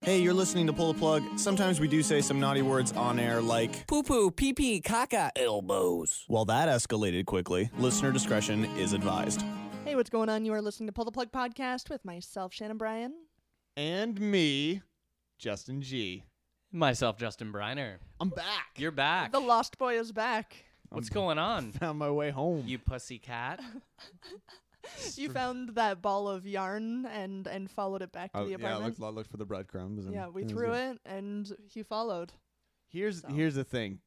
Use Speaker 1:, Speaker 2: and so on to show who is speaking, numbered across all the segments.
Speaker 1: Hey, you're listening to Pull the Plug. Sometimes we do say some naughty words on air like,
Speaker 2: Poo poo, pee pee, caca, elbows.
Speaker 1: well, that escalated quickly. Listener discretion is advised.
Speaker 3: Hey, what's going on? You are listening to Pull the Plug podcast with myself, Shannon Bryan.
Speaker 4: and me, Justin G.
Speaker 5: Myself, Justin Briner.
Speaker 4: I'm back.
Speaker 5: You're back.
Speaker 3: The Lost Boy is back.
Speaker 5: What's going on?
Speaker 4: on my way home.
Speaker 5: You pussy cat.
Speaker 3: You found that ball of yarn and and followed it back to
Speaker 4: Oh,
Speaker 3: the
Speaker 4: yeah, I
Speaker 3: apartment.
Speaker 4: looked, I looked for the breadcrumbs. and
Speaker 3: yeah, we
Speaker 4: was
Speaker 3: threw
Speaker 4: good.
Speaker 3: it and he followed.
Speaker 4: Here's here's the thing: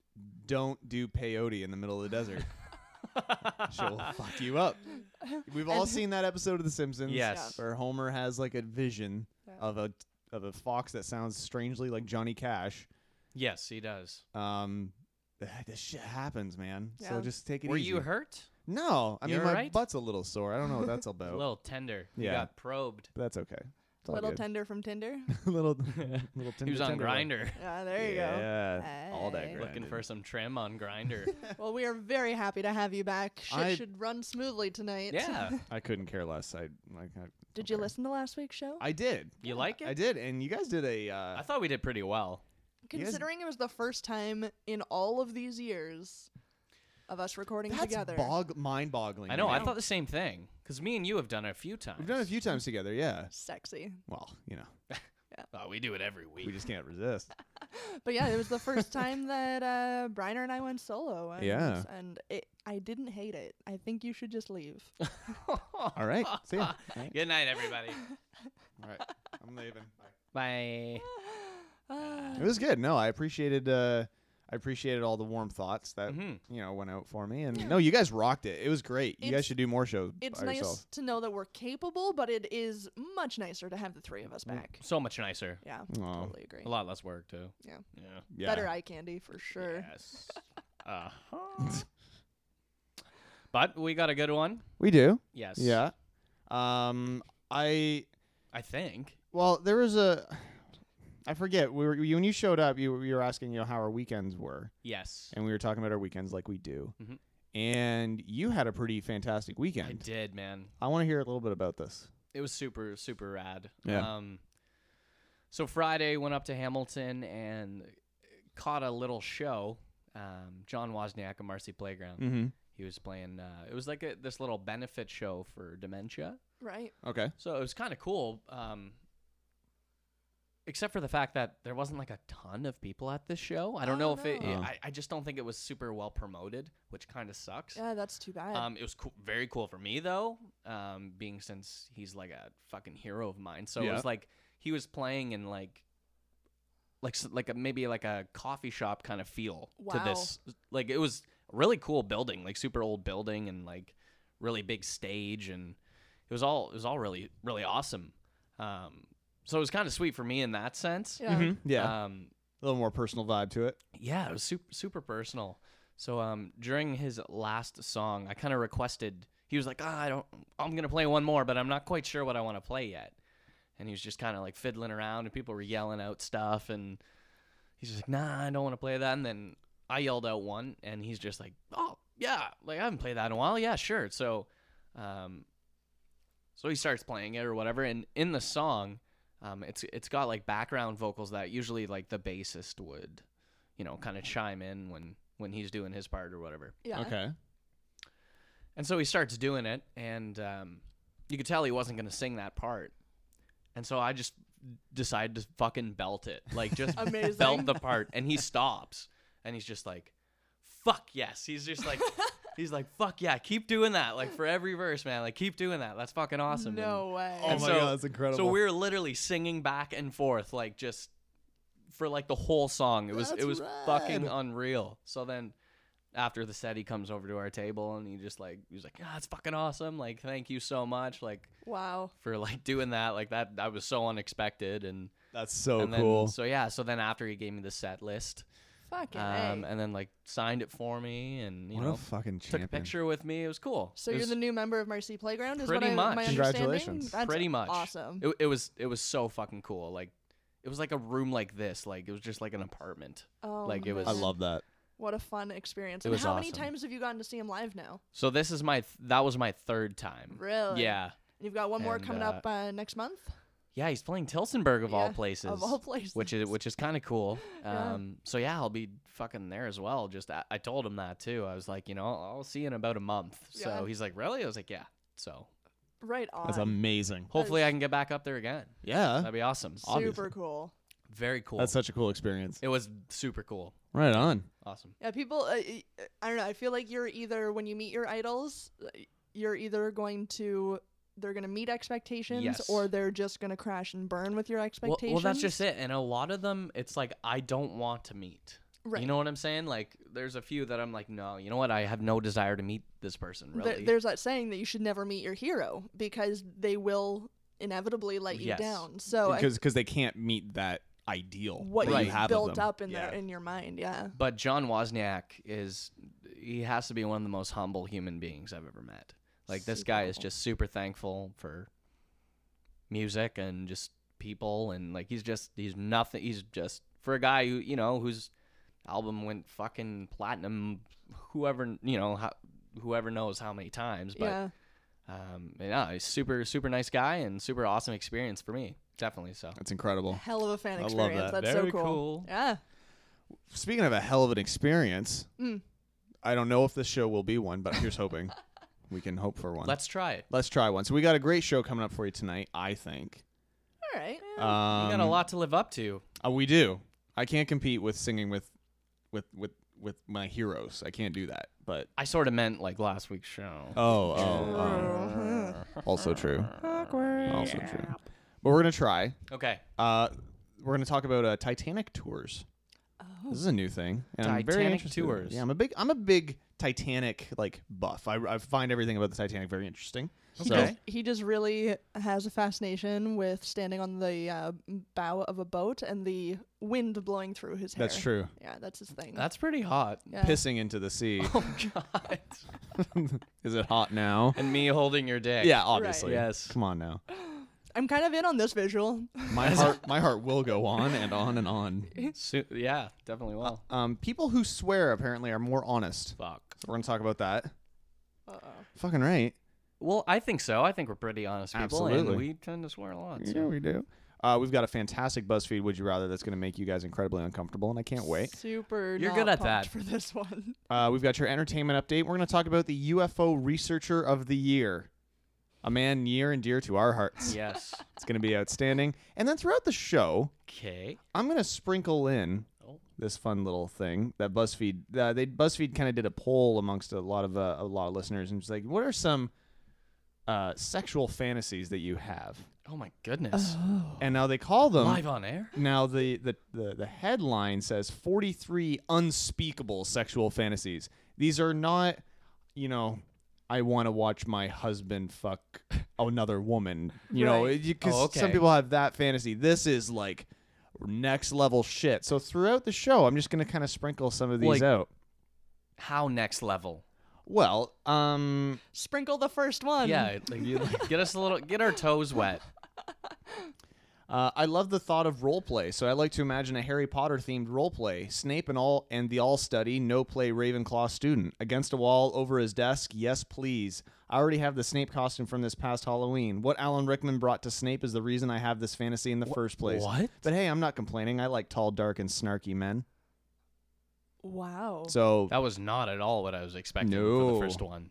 Speaker 4: don't do peyote in the middle of the desert. She'll fuck you up. We've all seen that episode of The Simpsons,
Speaker 5: Yes. Yeah.
Speaker 4: where Homer has like a vision of a of a fox that sounds strangely like Johnny Cash.
Speaker 5: yes, he does.
Speaker 4: Um, this shit happens, man.
Speaker 3: Yeah.
Speaker 4: So just take it
Speaker 5: Were
Speaker 4: easy.
Speaker 5: you hurt?
Speaker 4: No, I
Speaker 5: You're
Speaker 4: mean my
Speaker 5: alright?
Speaker 4: butt's a little sore. I don't know what that's about.
Speaker 5: A little tender. You
Speaker 4: Yeah.
Speaker 5: got probed.
Speaker 4: but that's okay. It's all
Speaker 3: Little
Speaker 4: good.
Speaker 3: tender from Tinder.
Speaker 4: little little
Speaker 5: He was on Grinder.
Speaker 3: Yeah, Ah, there you
Speaker 4: Yeah, all that
Speaker 3: Hey.
Speaker 4: grinder.
Speaker 5: Looking for some trim on Grinder.
Speaker 3: go. Well, we are very happy to have you back. Shit
Speaker 4: I-
Speaker 3: should run smoothly tonight.
Speaker 5: yeah.
Speaker 4: I couldn't care less. I like. I,
Speaker 3: Did you listen to last week's show?
Speaker 4: I did.
Speaker 5: You like it?
Speaker 4: I did, and you guys did a.
Speaker 5: I
Speaker 4: Uh,
Speaker 5: thought we did pretty well.
Speaker 3: Considering it was the first time in all of these years of us recording
Speaker 4: that's
Speaker 3: together.
Speaker 4: bog mind-boggling.
Speaker 5: I know. I
Speaker 4: man.
Speaker 5: thought the same thing. Because me and you have done it a few times.
Speaker 4: we've done it a few times together. Yeah.
Speaker 3: Sexy.
Speaker 4: Well, you know,
Speaker 5: Oh, we do it every week.
Speaker 4: we just can't resist.
Speaker 3: But yeah, it was the first time that uh, Briner and I went solo. And,
Speaker 4: Yeah.
Speaker 3: And it, I didn't hate it. I think you should just leave.
Speaker 4: All right. See ya. All right.
Speaker 5: Good night, everybody.
Speaker 4: All right. I'm leaving. Bye.
Speaker 5: Bye.
Speaker 4: It was good. No, I appreciated. Uh, I appreciated all the warm thoughts that
Speaker 5: Mm-hmm.
Speaker 4: you know went out for me, and no, you guys rocked it. It was great. You
Speaker 3: It's-
Speaker 4: guys should do more shows
Speaker 3: It's
Speaker 4: by
Speaker 3: nice
Speaker 4: yourself.
Speaker 3: to know that we're capable, but it is much nicer to have the three of
Speaker 4: Mm.
Speaker 3: us back.
Speaker 5: So much nicer.
Speaker 3: Yeah,
Speaker 4: Aw.
Speaker 3: totally agree.
Speaker 5: A lot less work, too.
Speaker 3: Yeah.
Speaker 5: Yeah.
Speaker 4: Yeah.
Speaker 3: Better eye candy for sure.
Speaker 5: Yes. Uh huh. but we got a good one.
Speaker 4: We do.
Speaker 5: Yes.
Speaker 4: Yeah. Um, I
Speaker 5: I think.
Speaker 4: well, there was a. I forget. We were you, when you showed up. You, you were asking, you know, how our weekends were,
Speaker 5: Yes.
Speaker 4: and we were talking about our weekends like we do. And you had a pretty fantastic
Speaker 5: Mm-hmm. I
Speaker 4: weekend.
Speaker 5: did, man.
Speaker 4: I, want to hear a little bit about this.
Speaker 5: It was super, super rad.
Speaker 4: Yeah.
Speaker 5: Um, so Friday went up to Hamilton and caught a little show. Um, John Wozniak at Marcy Playground.
Speaker 4: Mm-hmm.
Speaker 5: He was playing. Uh, it was like a, this little benefit show for dementia.
Speaker 3: Right.
Speaker 4: Okay.
Speaker 5: So it was kind of cool. Um, except for the fact that there wasn't like a ton of people at this show. I don't
Speaker 3: Oh,
Speaker 5: know if it. I, I just don't think it was super well promoted, which kind of sucks.
Speaker 3: Yeah, that's too bad.
Speaker 5: Um, it was cool, very cool for me though, um, being since he's like a fucking hero of mine. So it
Speaker 4: Yeah.
Speaker 5: was like he was playing in like, like s- like a, maybe like a coffee shop kind of feel to
Speaker 3: Wow.
Speaker 5: this. Like it was a really cool building, like super old building and like really big stage, and it was all it was all really really awesome. Um, so it was kind of sweet for me in that sense.
Speaker 3: yeah. Mm-hmm.
Speaker 4: Yeah.
Speaker 5: Um,
Speaker 4: a little more personal vibe to it.
Speaker 5: yeah, it was super super personal. So um, during his last song, I kind of requested. He was like, ah, "I don't. I'm gonna play one more, but I'm not quite sure what I want to play yet." And he was just kind of like fiddling around, and people were yelling out stuff, and he's just like, "Nah, I don't want to play that." And then I yelled out one, and he's just like, "Oh yeah, like I haven't played that in a while. Yeah, sure." So, um, so he starts playing it or whatever, and in the song, um, it's it's got like background vocals that usually like the bassist would, you know, kind of chime in when when he's doing his part or whatever.
Speaker 3: Yeah.
Speaker 4: Okay.
Speaker 5: And so he starts doing it, and um, you could tell he wasn't going to sing that part. And so I just decided to fucking belt it, like just
Speaker 3: Amazing.
Speaker 5: belt the part. And he stops, and he's just like, "Fuck yes!" He's just like, he's like, "Fuck yeah!" Keep doing that, like for every verse, man. Like keep doing that. That's fucking awesome.
Speaker 3: No
Speaker 5: And-
Speaker 3: way.
Speaker 4: Oh my God, that's incredible.
Speaker 5: So we were literally singing back and forth, like just for like the whole song. It was
Speaker 4: That's
Speaker 5: it was
Speaker 4: rad.
Speaker 5: fucking unreal. So then after the set, he comes over to our table and he just like he was like, "Ah, it's fucking awesome! Like, thank you so much, like
Speaker 3: Wow.
Speaker 5: for like doing that. Like that that was so unexpected and."
Speaker 4: That's so
Speaker 5: and then,
Speaker 4: cool.
Speaker 5: So yeah, so then after he gave me the set list,
Speaker 3: Fucking
Speaker 5: um,
Speaker 3: A.
Speaker 5: and then like signed it for me, and you
Speaker 4: what
Speaker 5: know,
Speaker 4: a fucking
Speaker 5: took a
Speaker 4: champion.
Speaker 5: picture with me. It was cool.
Speaker 3: So
Speaker 5: It
Speaker 3: you're
Speaker 5: was
Speaker 3: the new member of Mercy Playground, is what
Speaker 5: Pretty
Speaker 3: I,
Speaker 5: much.
Speaker 3: my understanding.
Speaker 4: Congratulations.
Speaker 3: That's
Speaker 5: pretty much
Speaker 3: awesome.
Speaker 5: It, it was it was so fucking cool. Like it was like a room like this. Like it was just like an apartment.
Speaker 3: Oh,
Speaker 5: like it was.
Speaker 4: I love that.
Speaker 3: what a fun experience!
Speaker 5: It
Speaker 3: and
Speaker 5: was
Speaker 3: how many
Speaker 5: awesome.
Speaker 3: times have you gotten to see him live now?
Speaker 5: So this is my th- that was my third time.
Speaker 3: Really?
Speaker 5: Yeah.
Speaker 3: And you've got one more
Speaker 5: And,
Speaker 3: coming
Speaker 5: uh,
Speaker 3: up uh, next month.
Speaker 5: Yeah, he's playing Tilsonburg of
Speaker 3: Yeah,
Speaker 5: all
Speaker 3: of
Speaker 5: places.
Speaker 3: all places.
Speaker 5: Which is which is kind of cool.
Speaker 3: Yeah.
Speaker 5: Um, so yeah, I'll be fucking there as well. Just I, I told him that too. I was like, you know, I'll, I'll see you in about a month.
Speaker 3: Yeah.
Speaker 5: So he's like, really? I was like, yeah. So
Speaker 3: Right on.
Speaker 4: That's amazing.
Speaker 5: hopefully
Speaker 3: is-
Speaker 5: I can get back up there again.
Speaker 4: Yeah.
Speaker 5: That'd be awesome.
Speaker 3: Super cool.
Speaker 5: Very cool.
Speaker 4: That's such a cool experience.
Speaker 5: it was super cool.
Speaker 4: Right on.
Speaker 5: Awesome.
Speaker 3: Yeah, people. Uh, y- uh, I don't know. I feel like you're either when you meet your idols, uh, you're either going to they're going to meet expectations,
Speaker 5: Yes.
Speaker 3: or they're just going to crash and burn with your
Speaker 5: Well,
Speaker 3: expectations.
Speaker 5: well, that's just it. And a lot of them, it's like I don't want to meet.
Speaker 3: Right.
Speaker 5: You know what I'm saying? Like, there's a few that I'm like, no, you know what? I have no desire to meet this person.
Speaker 3: Th-
Speaker 5: Really.
Speaker 3: there's that saying that you should never meet your hero because they will inevitably let you
Speaker 5: Yes.
Speaker 3: down. So I-
Speaker 4: Because because they can't meet that ideal
Speaker 3: what
Speaker 4: that
Speaker 5: Right.
Speaker 4: you
Speaker 3: you've
Speaker 4: have of
Speaker 3: built
Speaker 4: them.
Speaker 3: up in
Speaker 4: Yeah.
Speaker 3: the, in your mind, yeah.
Speaker 5: But John Wozniak is he has to be one of the most humble human beings I've ever met. Like this
Speaker 3: Super
Speaker 5: guy is
Speaker 3: humble.
Speaker 5: just super thankful for music and just people and like he's just he's nothing he's just for a guy who you know whose album went fucking platinum whoever you know how, whoever knows how many times but
Speaker 3: yeah.
Speaker 5: um yeah he's super super nice guy and super awesome experience for me definitely so
Speaker 4: That's incredible.
Speaker 3: Hell of a fan
Speaker 4: I love
Speaker 3: experience.
Speaker 4: that.
Speaker 3: That's
Speaker 5: Very
Speaker 3: so cool.
Speaker 5: cool.
Speaker 3: Yeah.
Speaker 4: Speaking of a hell of an experience,
Speaker 3: Mm.
Speaker 4: I don't know if this show will be one, but here's hoping. we can hope for one.
Speaker 5: let's try it
Speaker 4: Let's try one. So we got a great show coming up for you tonight, I think.
Speaker 3: All right.
Speaker 5: you got a lot to live up to
Speaker 4: Um, Uh, we do. I can't compete with singing with, with with with my heroes. I can't do that. But
Speaker 5: i sort of meant like last week's show
Speaker 4: oh, oh, oh. also true. Also true. But we're gonna try.
Speaker 5: okay
Speaker 4: Uh, we're gonna talk about uh, Titanic tours. This is a new thing. And I'm very
Speaker 5: Oh. Titanic
Speaker 4: interested in it.
Speaker 5: tours.
Speaker 4: Yeah, I'm a big I'm a big Titanic like buff. I, I find everything about the Titanic very interesting.
Speaker 3: He,
Speaker 4: So-
Speaker 3: just, he just really has a fascination with standing on the uh, bow of a boat and the wind blowing through his hair.
Speaker 4: That's true.
Speaker 3: Yeah, that's his thing.
Speaker 5: That's pretty hot.
Speaker 3: yeah.
Speaker 4: Pissing into the sea.
Speaker 5: Oh god.
Speaker 4: is it hot now?
Speaker 5: and me holding your dick.
Speaker 4: Yeah, obviously.
Speaker 5: Yes.
Speaker 4: Come on now.
Speaker 3: I'm kind of in on this visual.
Speaker 4: My heart my heart will go on and on and on.
Speaker 5: So- yeah, definitely will.
Speaker 4: Um, people who swear apparently are more honest.
Speaker 5: Fuck.
Speaker 4: So we're gonna talk about that.
Speaker 3: Uh-oh.
Speaker 4: Fucking right.
Speaker 5: Well, I think so. I think we're pretty honest people
Speaker 4: Absolutely.
Speaker 5: and we tend to swear a lot. So.
Speaker 4: we do. Uh, we've got a fantastic BuzzFeed Would You Rather that's gonna make you guys incredibly uncomfortable, and I can't wait.
Speaker 3: Super.
Speaker 5: You're
Speaker 3: not
Speaker 5: good at
Speaker 3: pumped
Speaker 5: that.
Speaker 3: for this one.
Speaker 4: Uh, we've got your entertainment update. We're gonna talk about the UFO researcher of the year, a man near and dear to our hearts.
Speaker 5: Yes.
Speaker 4: It's gonna be outstanding. And then throughout the show,
Speaker 5: Okay.
Speaker 4: I'm gonna sprinkle in
Speaker 5: Oh.
Speaker 4: this fun little thing that BuzzFeed uh, they BuzzFeed kind of did a poll amongst a lot of uh, a lot of listeners and was like, what are some uh, sexual fantasies that you have? Uh,
Speaker 5: Oh my goodness.
Speaker 4: And now they call them
Speaker 5: Oh. Live on air?
Speaker 4: now the, the the the headline says 43 unspeakable sexual fantasies. These are not, you know, I want to watch my husband fuck another woman. You know,
Speaker 3: Right.
Speaker 4: because
Speaker 5: Oh, okay.
Speaker 4: some people have that fantasy. This is like next level shit. So throughout the show, I'm just gonna kind of sprinkle some of these
Speaker 5: Like-
Speaker 4: out.
Speaker 5: How next level?
Speaker 4: Well, um,
Speaker 3: Sprinkle the first one.
Speaker 5: Yeah, like, get us a little get our toes wet.
Speaker 4: Uh, I love the thought of role play, so I like to imagine a Harry Potter themed role play. Snape and all and the all study no play Ravenclaw student against a wall over his desk. Yes, please. I already have the Snape costume from this past Halloween. What Alan Rickman brought to Snape is the reason I have this fantasy in the first place.
Speaker 5: what?
Speaker 4: But hey, I'm not complaining. I like tall, dark, and snarky men.
Speaker 3: Wow.
Speaker 5: Oh.
Speaker 4: So
Speaker 5: That was not at all what I was expecting for
Speaker 4: No.
Speaker 5: the first one.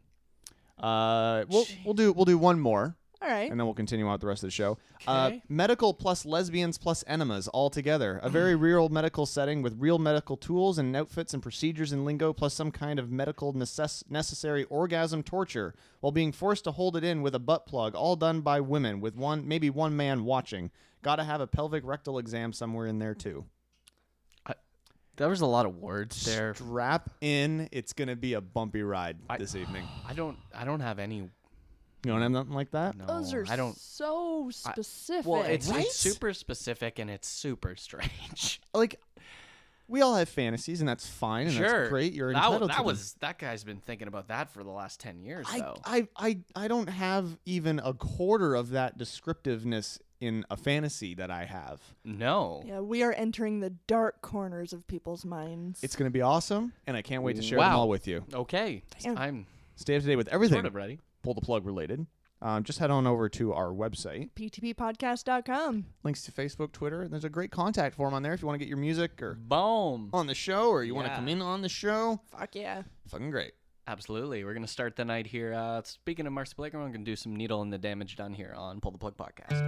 Speaker 4: uh, we'll we'll do we'll do one more.
Speaker 3: All right.
Speaker 4: and then we'll continue out the rest of the show. Uh,
Speaker 5: Okay.
Speaker 4: medical plus lesbians plus enemas all together. A
Speaker 3: Mm.
Speaker 4: very real medical setting with real medical tools and outfits and procedures and lingo, plus some kind of medical necess- necessary orgasm torture, while being forced to hold it in with a butt plug, all done by women, with one maybe one man watching. Got to have a pelvic rectal exam somewhere in there too.
Speaker 5: There was a lot of words there.
Speaker 4: Strap in. It's gonna be a bumpy ride
Speaker 5: I-
Speaker 4: this evening.
Speaker 5: I don't I don't have any
Speaker 4: You don't have nothing like that.
Speaker 5: no,
Speaker 3: Those are
Speaker 5: I don't
Speaker 3: so specific.
Speaker 5: Well, it's,
Speaker 4: Right?
Speaker 5: it's super specific and it's super strange.
Speaker 4: Like. We all have fantasies, and that's fine, and
Speaker 5: sure,
Speaker 4: that's great. You're
Speaker 5: that,
Speaker 4: entitled
Speaker 5: wa-
Speaker 4: to
Speaker 5: that
Speaker 4: them.
Speaker 5: was that guy's been thinking about that for the last ten years
Speaker 4: I,
Speaker 5: though.
Speaker 4: I, I, I don't have even a quarter of that descriptiveness in a fantasy that I have.
Speaker 5: no,
Speaker 3: yeah, we are entering the dark corners of people's minds.
Speaker 4: It's going to be awesome, and I can't wait to share them
Speaker 5: Wow.
Speaker 4: all with you.
Speaker 5: okay,
Speaker 3: Damn.
Speaker 5: I'm
Speaker 4: Stay up to date with everything
Speaker 5: sort of ready.
Speaker 4: pull the plug related. um, just head on over to our website.
Speaker 3: PTPpodcast.com.
Speaker 4: Links to Facebook, Twitter, and there's a great contact form on there if you want to get your music or
Speaker 5: Boom.
Speaker 4: on the show or you want to
Speaker 5: Yeah.
Speaker 4: come in on the show.
Speaker 3: Fuck yeah.
Speaker 4: Fucking great.
Speaker 5: Absolutely. We're going to start the night here. Uh, speaking of Marcy Blaker, we're going to do some needle and the damage done here on Pull the Plug Podcast.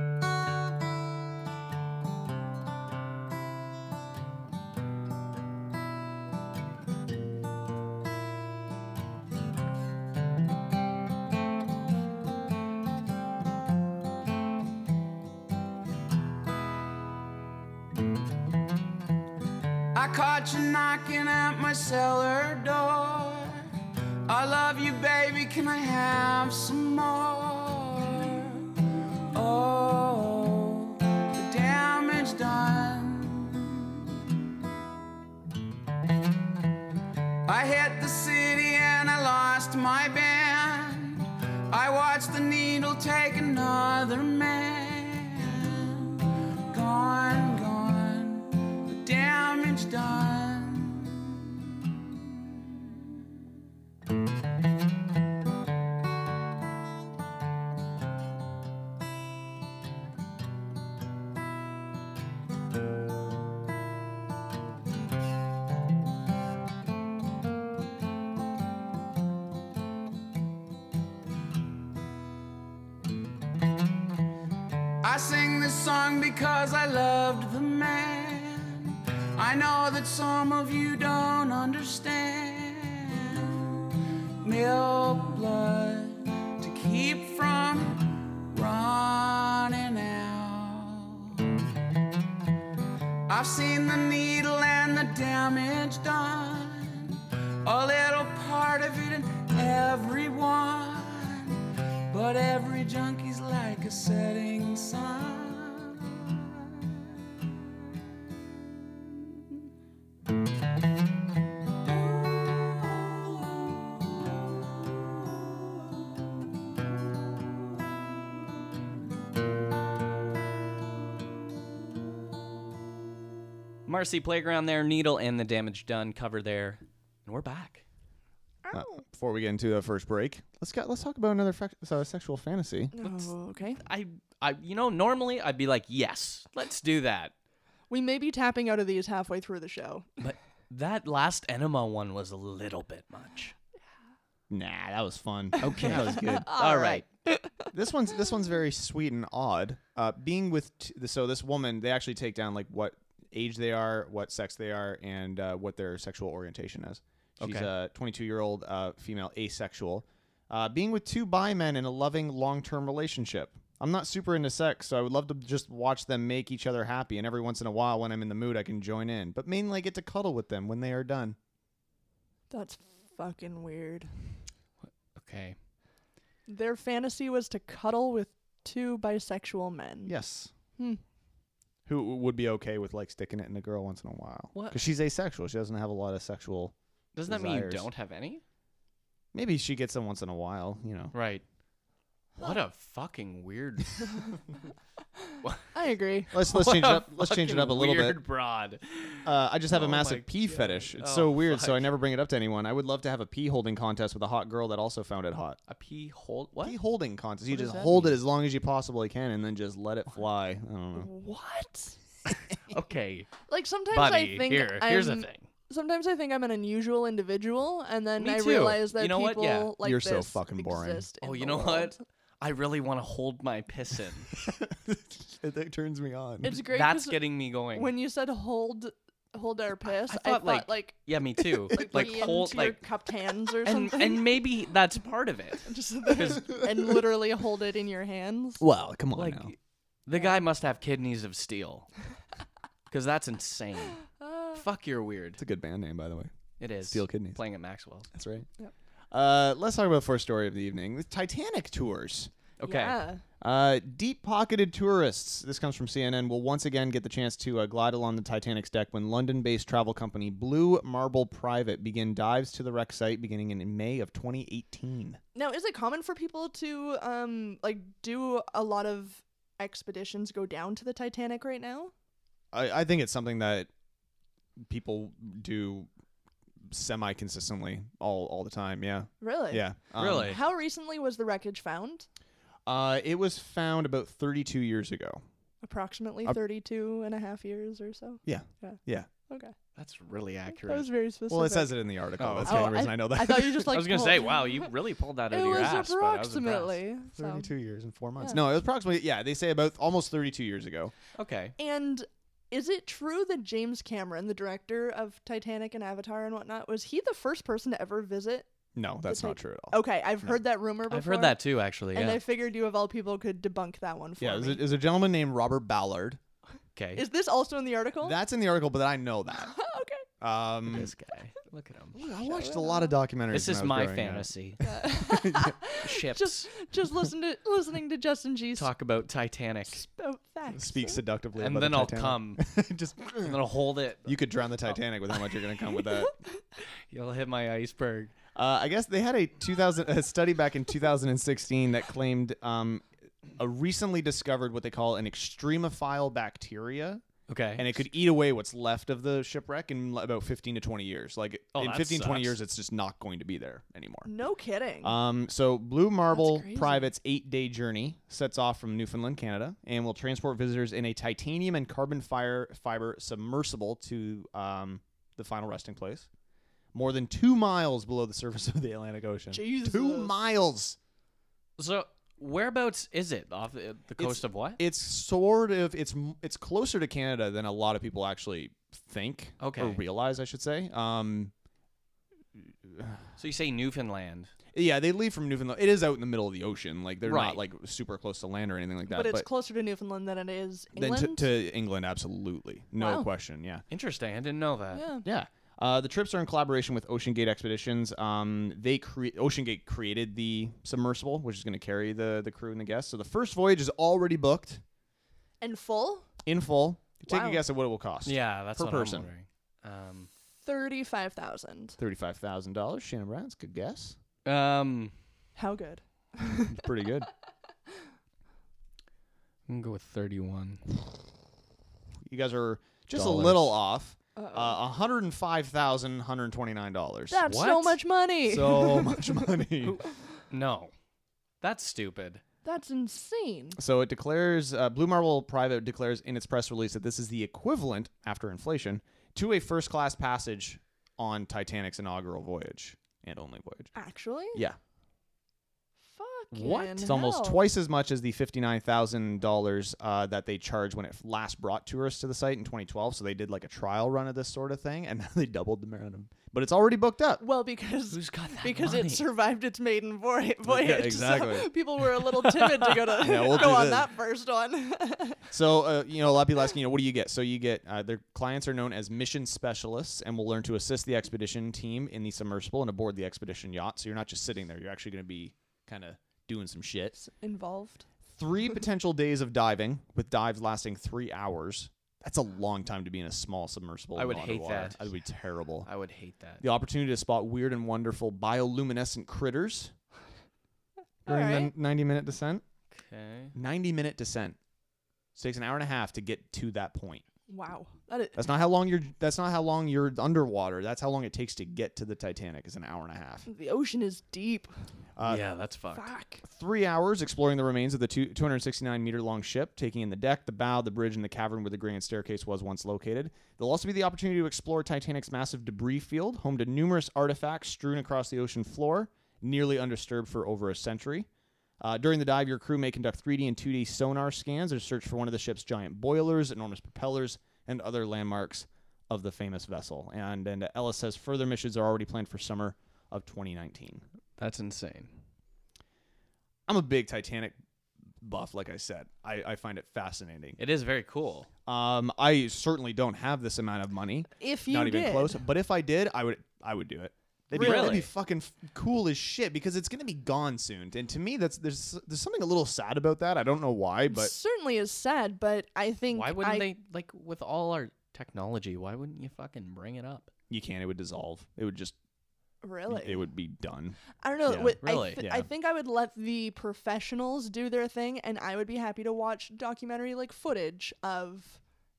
Speaker 6: I caught you knocking at my cellar door. I love you, baby. Can I have some more? Oh, the damage done. I hit the city and I lost my band. I watched the needle take another man. Gone, gone, the damage done. I sing this song because I loved the man. I know that some of you don't understand. Milk blood to keep from running out. I've seen the needle and the damage done. A little part of it in everyone. But every junkie's like a setting sun.
Speaker 5: Marcy Playground there, Needle and the Damage Done cover there. And we're back.
Speaker 4: Uh, before we get into the first break, let's get, let's talk about another fac- uh, sexual fantasy.
Speaker 3: Oh, okay.
Speaker 5: I, I, you know, normally I'd be like, yes, let's do that.
Speaker 3: We may be tapping out of these halfway through the show.
Speaker 5: But that last enema one was a little bit much.
Speaker 4: Nah, that was fun. Okay, that was good.
Speaker 5: All right.
Speaker 4: this one's this one's very sweet and odd. Uh, being with t- so this woman, they actually take down like what age they are, what sex they are, and uh, what their sexual orientation is. She's
Speaker 5: Okay.
Speaker 4: a 22 year old uh, female asexual. Uh, being with two bi men in a loving long term relationship. I'm not super into sex, so I would love to just watch them make each other happy. And every once in a while, when I'm in the mood, I can join in. But mainly, I get to cuddle with them when they are done.
Speaker 3: That's fucking weird.
Speaker 5: Okay.
Speaker 3: Their fantasy was to cuddle with two bisexual men.
Speaker 4: Yes.
Speaker 3: Hmm.
Speaker 4: Who would be okay with like sticking it in a girl once in a while?
Speaker 5: What?
Speaker 4: Because she's asexual. She doesn't have a lot of sexual.
Speaker 5: Doesn't that mean you
Speaker 4: Desires.
Speaker 5: don't have any?
Speaker 4: Maybe she gets them once in a while. You know.
Speaker 5: Right. What a fucking weird.
Speaker 3: I agree.
Speaker 4: Let's let's
Speaker 5: what
Speaker 4: change it
Speaker 5: a
Speaker 4: up. Let's change it
Speaker 5: fucking
Speaker 4: up a little
Speaker 5: weird
Speaker 4: bit.
Speaker 5: Broad.
Speaker 4: Uh, I just have
Speaker 5: Oh
Speaker 4: a
Speaker 5: my
Speaker 4: massive pee
Speaker 5: God.
Speaker 4: fetish. It's
Speaker 5: Oh,
Speaker 4: so weird. So I
Speaker 5: fuck.
Speaker 4: never bring it up to anyone. I would love to have a pee holding contest with a hot girl that also found it hot.
Speaker 5: A pee hole. What?
Speaker 4: Pee holding contest. You
Speaker 5: What does
Speaker 4: just
Speaker 5: that
Speaker 4: hold
Speaker 5: mean?
Speaker 4: it as long as you possibly can, and then just let it fly. I don't know.
Speaker 3: What?
Speaker 5: Okay,
Speaker 3: Like sometimes
Speaker 5: buddy.
Speaker 3: I think
Speaker 5: Here,
Speaker 3: I'm,
Speaker 5: here's the thing.
Speaker 3: Sometimes I think I'm an unusual individual, and then
Speaker 5: Me
Speaker 3: I
Speaker 5: too.
Speaker 3: realize that
Speaker 5: You know what?
Speaker 3: people
Speaker 5: Yeah.
Speaker 3: like
Speaker 4: You're so
Speaker 3: this
Speaker 4: fucking boring.
Speaker 3: exist in
Speaker 5: Oh, you
Speaker 3: the
Speaker 5: know what?
Speaker 3: world.
Speaker 5: I really want to hold my piss in.
Speaker 4: it, it turns me on.
Speaker 3: It's great.
Speaker 5: That's
Speaker 3: 'cause
Speaker 5: getting me going.
Speaker 3: When you said hold, hold our piss, I
Speaker 5: thought,
Speaker 3: thought,
Speaker 5: like,
Speaker 3: like,
Speaker 5: yeah, me too. like,
Speaker 3: like
Speaker 5: hold,
Speaker 3: your
Speaker 5: like,
Speaker 3: cupped hands or
Speaker 5: and
Speaker 3: something,
Speaker 5: and maybe that's part of it.
Speaker 3: Just so that- and literally hold it in your hands.
Speaker 4: well, come on
Speaker 5: Like,
Speaker 4: now.
Speaker 5: the guy must have kidneys of steel, because that's insane.
Speaker 3: Uh,
Speaker 5: Fuck, you're weird.
Speaker 4: It's a good band name, by the way.
Speaker 5: It is
Speaker 4: Steel kidneys.
Speaker 5: Playing at Maxwell.
Speaker 4: That's right. Uh, let's talk about the first story of the evening: the Titanic tours.
Speaker 5: Okay.
Speaker 3: Yeah.
Speaker 4: Uh, deep-pocketed tourists. This comes from CNN. Will once again get the chance to uh, glide along the Titanic's deck when London-based travel company Blue Marble Private begin dives to the wreck site beginning in May of 2018.
Speaker 3: Now, is it common for people to um like do a lot of expeditions go down to the Titanic right now?
Speaker 4: I, I think it's something that people do semi-consistently all all the time. Yeah,
Speaker 3: Really?
Speaker 4: yeah. Um,
Speaker 5: Really?
Speaker 3: How recently was the wreckage found?
Speaker 4: Uh, it was found about 32 years ago.
Speaker 3: Approximately
Speaker 4: Ap-
Speaker 3: thirty-two and a half 32 and a half years or so.
Speaker 4: Yeah.
Speaker 3: Yeah.
Speaker 4: Yeah.
Speaker 3: Okay.
Speaker 5: That's really accurate.
Speaker 3: That was very specific.
Speaker 4: Well, it says it in the article.
Speaker 5: Oh,
Speaker 4: That's
Speaker 5: okay.
Speaker 4: the only
Speaker 3: Oh,
Speaker 4: reason I, know that.
Speaker 3: I thought you just like
Speaker 5: I was gonna
Speaker 3: pulled-
Speaker 5: say, wow, you really pulled that out
Speaker 3: It
Speaker 5: of your
Speaker 3: was
Speaker 5: ass. but I was impressed.
Speaker 3: approximately. so.
Speaker 4: 32 years and four months.
Speaker 3: Yeah.
Speaker 4: No, it was approximately, yeah, they say about almost 32 years ago.
Speaker 5: Okay.
Speaker 3: And is it true that James Cameron, the director of Titanic and Avatar and whatnot, was he the first person to ever visit?
Speaker 4: No, that's
Speaker 3: like-
Speaker 4: not true at all.
Speaker 3: Okay, I've heard that rumor before.
Speaker 5: I've heard that too, actually.
Speaker 3: And
Speaker 5: yeah.
Speaker 3: I figured you of all people could debunk that one for
Speaker 4: Yeah,
Speaker 3: me.
Speaker 4: there's a, there's a gentleman named Robert Ballard.
Speaker 5: Okay.
Speaker 3: Is this also in the article?
Speaker 4: That's in the article, but I know that.
Speaker 3: okay.
Speaker 4: Um,
Speaker 5: this guy. Look at him.
Speaker 4: I watched a lot of documentaries.
Speaker 5: This
Speaker 4: when
Speaker 5: is
Speaker 4: I was
Speaker 5: my
Speaker 4: growing up.
Speaker 5: fantasy.
Speaker 3: Uh,
Speaker 5: Ships.
Speaker 3: just just listen to listening to Justin G
Speaker 5: Talk about Titanic.
Speaker 3: about facts.
Speaker 4: Speak seductively.
Speaker 5: And
Speaker 4: about
Speaker 5: then
Speaker 4: the
Speaker 5: I'll
Speaker 4: Titanic.
Speaker 5: come.
Speaker 4: Just Oh.
Speaker 5: And then I'll hold it.
Speaker 4: you could drown the Titanic with how much you're gonna come with that.
Speaker 5: You'll hit my iceberg.
Speaker 4: Uh, I guess they had a 2000 a study back in 2016 that claimed um, a recently discovered what they call an extremophile bacteria,
Speaker 5: Okay.
Speaker 4: and it could eat away what's left of the shipwreck in li- about 15 to 20 years. Like
Speaker 5: Oh,
Speaker 4: in
Speaker 5: that
Speaker 4: 15 20
Speaker 5: sucks.
Speaker 4: years, it's just not going to be there anymore.
Speaker 3: No kidding.
Speaker 4: Um, so Blue Marble
Speaker 3: crazy.
Speaker 4: Private's eight-day journey sets off from Newfoundland, Canada, and will transport visitors in a titanium and carbon fire fiber submersible to um, the final resting place, more than two miles below the surface of the Atlantic Ocean.
Speaker 3: Jesus.
Speaker 4: Two miles.
Speaker 5: so whereabouts is it? Off the, the coast of what?
Speaker 4: It's sort of it's m- it's closer to Canada than a lot of people actually think
Speaker 5: Okay.
Speaker 4: or realize, I should say. Um,
Speaker 5: so you say Newfoundland.
Speaker 4: yeah, they leave from Newfoundland. It is out in the middle of the ocean. Like they're
Speaker 5: Right.
Speaker 4: not like super close to land or anything like that.
Speaker 3: but it's closer to Newfoundland than it is
Speaker 4: Then
Speaker 3: England.
Speaker 4: to, to England, absolutely, no
Speaker 3: Wow.
Speaker 4: question. Yeah,
Speaker 5: Interesting. I didn't know that.
Speaker 3: yeah.
Speaker 4: yeah. Uh, the trips are in collaboration with Ocean Gate Expeditions. Um, they cre- Ocean Gate created the submersible, which is going to carry the the crew and the guests. So the first voyage is already booked
Speaker 3: And full
Speaker 4: in full. Take
Speaker 3: Wow.
Speaker 4: a guess at what it will cost.
Speaker 5: Yeah, that's
Speaker 4: Per
Speaker 5: what I'm
Speaker 4: person.
Speaker 5: wondering. Um,
Speaker 3: thirty-five thousand.
Speaker 4: thirty-five thousand dollars. Shannon Brown's good guess.
Speaker 5: um,
Speaker 3: How good?
Speaker 4: It's pretty good.
Speaker 5: I'm gonna go with 31.
Speaker 4: you guys are just
Speaker 5: Dollars.
Speaker 4: a little off.
Speaker 3: Uh-oh.
Speaker 4: Uh, one hundred and five thousand, one hundred twenty-nine dollars.
Speaker 3: That's so
Speaker 5: what?
Speaker 3: much money.
Speaker 4: So much money.
Speaker 5: No, that's stupid.
Speaker 3: That's insane.
Speaker 4: So it declares uh, Blue Marble Private declares in its press release that this is the equivalent after inflation to a first class passage on Titanic's inaugural voyage and only voyage.
Speaker 3: Actually,
Speaker 4: Yeah,
Speaker 3: Eh. fucking
Speaker 4: it's almost
Speaker 3: hell.
Speaker 4: twice as much as the fifty-nine thousand uh, dollars that they charged when it last brought tourists to the site in 2012. So they did like a trial run of this sort of thing, and they doubled the amount of. But it's already booked up.
Speaker 3: Well, because
Speaker 5: Who's got that
Speaker 3: because
Speaker 5: money?
Speaker 3: it survived its maiden voy- voyage. so
Speaker 4: exactly.
Speaker 3: people were a little timid to go to
Speaker 4: Yeah, we'll
Speaker 3: go
Speaker 4: do
Speaker 3: on
Speaker 4: this.
Speaker 3: that first one.
Speaker 4: So, uh, you know, a lot of people ask, you know, what do you get? So you get uh, their clients are known as mission specialists and will learn to assist the expedition team in the submersible and aboard the expedition yacht. So you're not just sitting there; you're actually going to be kind of doing some shit.
Speaker 3: Involved.
Speaker 4: Three potential days of diving, with dives lasting three hours. That's a long time to be in a small submersible.
Speaker 5: I
Speaker 4: and
Speaker 5: would hate
Speaker 4: underwater.
Speaker 5: that.
Speaker 4: That would be terrible.
Speaker 5: I would hate that.
Speaker 4: The opportunity to spot weird and wonderful bioluminescent critters during
Speaker 3: Alright.
Speaker 4: the 90 minute descent.
Speaker 5: Okay.
Speaker 4: 90 minute descent. So it takes an hour and a half to get to that point.
Speaker 3: Wow. That is,
Speaker 4: That's not how long you're. That's not how long you're underwater. That's how long it takes to get to the Titanic. Is an hour and a half.
Speaker 3: the ocean is deep.
Speaker 4: Uh,
Speaker 5: yeah, Oh, that's fucked.
Speaker 3: Fuck.
Speaker 4: Three hours exploring the remains of the two, 269 meter long ship, taking in the deck, the bow, the bridge, and the cavern where the grand staircase was once located. There'll also be the opportunity to explore Titanic's massive debris field, home to numerous artifacts strewn across the ocean floor, nearly undisturbed for over a century. Uh, during the dive, your crew may conduct 3D and 2D sonar scans or search for one of the ship's giant boilers, enormous propellers, and other landmarks of the famous vessel. And, and Ellis says further missions are already planned for summer of 2019.
Speaker 5: That's insane.
Speaker 4: I'm a big Titanic buff, like I said. I, I find it fascinating.
Speaker 5: It is very cool.
Speaker 4: Um, I certainly don't have this amount of money,
Speaker 3: If you
Speaker 4: not
Speaker 3: did,
Speaker 4: even close. But if I did, I would I would do it. They'd be, that'd
Speaker 5: Really?
Speaker 4: be fucking f- cool as shit because it's gonna be gone soon. And to me, that's there's there's something a little sad about that. I don't know why, but
Speaker 3: certainly is sad. But I think
Speaker 5: Why wouldn't
Speaker 3: I-
Speaker 5: they like with all our technology? Why wouldn't you fucking bring it up?
Speaker 4: you can't. It would dissolve. It would just
Speaker 3: really?
Speaker 4: it would be done.
Speaker 3: I don't know.
Speaker 4: Yeah,
Speaker 3: what- I,
Speaker 5: really,
Speaker 3: th-
Speaker 4: yeah.
Speaker 3: I think I would let the professionals do their thing, and I would be happy to watch documentary like footage of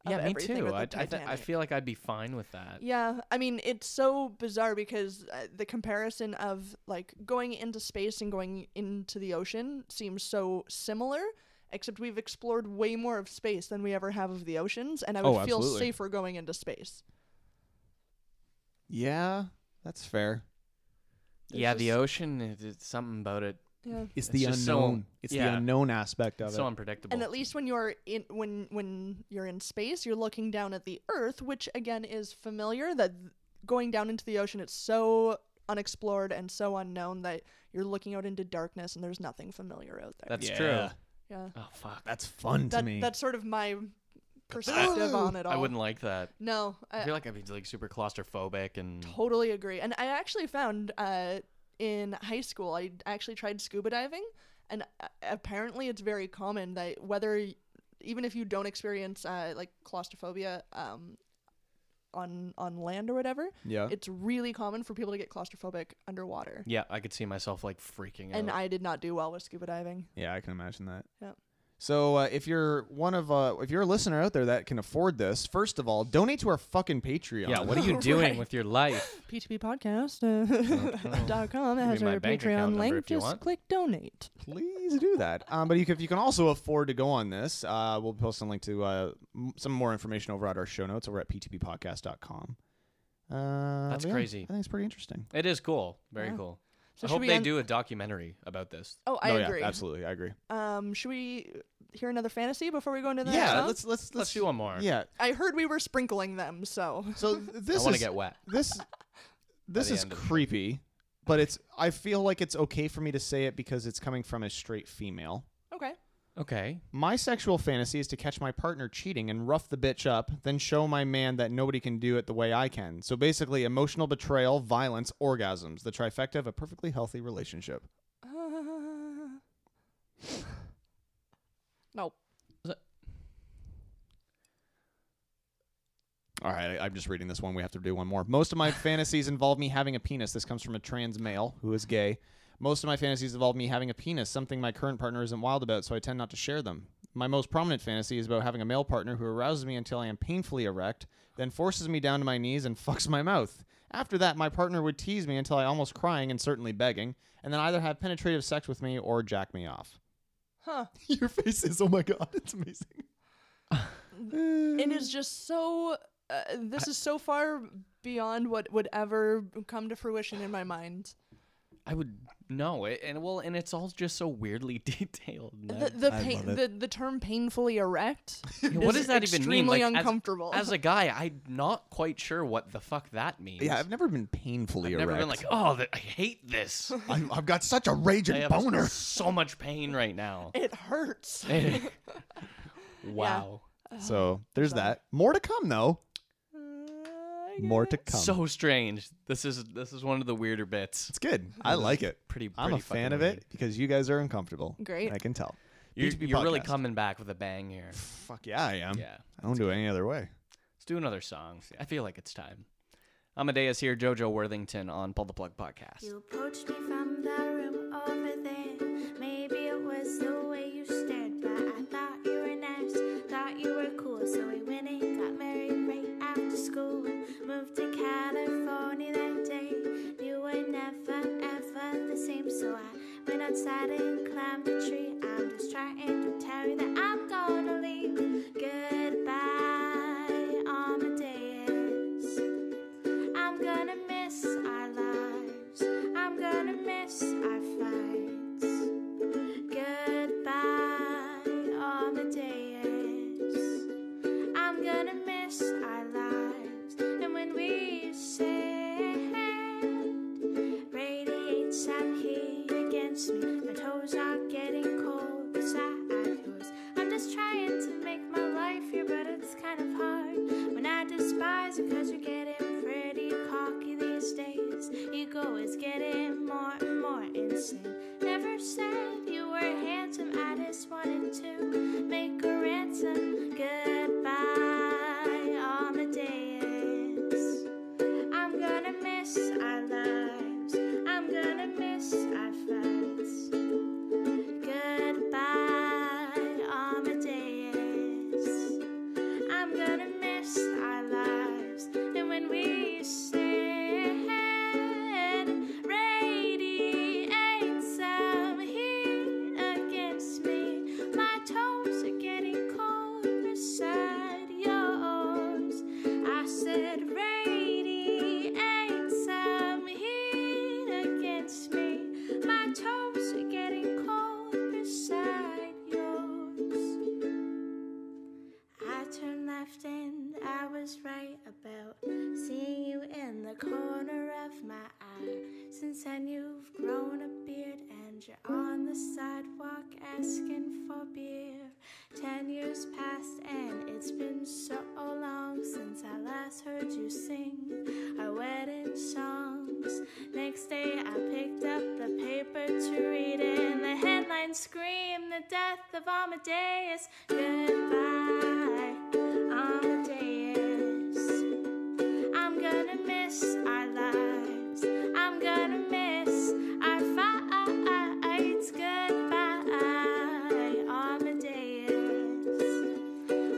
Speaker 3: of
Speaker 5: yeah, me
Speaker 3: everything
Speaker 5: too.
Speaker 3: with the
Speaker 5: I, I, th- I
Speaker 3: Titanic.
Speaker 5: feel like I'd be fine with that.
Speaker 3: Yeah, I mean it's so bizarre because uh, the comparison of like going into space and going into the ocean seems so similar, except we've explored way more of space than we ever have of the oceans, and I would
Speaker 4: Oh,
Speaker 3: feel
Speaker 4: absolutely.
Speaker 3: safer going into space.
Speaker 4: Yeah, that's fair.
Speaker 3: There's
Speaker 5: yeah, the
Speaker 3: just-
Speaker 5: ocean. it- It's something about it.
Speaker 3: Yeah.
Speaker 4: It's,
Speaker 5: It's
Speaker 4: the
Speaker 5: just so-
Speaker 4: unknown. it's
Speaker 5: yeah.
Speaker 4: the unknown aspect of
Speaker 5: So
Speaker 4: it.
Speaker 5: unpredictable.
Speaker 3: And at least when you're in when when you're in space, you're looking down at the Earth, which again is familiar. That going down into the ocean, it's so unexplored and so unknown that you're looking out into darkness and there's nothing familiar out there.
Speaker 5: That's true.
Speaker 4: Yeah.
Speaker 3: yeah.
Speaker 5: Oh fuck.
Speaker 4: That's fun to
Speaker 3: that,
Speaker 4: me.
Speaker 3: That's sort of my perspective on it all.
Speaker 5: I wouldn't like that.
Speaker 3: No,
Speaker 5: I
Speaker 3: I
Speaker 5: feel like I'd be like super claustrophobic and
Speaker 3: totally agree. And I actually found uh, in high school, I actually tried scuba diving, and a- apparently it's very common that whether y- even if you don't experience uh, like claustrophobia um, on on land or whatever,
Speaker 4: yeah.
Speaker 3: it's really common for people to get claustrophobic underwater.
Speaker 5: yeah, I could see myself like freaking
Speaker 3: And
Speaker 5: out.
Speaker 3: I did not do well with scuba diving.
Speaker 4: Yeah, I can imagine that.
Speaker 3: Yep.
Speaker 4: So uh, if you're one of uh, if you're a listener out there that can afford this, first of all, donate to our fucking Patreon.
Speaker 5: yeah, what are you doing with your life?
Speaker 3: P2P podcast uh, dot com has
Speaker 5: Give me my
Speaker 3: our
Speaker 5: bank account
Speaker 3: Patreon
Speaker 5: number
Speaker 3: link.
Speaker 5: if you
Speaker 3: Just
Speaker 5: want.
Speaker 3: click donate.
Speaker 4: Please do that. Um, but you can, if you can also afford to go on this, uh, we'll post a link to uh, m- some more information over at our show notes over at ptppodcast.com. Uh,
Speaker 5: That's
Speaker 4: but yeah,
Speaker 5: crazy.
Speaker 4: I think it's pretty interesting.
Speaker 5: It is cool. Very
Speaker 3: Yeah.
Speaker 5: cool. I
Speaker 3: So should
Speaker 5: hope
Speaker 3: we
Speaker 5: they
Speaker 3: end-
Speaker 5: do a documentary about this.
Speaker 3: Oh, I
Speaker 4: No, yeah,
Speaker 3: agree.
Speaker 4: absolutely, I agree.
Speaker 3: Um, should we hear another fantasy before we go into the next
Speaker 4: yeah,
Speaker 3: song?
Speaker 4: let's, let's let's
Speaker 5: Let's do one more.
Speaker 4: Yeah.
Speaker 3: I heard we were sprinkling them, so
Speaker 4: So th- this
Speaker 5: I want
Speaker 4: is
Speaker 5: to get wet.
Speaker 4: this this
Speaker 5: the
Speaker 4: is
Speaker 5: end of the
Speaker 4: creepy, but it's I feel like it's okay for me to say it because it's coming from a straight female.
Speaker 3: okay.
Speaker 5: Okay.
Speaker 4: My sexual fantasy is to catch my partner cheating and rough the bitch up, then show my man that nobody can do it the way I can. So basically, emotional betrayal, violence, orgasms, the trifecta of a perfectly healthy relationship.
Speaker 3: Uh, nope.
Speaker 4: All right, I, I'm just reading this one. We have to do one more. Most of my fantasies involve me having a penis. This comes from a trans male who is gay. Most of my fantasies involve me having a penis, something my current partner isn't wild about, so I tend not to share them. My most prominent fantasy is about having a male partner who arouses me until I am painfully erect, then forces me down to my knees and fucks my mouth. After that, my partner would tease me until I almost crying and certainly begging, and then either have penetrative sex with me or jack me off.
Speaker 3: Huh.
Speaker 4: Your face is, oh my god, it's amazing.
Speaker 3: It is just so. Uh, this is so far beyond what would ever come to fruition in my mind.
Speaker 5: I would know it, and well, and it's all just so weirdly detailed. man.
Speaker 3: The the, pain, the the term painfully erect.
Speaker 5: Yeah, what does that even mean?
Speaker 3: extremely
Speaker 5: as-
Speaker 3: uncomfortable.
Speaker 5: As, a guy, I'm not quite sure what the fuck that means.
Speaker 4: Yeah, I've never been painfully
Speaker 5: I've
Speaker 4: erect.
Speaker 5: never been like, oh, th- I hate this.
Speaker 4: I've, I've got such a
Speaker 5: I
Speaker 4: raging
Speaker 5: have
Speaker 4: boner.
Speaker 5: so much pain right now.
Speaker 3: It hurts.
Speaker 5: wow.
Speaker 3: Uh-huh.
Speaker 4: So there's that. More to come, though.
Speaker 3: Uh,
Speaker 4: More to come.
Speaker 5: So strange. This is this is one of the weirder bits.
Speaker 4: it's good. I like it.
Speaker 5: pretty-
Speaker 4: I'm a
Speaker 5: pretty
Speaker 4: fan
Speaker 5: fucking
Speaker 4: of
Speaker 5: weird.
Speaker 4: it because you guys are uncomfortable.
Speaker 3: Great.
Speaker 4: I can tell.
Speaker 5: You're,
Speaker 4: B2B
Speaker 5: you're really
Speaker 4: podcast.
Speaker 5: coming back with a bang here.
Speaker 4: Fuck yeah, I am.
Speaker 5: Yeah.
Speaker 4: I don't do it any other way.
Speaker 5: Let's do another song. I feel like it's time. Amadeus here, JoJo Worthington on Pull the Plug Podcast.
Speaker 7: You approached me from that room over there. Maybe it was the way you stared, but I thought you were nice, thought you were cool. So we went and got married right after school. Moved to California that day. You were never ever the same, so I went outside and climbed a tree. I'm just trying to tell you that I'm gonna leave. Goodbye, Amadeus. I'm gonna miss our lives. I'm gonna miss our fights. Goodbye, Amadeus. I'm gonna miss our lives. And when we said radiates that heat against me. My toes are getting cold beside yours. I'm just trying to make my life here, but it's kind of hard when I despise you because you're getting pretty cocky these days. Ego is getting more and more insane. Never said you were handsome, I just wanted to make a ransom. Goodbye, Amadeus. I'm gonna miss our lives. I'm gonna miss our fights. Goodbye, Amadeus. I'm gonna was right about seeing you in the corner of my eye. Since then, you've grown a beard and you're on the sidewalk asking for beer. Ten years passed, and it's been so long since I last heard you sing our wedding songs. Next day, I picked up the paper to read it, and the headline screamed the death of Amadeus. Goodbye, Amadeus. I'm gonna miss our lives. I'm gonna miss our fights. Goodbye, Amadeus.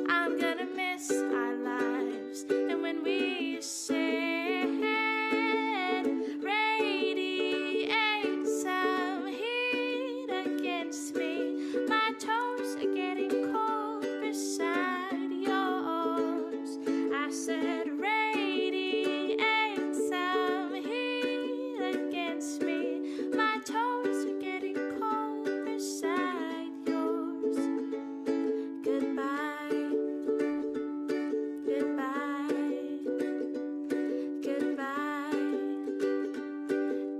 Speaker 7: I'm gonna miss our lives. And when we said, radiate some heat against me, my toes are getting cold beside yours. I said, radiate some heat against me, my toes are getting cold beside yours. Goodbye. Goodbye. Goodbye.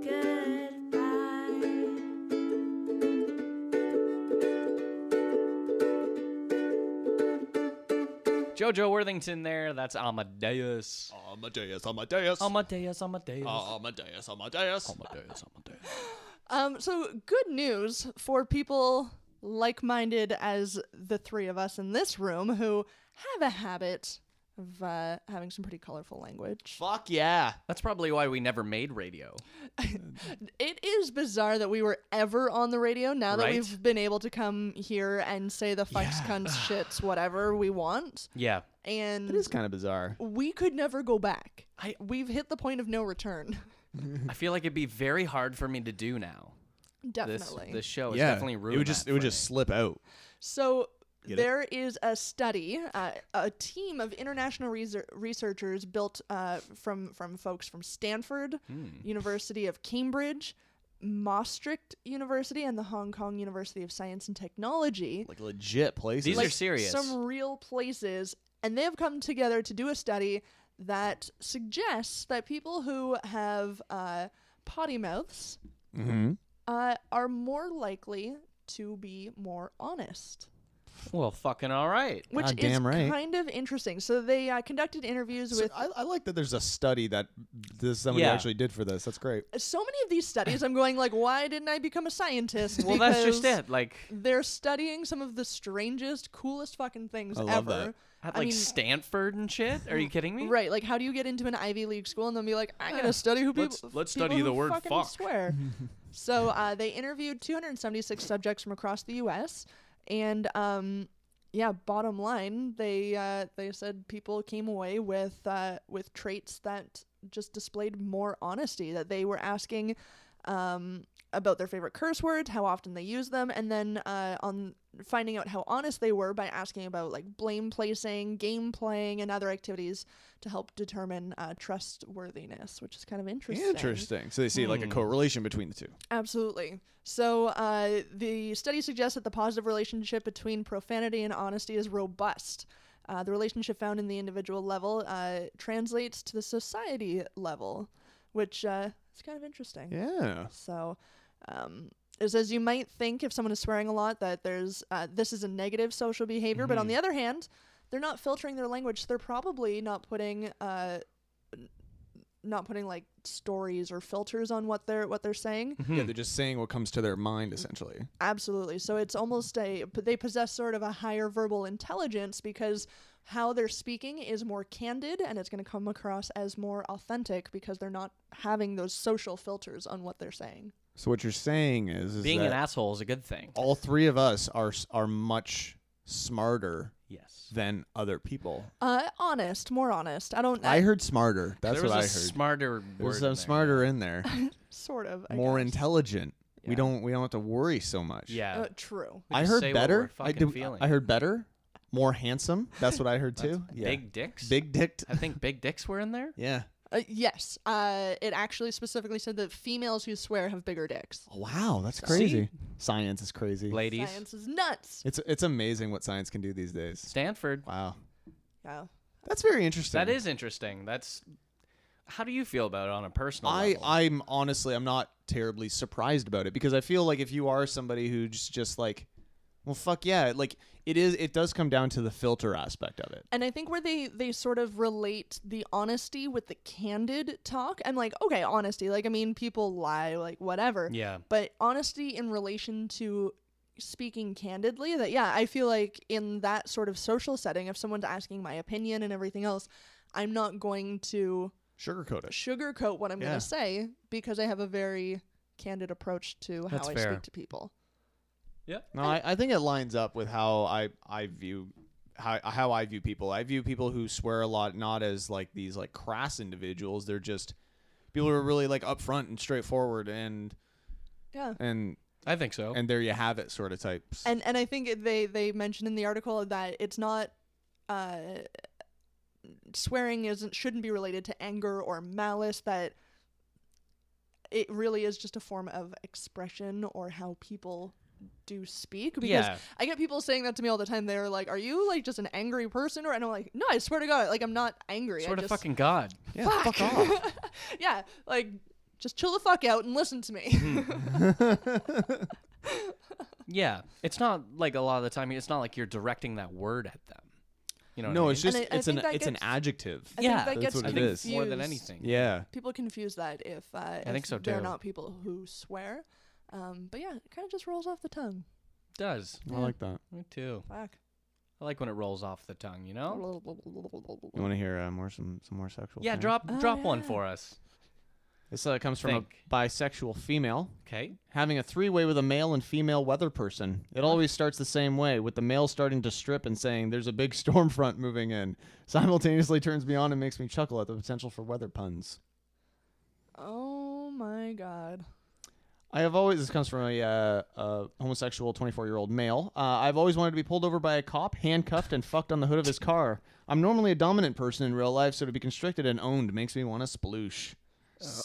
Speaker 7: Goodbye.
Speaker 5: Jojo Worthington there. That's Amadeus.
Speaker 4: Amadeus, Amadeus.
Speaker 5: Amadeus,
Speaker 4: Amadeus,
Speaker 5: Amadeus.
Speaker 4: Amadeus.
Speaker 5: Amadeus, Amadeus.
Speaker 3: Um, so good news for people like-minded as the three of us in this room who have a habit of uh, having some pretty colorful language.
Speaker 4: Fuck yeah.
Speaker 5: That's probably why we never made radio.
Speaker 3: It is bizarre that we were ever on the radio now that
Speaker 5: Right?
Speaker 3: we've been able to come here and say the fucks, cunts, shits, whatever we want.
Speaker 5: Yeah.
Speaker 3: And
Speaker 4: It is kind of bizarre.
Speaker 3: we could never go back.
Speaker 5: I-
Speaker 3: We've hit the point of no return.
Speaker 5: I feel like it'd be very hard for me to do now. This
Speaker 3: Definitely.
Speaker 5: this show is definitely ruined.
Speaker 1: it would just it would just slip out.
Speaker 3: So
Speaker 1: Get it?
Speaker 3: there is a study. Uh, a team of international reser- researchers built uh, from from folks from Stanford,
Speaker 4: Hmm.
Speaker 3: University of Cambridge, Maastricht University, and the Hong Kong University of Science and Technology.
Speaker 4: Like legit places.
Speaker 5: These
Speaker 3: like
Speaker 5: are serious.
Speaker 3: Some real places, and they have come together to do a study that suggests that people who have uh, potty mouths
Speaker 4: Mhm.
Speaker 3: uh, are more likely to be more honest
Speaker 5: well, fucking all right.
Speaker 3: which
Speaker 4: God
Speaker 3: is
Speaker 4: Ah, damn right.
Speaker 3: kind of interesting. So they uh, conducted interviews
Speaker 4: So
Speaker 3: with
Speaker 4: I, I like that there's a study that this somebody
Speaker 5: Yeah.
Speaker 4: actually did for this. That's great.
Speaker 3: so many of these studies. I'm going like, why didn't I become a scientist?
Speaker 5: Well, that's just
Speaker 3: Because
Speaker 5: it. Like
Speaker 3: They're studying some of the strangest, coolest fucking things
Speaker 4: I love
Speaker 3: ever.
Speaker 4: that.
Speaker 5: at
Speaker 3: I
Speaker 5: like
Speaker 3: mean,
Speaker 5: Stanford and shit. Are you kidding me?
Speaker 3: right? Like, how do you get into an Ivy League school and then be like, I'm gonna study who people?
Speaker 5: let's- let's study
Speaker 3: people
Speaker 5: the
Speaker 3: who
Speaker 5: word
Speaker 3: fucking
Speaker 5: fuck."
Speaker 3: Swear. so uh, they interviewed 276 subjects from across the U.S. and um, yeah, bottom line, they uh, they said people came away with uh, with traits that just displayed more honesty. That they were asking um, about their favorite curse words, how often they use them, and then uh, on finding out how honest they were by asking about like blame placing, game playing, and other activities to help determine uh, trustworthiness, which is kind of interesting.
Speaker 4: Interesting. So they see like a
Speaker 5: Hmm.
Speaker 4: correlation between the two.
Speaker 3: Absolutely. So uh, the study suggests that the positive relationship between profanity and honesty is robust. Uh, the relationship found in the individual level uh, translates to the society level, which uh, is kind of interesting.
Speaker 4: Yeah.
Speaker 3: So um, it says you might think if someone is swearing a lot that there's uh, this is a negative social behavior, but on the other hand, they're not filtering their language. so They're probably not putting uh, n- not putting like stories or filters on what they're what they're saying.
Speaker 4: Yeah, they're just saying what comes to their
Speaker 5: Mm.
Speaker 4: mind essentially.
Speaker 3: Absolutely. So it's almost a but they possess sort of a higher verbal intelligence because how they're speaking is more candid and it's going to come across as more authentic because they're not having those social filters on what they're saying.
Speaker 4: So what you're saying is, is
Speaker 5: Being
Speaker 4: that
Speaker 5: an asshole is a good thing.
Speaker 4: all three of us are s- are much smarter
Speaker 5: Yes.
Speaker 4: than other people.
Speaker 3: Uh, honest, more honest. I don't. I,
Speaker 4: I heard smarter. That's
Speaker 5: there was
Speaker 4: what I
Speaker 5: a
Speaker 4: heard.
Speaker 5: smarter word.
Speaker 4: There's
Speaker 5: in
Speaker 4: some
Speaker 5: there.
Speaker 4: smarter in there.
Speaker 3: sort of. I
Speaker 4: More
Speaker 3: guess.
Speaker 4: intelligent. We
Speaker 5: Yeah.
Speaker 4: don't we don't have to worry so much.
Speaker 5: Yeah.
Speaker 3: Uh, true.
Speaker 5: We
Speaker 4: I
Speaker 5: just
Speaker 4: heard
Speaker 5: say what we're
Speaker 4: better. I
Speaker 5: fucking
Speaker 4: did.
Speaker 5: feeling.
Speaker 4: I heard better. More handsome. That's what I heard too. yeah.
Speaker 5: Big dicks.
Speaker 4: Big dicked.
Speaker 5: I think big dicks were in there.
Speaker 4: Yeah.
Speaker 3: Uh, yes. Uh, it actually specifically said that females who swear have bigger dicks.
Speaker 4: Wow, that's crazy. Science is crazy.
Speaker 5: Ladies.
Speaker 3: Science is nuts.
Speaker 4: It's it's amazing what science can do these days.
Speaker 5: Stanford.
Speaker 4: Wow.
Speaker 3: Yeah.
Speaker 4: That's very interesting.
Speaker 5: That is interesting. That's how do you feel about it on a personal
Speaker 4: I
Speaker 5: level?
Speaker 4: I'm honestly I'm not terribly surprised about it because I feel like if you are somebody who's just like, well, fuck yeah, like it is. It does come down to the filter aspect of it.
Speaker 3: And I think where they they sort of relate the honesty with the candid talk. I'm like, okay, honesty. Like I mean, people lie, like whatever.
Speaker 5: Yeah.
Speaker 3: But honesty in relation to speaking candidly, that yeah, I feel like in that sort of social setting, if someone's asking my opinion and everything else, I'm not going to
Speaker 4: Sugarcoat it.
Speaker 3: sugarcoat what I'm
Speaker 4: Yeah.
Speaker 3: going to say because I have a very candid approach to how
Speaker 5: That's
Speaker 3: I
Speaker 5: fair.
Speaker 3: speak to people.
Speaker 4: No, I, I think it lines up with how I I view how how I view people. I view people who swear a lot not as like these like crass individuals. They're just people who are really like upfront and straightforward and
Speaker 3: Yeah.
Speaker 4: and
Speaker 5: I think so.
Speaker 4: and there you have it sort of types.
Speaker 3: and and I think it- they they mentioned in the article that it's not uh, swearing isn't shouldn't be related to anger or malice that it really is just a form of expression or how people do speak because
Speaker 5: Yeah.
Speaker 3: I get people saying that to me all the time they're like are you like just an angry person or and I'm like no I swear to god like I'm not angry
Speaker 5: sort
Speaker 3: I
Speaker 5: of
Speaker 3: just,
Speaker 5: fucking God.
Speaker 4: yeah, fuck off.
Speaker 3: yeah like just chill the fuck out and listen to me
Speaker 4: Mm-hmm.
Speaker 5: Yeah. It's not like a lot of the time. It's not like you're directing that word at them. You know. what
Speaker 4: No,
Speaker 5: I
Speaker 4: it's
Speaker 5: mean?
Speaker 4: just
Speaker 3: And I- I
Speaker 4: it's
Speaker 3: think
Speaker 4: an
Speaker 3: that
Speaker 4: it's an
Speaker 3: gets-
Speaker 4: adjective.
Speaker 3: I
Speaker 5: Yeah,
Speaker 3: think that
Speaker 4: that's
Speaker 3: gets
Speaker 4: what it
Speaker 5: I think
Speaker 4: is.
Speaker 5: more than
Speaker 3: confused.
Speaker 5: anything.
Speaker 4: Yeah.
Speaker 3: people confuse that if uh, I
Speaker 5: think so,
Speaker 3: they're
Speaker 5: too.
Speaker 3: not people who swear. Um, but yeah, it kind of just rolls off the tongue.
Speaker 5: It does.
Speaker 4: I like that.
Speaker 5: Me too.
Speaker 3: Fuck.
Speaker 5: I like when it rolls off the tongue. You know.
Speaker 4: You want to hear uh, more some some more sexual?
Speaker 5: Yeah.
Speaker 4: things?
Speaker 5: Drop
Speaker 3: Oh,
Speaker 5: drop one
Speaker 3: yeah.
Speaker 5: for us.
Speaker 4: This uh, comes from
Speaker 5: Think.
Speaker 4: a bisexual female
Speaker 5: Okay.
Speaker 4: having a three-way with a male and female weather person. It always starts the same way with the male starting to strip and saying there's a big storm front moving in. Simultaneously turns me on and makes me chuckle at the potential for weather puns.
Speaker 3: Oh my god.
Speaker 4: I have always this comes from a, uh, a homosexual 24-year-old male. Uh, I've always wanted to be pulled over by a cop, handcuffed and fucked on the hood of his car. I'm normally a dominant person in real life, so to be constricted and owned makes me want to sploosh.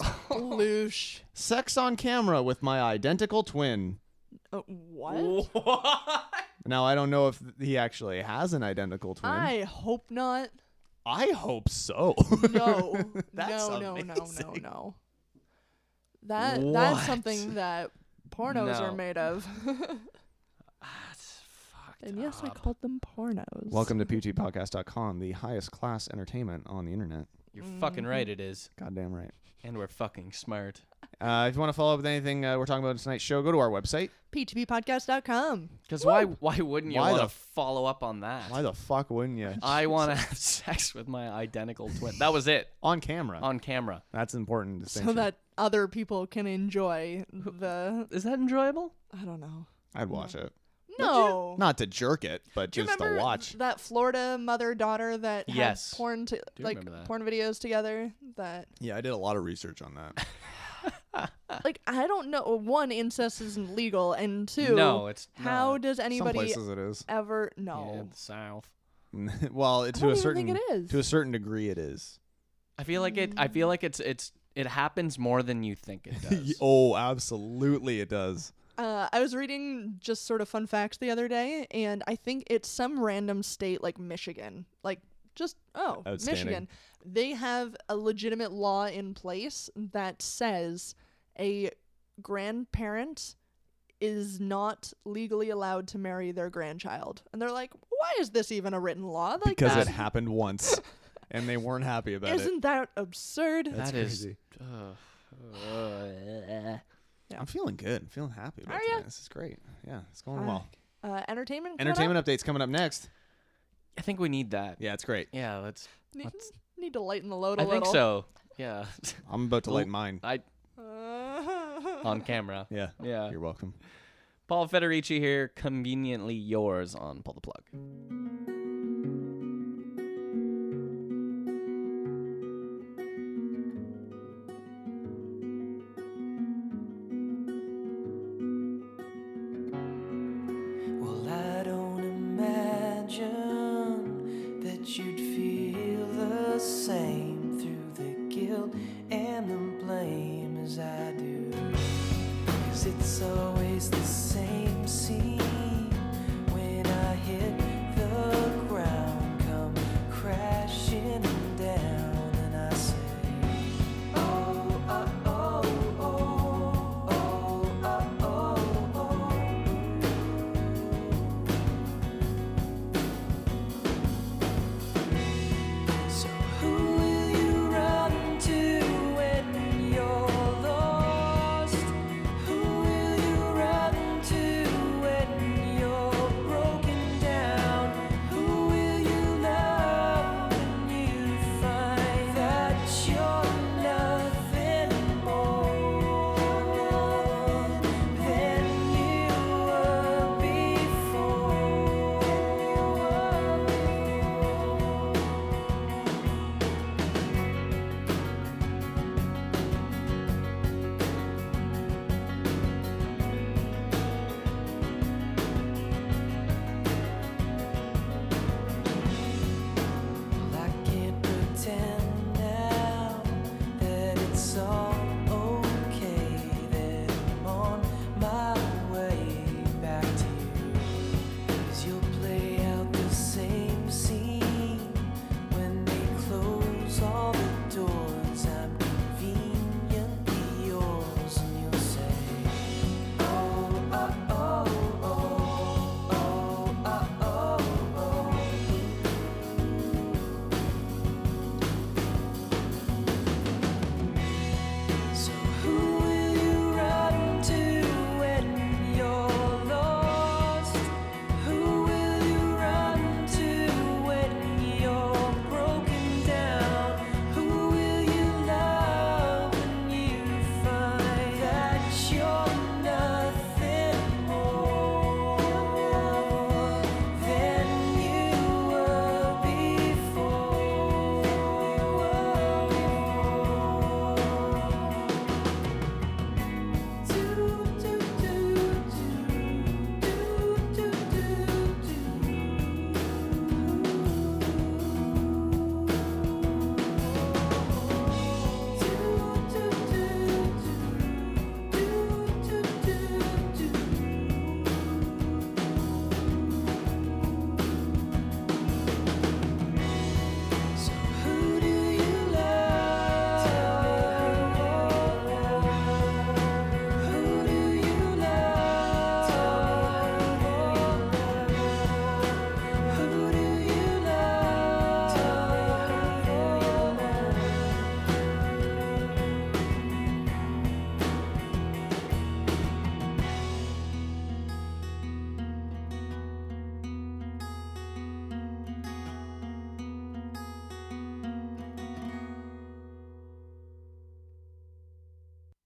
Speaker 3: Uh, Bloosh.
Speaker 4: Sex on camera with my identical twin.
Speaker 3: Uh, what?
Speaker 4: Now I don't know if he actually has an identical twin.
Speaker 3: I hope not.
Speaker 4: I hope so.
Speaker 3: No.
Speaker 4: That's
Speaker 3: no, no, no, no,
Speaker 4: amazing.
Speaker 3: no. That that's something
Speaker 4: What?
Speaker 3: that pornos are
Speaker 5: No.
Speaker 3: made of.
Speaker 5: That's fucked
Speaker 3: and yes, I
Speaker 5: up.
Speaker 3: called them pornos.
Speaker 4: Welcome to ptpodcast.com, the highest class entertainment on the internet.
Speaker 5: You're fucking right.
Speaker 3: Mm-hmm.
Speaker 5: It is.
Speaker 4: Goddamn right.
Speaker 5: And we're fucking smart.
Speaker 4: Uh, if you want to follow up with anything uh, we're talking about in tonight's show, go to our website.
Speaker 3: P2Ppodcast.com.
Speaker 5: Because why why wouldn't you
Speaker 4: Why the
Speaker 5: want to
Speaker 4: f-
Speaker 5: follow up on that?
Speaker 4: Why the fuck wouldn't you?
Speaker 5: I want to have sex with my identical twin. That was it
Speaker 4: on camera.
Speaker 5: on camera.
Speaker 4: That's important distinction.
Speaker 3: So that other people can enjoy the
Speaker 5: Is that enjoyable?
Speaker 3: I don't know.
Speaker 4: I'd watch it.
Speaker 3: No.
Speaker 4: Not to jerk it, but
Speaker 3: Oh. Do you
Speaker 4: just to
Speaker 3: remember
Speaker 4: watch.
Speaker 3: that Florida mother daughter that
Speaker 5: Yes.
Speaker 3: had porn to,
Speaker 5: Do
Speaker 3: like
Speaker 5: remember that.
Speaker 3: porn videos together that
Speaker 4: Yeah, I did a lot of research on that.
Speaker 5: Ah.
Speaker 3: like I don't know one incest isn't legal and two
Speaker 5: No, it's
Speaker 3: how
Speaker 5: not.
Speaker 3: does
Speaker 4: Some
Speaker 3: anybody
Speaker 4: places it is.
Speaker 3: ever
Speaker 5: Yeah,
Speaker 3: know
Speaker 5: the south.
Speaker 4: well, it, to
Speaker 3: don't
Speaker 4: a
Speaker 3: even
Speaker 4: certain
Speaker 3: think it is.
Speaker 4: to a certain degree, it is.
Speaker 5: I feel like it. I feel like it's it's it happens more than you think it does.
Speaker 4: oh, absolutely, it does.
Speaker 3: uh, I was reading just sort of fun facts the other day and I think it's some random state like Michigan like just oh
Speaker 4: Outstanding.
Speaker 3: Michigan they have a legitimate law in place that says a grandparent is not legally allowed to marry their grandchild. And they're like, why is this even a written law? Like
Speaker 4: because
Speaker 3: that,
Speaker 4: it happened once, and they weren't happy about it.
Speaker 3: isn't that absurd?
Speaker 5: That is-
Speaker 4: crazy.
Speaker 5: Ugh. Ugh.
Speaker 4: I'm feeling good. I'm feeling happy. About
Speaker 3: Are ya?
Speaker 4: tonight. This is great. Yeah, it's going
Speaker 3: Fuck.
Speaker 4: well.
Speaker 3: Uh, entertainment. coming up?
Speaker 4: Entertainment updates coming up next.
Speaker 5: I think we need that.
Speaker 4: Yeah, it's great.
Speaker 5: Yeah. Let's.
Speaker 3: Need, need to lighten the load a
Speaker 5: I
Speaker 3: little.
Speaker 5: think so. Yeah.
Speaker 4: I'm about to
Speaker 5: Oh.
Speaker 4: light mine.
Speaker 5: I
Speaker 3: Uh,
Speaker 5: on camera.
Speaker 4: Yeah.
Speaker 5: Yeah.
Speaker 4: You're welcome.
Speaker 5: Paul Federici here, conveniently yours on Pull the Plug.
Speaker 2: Well, I don't imagine that you'd feel the same through the guilt and the blame as I do. 'Cause it's always the same scene when I hit the ground, come crashing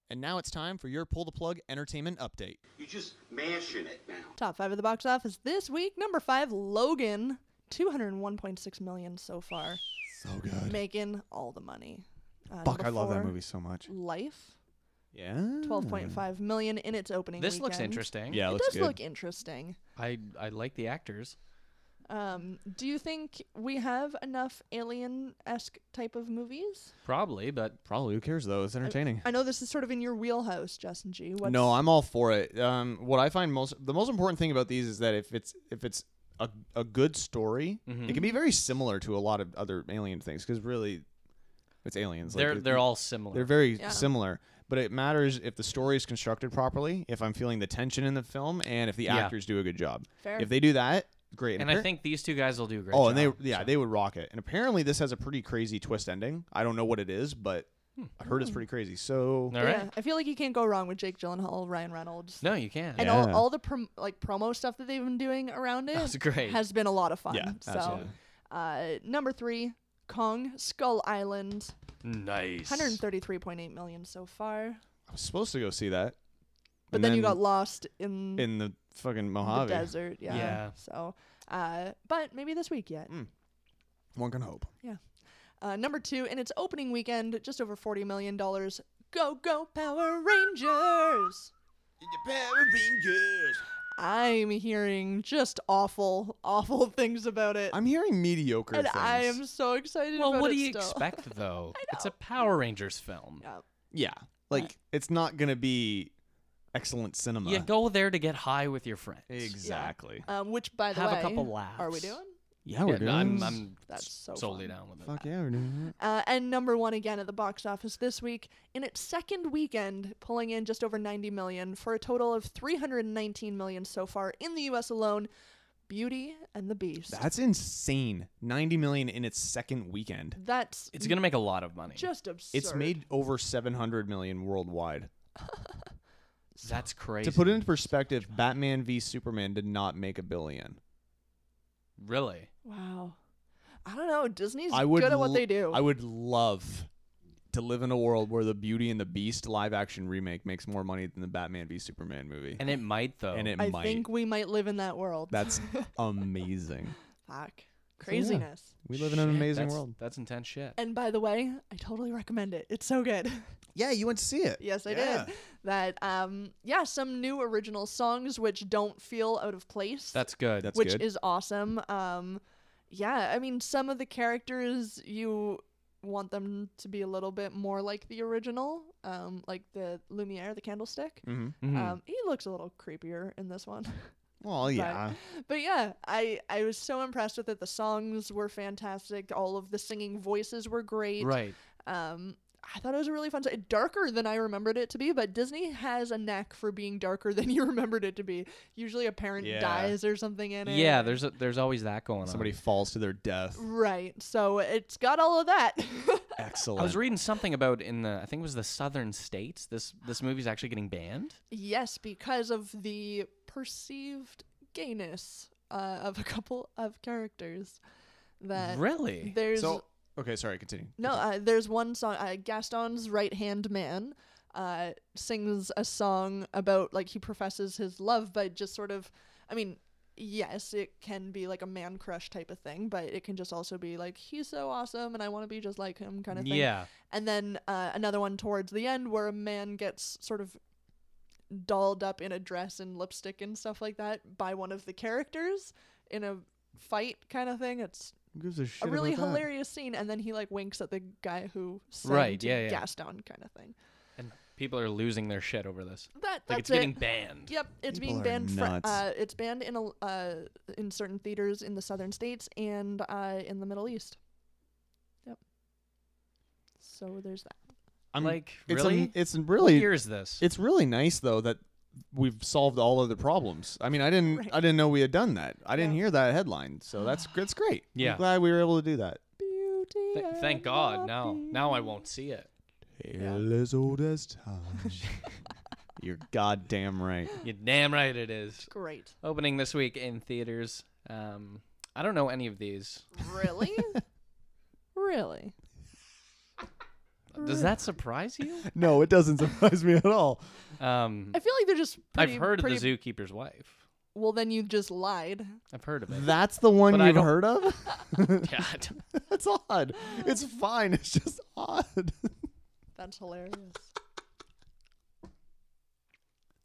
Speaker 4: And now it's time for your pull the plug entertainment update.
Speaker 8: You just mashing it now.
Speaker 3: Top five of the box office this week. Number five, Logan, 201.6 million so far,
Speaker 1: So good.
Speaker 3: making all the money. Uh,
Speaker 1: Fuck,
Speaker 3: number
Speaker 1: I love that
Speaker 3: four,
Speaker 1: movie so much.
Speaker 3: Life,
Speaker 1: Yeah.
Speaker 3: 12.5 million in its opening.
Speaker 5: This looks
Speaker 3: weekend.
Speaker 5: interesting.
Speaker 1: Yeah, it
Speaker 3: It
Speaker 1: looks
Speaker 3: does
Speaker 1: good.
Speaker 3: look interesting.
Speaker 5: I I like the actors.
Speaker 3: Um, do you think we have enough alien esque type of movies?
Speaker 5: Probably, but
Speaker 4: Probably. Who cares though? It's entertaining.
Speaker 3: I know this is sort of in your wheelhouse, Justin G. What's,
Speaker 4: no, I'm all for it. Um, what I find most the most important thing about these is that if it's if it's a, a good story,
Speaker 5: Mm-hmm.
Speaker 4: it can be very similar to a lot of other alien things because really, it's aliens.
Speaker 5: they're
Speaker 4: like,
Speaker 5: they're all similar.
Speaker 4: They're very
Speaker 3: Yeah.
Speaker 4: similar, but it matters if the story is constructed properly, if I'm feeling the tension in the film, and if the
Speaker 5: Yeah.
Speaker 4: actors do a good job.
Speaker 3: Fair.
Speaker 4: If they do that, great.
Speaker 5: and I
Speaker 4: appar-
Speaker 5: think these two guys will do a great.
Speaker 4: oh, and
Speaker 5: job,
Speaker 4: they yeah
Speaker 5: so.
Speaker 4: they would rock it. And apparently this has a pretty crazy twist ending. I don't know what it is, but I heard it's pretty crazy. So
Speaker 5: Hmm. All right.
Speaker 3: Hmm. Yeah, I feel like you can't go wrong with Jake Gyllenhaal, Ryan Reynolds,
Speaker 5: No, you can't.
Speaker 3: and all,
Speaker 4: Yeah.
Speaker 3: all the prom- like promo stuff that they've been doing around it.
Speaker 5: That's great.
Speaker 3: Has been a lot of fun.
Speaker 4: Yeah,
Speaker 3: so,
Speaker 4: absolutely.
Speaker 3: uh, number three, Kong Skull Island,
Speaker 5: Nice.
Speaker 3: 133.8 million so
Speaker 4: Oh,
Speaker 3: far.
Speaker 4: I was supposed to go see that,
Speaker 3: But
Speaker 4: And
Speaker 3: then, you got lost in,
Speaker 4: in the fucking
Speaker 3: the
Speaker 4: Mojave.
Speaker 3: desert. Yeah.
Speaker 5: Yeah.
Speaker 3: So, uh, but maybe this week yet.
Speaker 4: Hmm. One can hope.
Speaker 3: Uh, number two, in its opening weekend, just over $40 million. Go, go, Power Rangers! I'm hearing just awful, awful things about it.
Speaker 4: I'm hearing mediocre
Speaker 3: and
Speaker 4: things.
Speaker 3: I am so excited
Speaker 5: Well,
Speaker 3: about
Speaker 5: what
Speaker 3: it
Speaker 5: do you
Speaker 3: still.
Speaker 5: expect though? It's a Power Rangers film.
Speaker 3: Yeah.
Speaker 4: yeah, like it's not gonna be excellent cinema.
Speaker 5: You go there to get high with your friends.
Speaker 4: exactly.
Speaker 3: Um, which, by the
Speaker 5: Have a
Speaker 3: way,
Speaker 5: couple
Speaker 3: are we
Speaker 5: laughs.
Speaker 3: doing?
Speaker 4: Yeah,
Speaker 5: Yeah,
Speaker 4: we're doing.
Speaker 5: no, I'm,
Speaker 4: this.
Speaker 5: I'm
Speaker 3: That's so
Speaker 5: solely
Speaker 3: fun.
Speaker 5: down with it.
Speaker 4: Fuck yeah, we're doing. it.
Speaker 3: Uh, and number one again at the box office this week in its second weekend, pulling in just over 90 million for a total of 319 million so far in the U.S. alone. Beauty and the Beast.
Speaker 4: That's insane. 90 million in its second weekend.
Speaker 3: That's
Speaker 5: It's gonna make a lot of money.
Speaker 3: just absurd.
Speaker 4: It's made over 700 million worldwide.
Speaker 5: That's crazy.
Speaker 4: To put it into perspective, Batman v Superman did not make a billion.
Speaker 5: really,
Speaker 3: Wow. I don't know. Disney's
Speaker 4: I would
Speaker 3: good at what
Speaker 4: l-
Speaker 3: they do.
Speaker 4: I would love to live in a world where the Beauty and the Beast live action remake makes more money than the Batman v Superman movie.
Speaker 5: and it might though.
Speaker 4: And it
Speaker 3: I
Speaker 4: might.
Speaker 3: think we might live in that world.
Speaker 4: That's amazing.
Speaker 3: Fuck. Craziness.
Speaker 4: We live in an
Speaker 5: Shit,
Speaker 4: amazing
Speaker 5: that's-
Speaker 4: world.
Speaker 5: That's intense shit.
Speaker 3: And by the way, I totally recommend it. It's so good.
Speaker 4: Yeah, you went to see it.
Speaker 3: yes, I
Speaker 4: Yeah.
Speaker 3: did. That um yeah, some new original songs which don't feel out of place.
Speaker 5: That's good.
Speaker 4: That's
Speaker 3: which
Speaker 4: good.
Speaker 3: is awesome. Um, yeah, I mean, some of the characters you want them to be a little bit more like the original, um, like the Lumiere, the candlestick.
Speaker 4: Mm-hmm.
Speaker 5: Mhm.
Speaker 3: Um, he looks a little creepier in this one.
Speaker 4: Well, yeah.
Speaker 3: but yeah, I I was so impressed with it. The songs were fantastic. All of the singing voices were great.
Speaker 5: right.
Speaker 3: Um, I thought it was a really fun. It darker than I remembered it to be, but Disney has a knack for being darker than you remembered it to be. Usually, a parent
Speaker 4: Yeah.
Speaker 3: dies or something in it.
Speaker 5: Yeah. There's a, there's always that going on.
Speaker 4: Somebody falls to their death.
Speaker 3: Right. So it's got all of that.
Speaker 4: Excellent.
Speaker 5: I was reading something about in the I think it was the southern states. This this movie's actually getting banned.
Speaker 3: yes, because of the perceived gayness uh, of a couple of characters. That
Speaker 5: really?
Speaker 3: there's
Speaker 4: so, okay, sorry, continue.
Speaker 3: no uh, there's one song uh, Gaston's right hand man uh, sings a song about like he professes his love, but just sort of I mean. Yes, it can be like a man crush type of thing, but it can just also be like he's so awesome and I want to be just like him kind of thing.
Speaker 5: yeah.
Speaker 3: and then uh, another one towards the end where a man gets sort of dolled up in a dress and lipstick and stuff like that by one of the characters in a fight kind of thing. It's
Speaker 4: Who gives a shit
Speaker 3: a really
Speaker 4: about that?
Speaker 3: hilarious scene, and then he like winks at the guy who sang
Speaker 5: Right,
Speaker 3: to
Speaker 5: yeah, yeah.
Speaker 3: Gaston kind of thing.
Speaker 5: And people are losing their shit over this.
Speaker 3: That that's
Speaker 5: Like it's
Speaker 3: it.
Speaker 5: getting banned.
Speaker 3: Yep, it's
Speaker 4: People
Speaker 3: being
Speaker 4: are
Speaker 3: banned. Fr-
Speaker 4: nuts.
Speaker 3: uh, it's banned in a, uh, in certain theaters in the southern states and uh, in the Middle East. Yep. So there's that.
Speaker 4: I'm
Speaker 5: Like,
Speaker 4: it's
Speaker 5: really?
Speaker 4: am- it's
Speaker 5: What
Speaker 4: really
Speaker 5: year is this?
Speaker 4: it's really nice though that we've solved all of the problems. I mean, I didn't I didn't know we had done that. I didn't hear that headline, so that's that's great. I'm
Speaker 5: Yeah.
Speaker 4: glad we were able to do that.
Speaker 3: Beauty.
Speaker 5: Th-
Speaker 3: and
Speaker 5: thank God.
Speaker 3: the
Speaker 5: Now now I won't see it.
Speaker 4: Tale as old as time. You're goddamn right.
Speaker 5: You're damn right it is.
Speaker 3: Great.
Speaker 5: Opening this week in theaters. Um, I don't know any of these.
Speaker 3: Really? really?
Speaker 5: Does that surprise you?
Speaker 4: No, it doesn't surprise me at all.
Speaker 5: Um,
Speaker 3: I feel like they're just. Pretty,
Speaker 5: I've heard
Speaker 3: pretty,
Speaker 5: of the zookeeper's wife.
Speaker 3: Well, then you just lied.
Speaker 5: I've heard of it.
Speaker 4: That's the one
Speaker 5: But I
Speaker 4: you've
Speaker 5: don't-
Speaker 4: heard of?
Speaker 5: Yeah, I don't-
Speaker 4: That's odd. It's fine. It's just odd.
Speaker 3: That's hilarious.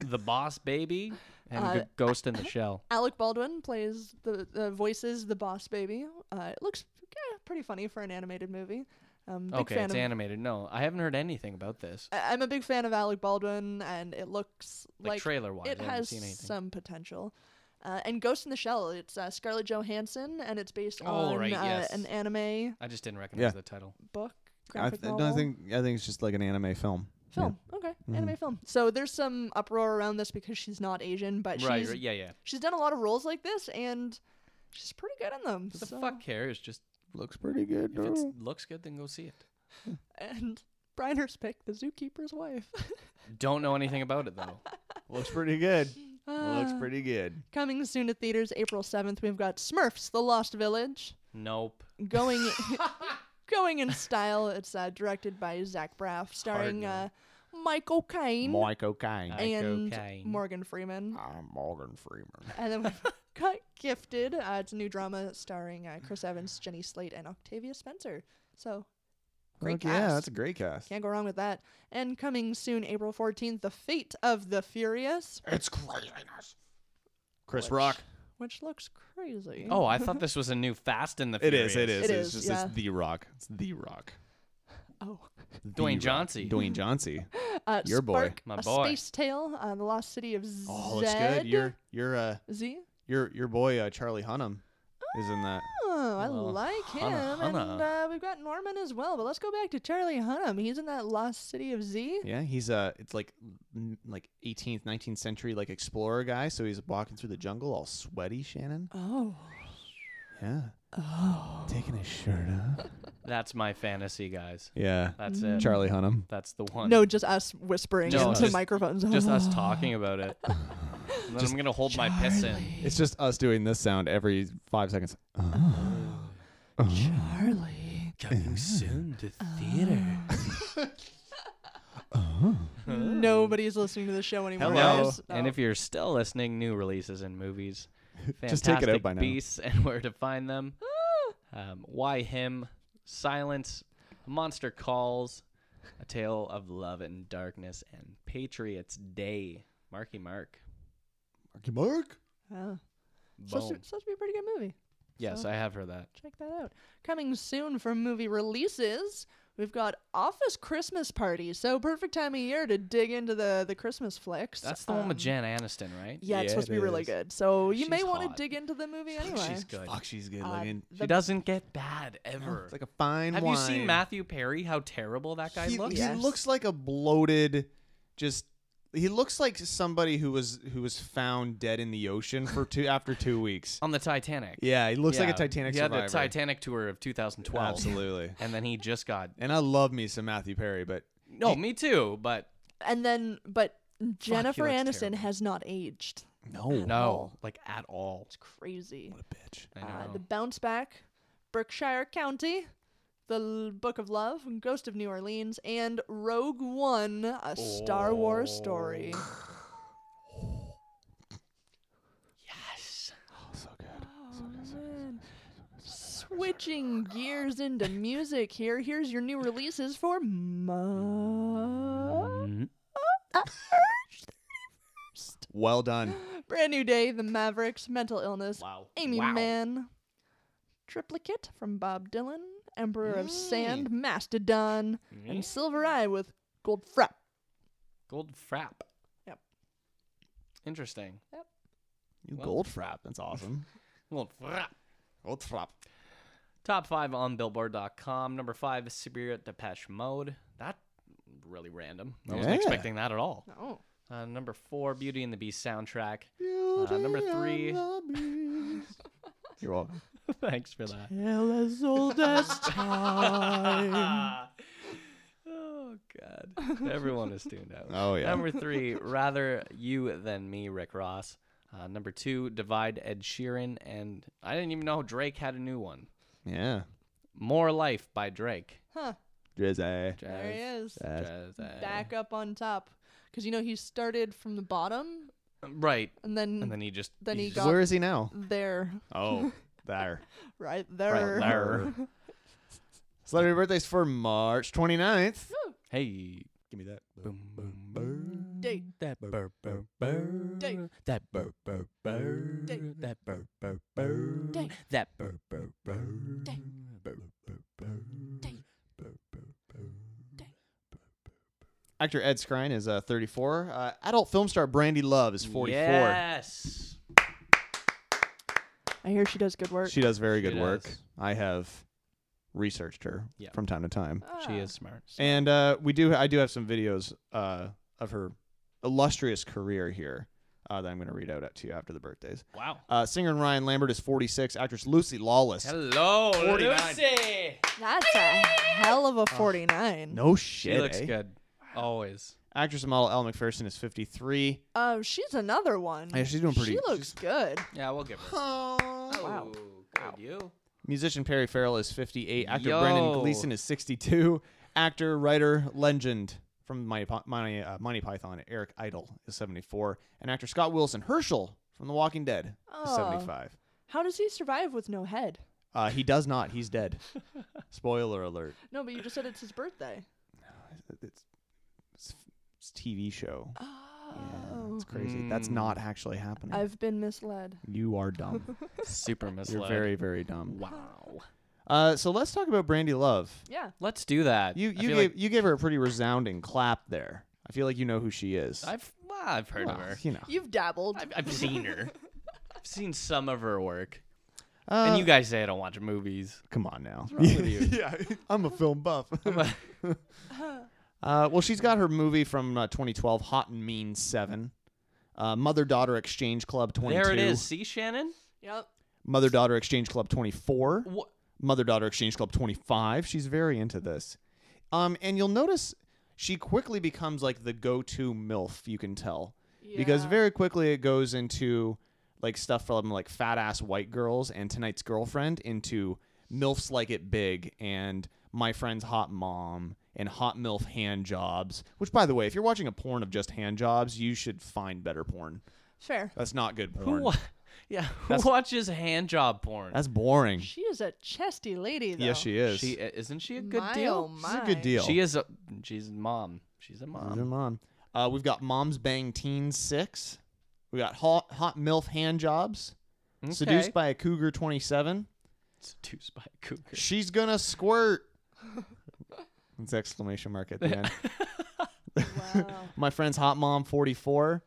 Speaker 5: the boss baby and
Speaker 3: Uh,
Speaker 5: G- Ghost in the Shell.
Speaker 3: Alec Baldwin plays the the voices the boss baby. Uh, it looks yeah, pretty funny for an animated movie. Um, big
Speaker 5: Okay,
Speaker 3: fan
Speaker 5: it's
Speaker 3: of,
Speaker 5: animated. No, I haven't heard anything about this.
Speaker 3: I- I'm a big fan of Alec Baldwin, and it looks
Speaker 5: Like,
Speaker 3: like
Speaker 5: trailer-wise,
Speaker 3: it
Speaker 5: I haven't
Speaker 3: has
Speaker 5: seen anything.
Speaker 3: some potential. Uh, and Ghost in the Shell, it's uh, Scarlett Johansson, and it's based
Speaker 5: Oh,
Speaker 3: on
Speaker 5: right,
Speaker 3: uh,
Speaker 5: yes.
Speaker 3: an anime
Speaker 5: I just didn't recognize
Speaker 4: Yeah.
Speaker 5: the title.
Speaker 3: book.
Speaker 4: I,
Speaker 3: Graphic
Speaker 4: th- no,
Speaker 3: novel.
Speaker 4: I think I think it's just like an anime film.
Speaker 3: film. Okay, anime film. So there's some uproar around this because she's not Asian, but
Speaker 5: Right,
Speaker 3: she's
Speaker 5: right, yeah, yeah.
Speaker 3: she's done a lot of roles like this, and she's pretty good in them.
Speaker 5: Who the
Speaker 3: so-
Speaker 5: fuck cares? Just
Speaker 4: Looks pretty good.
Speaker 5: if it looks good, then go see it.
Speaker 3: And Briner's pick, the zookeeper's wife.
Speaker 5: Don't know anything about it though.
Speaker 4: looks pretty good. looks
Speaker 3: Ah.
Speaker 4: pretty good.
Speaker 3: Coming soon to theaters, April seventh. We've got Smurfs: The Lost Village.
Speaker 5: nope.
Speaker 3: going going in style. It's uh, directed by Zach Braff, starring
Speaker 5: no.
Speaker 3: uh, Michael Caine
Speaker 4: Mike O'Kane.
Speaker 5: Mike
Speaker 3: and
Speaker 5: O'Kane.
Speaker 3: Morgan Freeman.
Speaker 4: I'm Morgan Freeman.
Speaker 3: And then we've got Gifted. Uh, it's a new drama starring uh, Chris Evans, Jenny Slate, and Octavia Spencer. So great cast.
Speaker 4: Yeah, that's a great cast.
Speaker 3: Can't go wrong with that. And coming soon, April 14th, The Fate of the Furious,
Speaker 4: It's craziness. Chris Rock.
Speaker 3: which looks crazy.
Speaker 5: Oh, I thought this was a new Fast and the
Speaker 4: It
Speaker 5: Furious.
Speaker 4: is. It is.
Speaker 3: It
Speaker 4: it's
Speaker 3: is,
Speaker 4: just
Speaker 3: yeah.
Speaker 4: it's the Rock. It's the Rock.
Speaker 3: Oh.
Speaker 4: The
Speaker 5: Dwayne
Speaker 4: Rock.
Speaker 5: Johnson.
Speaker 4: Dwayne Johnson.
Speaker 3: Uh,
Speaker 4: Your boy.
Speaker 3: Spark,
Speaker 5: My
Speaker 3: a
Speaker 5: boy.
Speaker 3: Space Tale, uh, The Lost City of Z.
Speaker 4: Oh, looks good. Your your uh
Speaker 3: Z.
Speaker 4: your your boy uh, Charlie Hunnam is in that.
Speaker 3: Oh, I
Speaker 5: Well,
Speaker 3: like him.
Speaker 5: Hannah-
Speaker 3: And
Speaker 5: Hannah.
Speaker 3: uh, we've got Norman as well. But let's go back to Charlie Hunnam. He's in that Lost City of Z.
Speaker 4: Yeah, he's uh it's like n- like 18th 19th century like explorer guy, so he's walking through the jungle all sweaty, Shannon.
Speaker 3: Oh.
Speaker 4: Yeah. Oh. Taking his shirt off.
Speaker 5: That's my fantasy, guys.
Speaker 4: yeah.
Speaker 5: That's
Speaker 3: Mm-hmm.
Speaker 5: it.
Speaker 4: Charlie Hunnam.
Speaker 5: That's the one.
Speaker 3: No, just us whispering
Speaker 5: No,
Speaker 3: into
Speaker 5: just-
Speaker 3: microphones.
Speaker 5: just us talking about it. And then I'm gonna hold my piss in.
Speaker 4: It's just us doing this sound every 5 seconds.
Speaker 3: Oh.
Speaker 5: Uh,
Speaker 3: Charlie.
Speaker 5: Coming soon to theater.
Speaker 3: Nobody's listening to the show anymore.
Speaker 4: Hello.
Speaker 3: guys.
Speaker 5: And
Speaker 3: Mm-hmm. No.
Speaker 5: if you're still listening, new releases and movies, Fantastic
Speaker 4: Just take it out by now.
Speaker 5: Beasts and where to find them.
Speaker 3: Ah.
Speaker 5: Um, Why him? Silence. A Monster calls. A tale of love and darkness and Patriots Day. Marky Mark.
Speaker 4: Marky Mark.
Speaker 3: Oh. supposed, to,
Speaker 5: Boom.
Speaker 3: supposed to be a pretty good movie.
Speaker 5: Yes, I have heard that.
Speaker 3: Check that out. Coming soon for movie releases, we've got Office Christmas Party. So perfect time of year to dig into the the Christmas flicks.
Speaker 5: That's the one with
Speaker 3: Um,
Speaker 5: Jan Aniston, right?
Speaker 3: Yeah,
Speaker 4: Yeah,
Speaker 3: it's supposed
Speaker 4: it
Speaker 3: to be really
Speaker 4: is.
Speaker 3: good. So you may
Speaker 5: She's
Speaker 3: want
Speaker 5: hot.
Speaker 3: to dig into the movie anyway.
Speaker 5: She's good.
Speaker 4: Fuck, she's good
Speaker 3: Uh,
Speaker 4: looking.
Speaker 5: She
Speaker 3: the-
Speaker 5: doesn't get bad ever.
Speaker 4: It's like a fine
Speaker 5: have
Speaker 4: wine.
Speaker 5: you seen Matthew Perry? How terrible that guy
Speaker 4: he,
Speaker 5: looks.
Speaker 4: he
Speaker 3: Yes.
Speaker 4: looks like a bloated just he looks like somebody who was who was found dead in the ocean for two after 2 weeks.
Speaker 5: On the Titanic.
Speaker 4: Yeah, he looks like
Speaker 5: Oh Yeah,
Speaker 4: a Titanic
Speaker 5: he
Speaker 4: survivor.
Speaker 5: had the Titanic tour of 2012.
Speaker 4: Absolutely.
Speaker 5: And then he just got
Speaker 4: and I love me some Matthew Perry, but
Speaker 5: no, me too. But
Speaker 3: And then, but Jennifer
Speaker 5: looks
Speaker 3: Aniston
Speaker 5: terrible.
Speaker 3: has not aged.
Speaker 4: no.
Speaker 5: no, like at all.
Speaker 3: It's crazy.
Speaker 4: Bitch.
Speaker 5: I
Speaker 3: Uh,
Speaker 5: know.
Speaker 3: the Bounce Back, Berkshire County, The L- Book of Love, Ghost of New Orleans, and Rogue One, a Star Wars story.
Speaker 5: Oh. yes.
Speaker 3: Switching gears into music here. Here's your new releases for March.
Speaker 5: Mm.
Speaker 4: Well done.
Speaker 3: Brand New Day, The Mavericks, Mental Illness,
Speaker 5: Wow.
Speaker 3: Amy Mann, Triplicate from Bob Dylan, Emperor of
Speaker 5: Mm.
Speaker 3: Sand, Mastodon, and Silver Eye with Gold Frap.
Speaker 5: Gold frap.
Speaker 3: Yep.
Speaker 5: Interesting.
Speaker 4: You
Speaker 5: Well.
Speaker 4: gold frap. That's awesome.
Speaker 5: Gold frap.
Speaker 4: gold frap.
Speaker 5: Top five on Billboard.com. Number five is Spirit Depeche Mode. That really random. I wasn't
Speaker 4: Yeah.
Speaker 5: expecting that at all.
Speaker 3: No.
Speaker 5: Uh, number four, Beauty and the Beast soundtrack. Uh, number three.
Speaker 4: You're welcome.
Speaker 5: Thanks for that. Oh God! Everyone is tuned out.
Speaker 4: Oh, yeah.
Speaker 5: Number three, rather you than me, Rick Ross. Uh, number two, divide Ed Sheeran, and I didn't even know Drake had a new one.
Speaker 4: Yeah.
Speaker 5: More Life by Drake.
Speaker 3: Huh.
Speaker 4: Drizzy.
Speaker 3: There he
Speaker 5: Jazz.
Speaker 3: is.
Speaker 4: Jazz.
Speaker 5: Jazz.
Speaker 3: Back up on top. Because, you know, he started from the bottom
Speaker 5: Right.
Speaker 3: and then,
Speaker 5: And then he just.
Speaker 3: Then he
Speaker 5: just-
Speaker 3: got-
Speaker 4: Where is he now?
Speaker 3: there.
Speaker 4: Oh, there.
Speaker 3: Right there.
Speaker 5: there.
Speaker 4: Celebrity birthdays for March 29th.
Speaker 5: Hey.
Speaker 4: Give me that.
Speaker 5: Boom, boom, boom.
Speaker 3: Date.
Speaker 5: That burr, burr,
Speaker 3: Date.
Speaker 5: burr. That burr, burr, burr.
Speaker 3: Date.
Speaker 5: That burr, burr, burr.
Speaker 3: Date.
Speaker 5: That burr, burr, burr.
Speaker 3: Date.
Speaker 5: Burr, burr, burr.
Speaker 3: Date.
Speaker 5: Burr, burr, burr.
Speaker 4: Actor Ed Skrein is uh, 34. Uh, adult film star Brandy Love is 44.
Speaker 5: Yes.
Speaker 3: I hear she does good work.
Speaker 4: She does very good
Speaker 5: She
Speaker 4: work.
Speaker 5: does.
Speaker 4: I have researched her
Speaker 5: Yeah.
Speaker 4: from time to
Speaker 3: Oh.
Speaker 4: time.
Speaker 3: Ah.
Speaker 5: She is smart.
Speaker 4: And uh, we do I do have some videos uh, of her illustrious career here uh, that I'm going to read out at- to you after the birthdays.
Speaker 5: Wow.
Speaker 4: Uh, singer and Ryan Lambert is 46. Actress Lucy Lawless.
Speaker 5: Hello,
Speaker 4: 49.
Speaker 5: Lucy.
Speaker 3: That's a hell of a 49.
Speaker 4: Ah. No shit.
Speaker 5: She looks
Speaker 4: eh?
Speaker 5: good. Always.
Speaker 4: Actress and model Elle McPherson is 53.
Speaker 3: Um, she's another one.
Speaker 4: Yeah, she's doing pretty-
Speaker 3: She looks good.
Speaker 5: Yeah, we'll give her.
Speaker 4: Oh.
Speaker 3: wow.
Speaker 5: good you.
Speaker 4: Musician Perry Farrell is 58. Actor
Speaker 5: Yo.
Speaker 4: Brendan Gleeson is 62. Actor, writer, legend from Monty, Py- Monty, uh, Monty Python, Eric Idle is 74. And actor Scott Wilson Herschel from The Walking Dead is
Speaker 3: Oh.
Speaker 4: 75.
Speaker 3: How does he survive with no head?
Speaker 4: Uh, he does not. He's dead. Spoiler alert.
Speaker 3: No, but you just said it's his birthday.
Speaker 4: It's, it's, it's TV show.
Speaker 3: Oh.
Speaker 4: It's crazy. That's
Speaker 5: Mm.
Speaker 4: not actually happening.
Speaker 3: I've been misled.
Speaker 4: you are dumb.
Speaker 5: Super misled.
Speaker 4: You're very, very dumb.
Speaker 5: Wow.
Speaker 4: Uh, so let's talk about Brandy Love.
Speaker 3: Yeah.
Speaker 5: Let's do that.
Speaker 4: You
Speaker 5: I
Speaker 4: you
Speaker 5: feel
Speaker 4: gave
Speaker 5: like
Speaker 4: you gave her a pretty resounding clap there. I feel like you know who she is.
Speaker 5: I've well, I've heard
Speaker 4: Well,
Speaker 5: of her.
Speaker 4: You know,
Speaker 3: You've dabbled.
Speaker 5: I've, I've seen her. I've seen some of her work.
Speaker 4: uh,
Speaker 5: and you guys say I don't watch movies.
Speaker 4: come on now.
Speaker 5: with
Speaker 4: yeah, I'm a film buff.
Speaker 5: a-
Speaker 4: uh, well, she's got her movie from uh, 2012, Hot and Mean Seven, uh, Mother Daughter Exchange Club 22,
Speaker 5: There it is. See Shannon?
Speaker 3: yep.
Speaker 4: Mother Daughter Exchange Club 24,
Speaker 5: What?
Speaker 4: Mother Daughter Exchange Club 25. She's very into this. Um, and you'll notice she quickly becomes like the go-to milf. You can tell. because
Speaker 3: Yeah.
Speaker 4: very quickly it goes into like stuff from like fat ass white girls and tonight's girlfriend into milfs like it big and my friend's hot mom and hot milf hand jobs which by the way if you're watching a porn of just hand jobs you should find better porn
Speaker 3: Fair.
Speaker 4: that's not good
Speaker 5: Who
Speaker 4: porn
Speaker 5: wa- Yeah, who watches hand job porn?
Speaker 4: that's boring
Speaker 3: She is a chesty lady, though.
Speaker 4: yes she is
Speaker 5: She isn't she a good
Speaker 3: My,
Speaker 5: deal?
Speaker 3: oh
Speaker 4: She's a
Speaker 3: my.
Speaker 4: good deal
Speaker 5: She is a she's a mom. She's
Speaker 4: She's
Speaker 5: a mom.
Speaker 4: a mom uh, we've got moms bang teens six we got hot, hot milf hand jobs seduced
Speaker 5: Okay.
Speaker 4: by a cougar 27
Speaker 5: seduced by a cougar.
Speaker 4: She's gonna squirt. It's exclamation mark at the end.
Speaker 3: Wow.
Speaker 4: My friend's hot mom 44.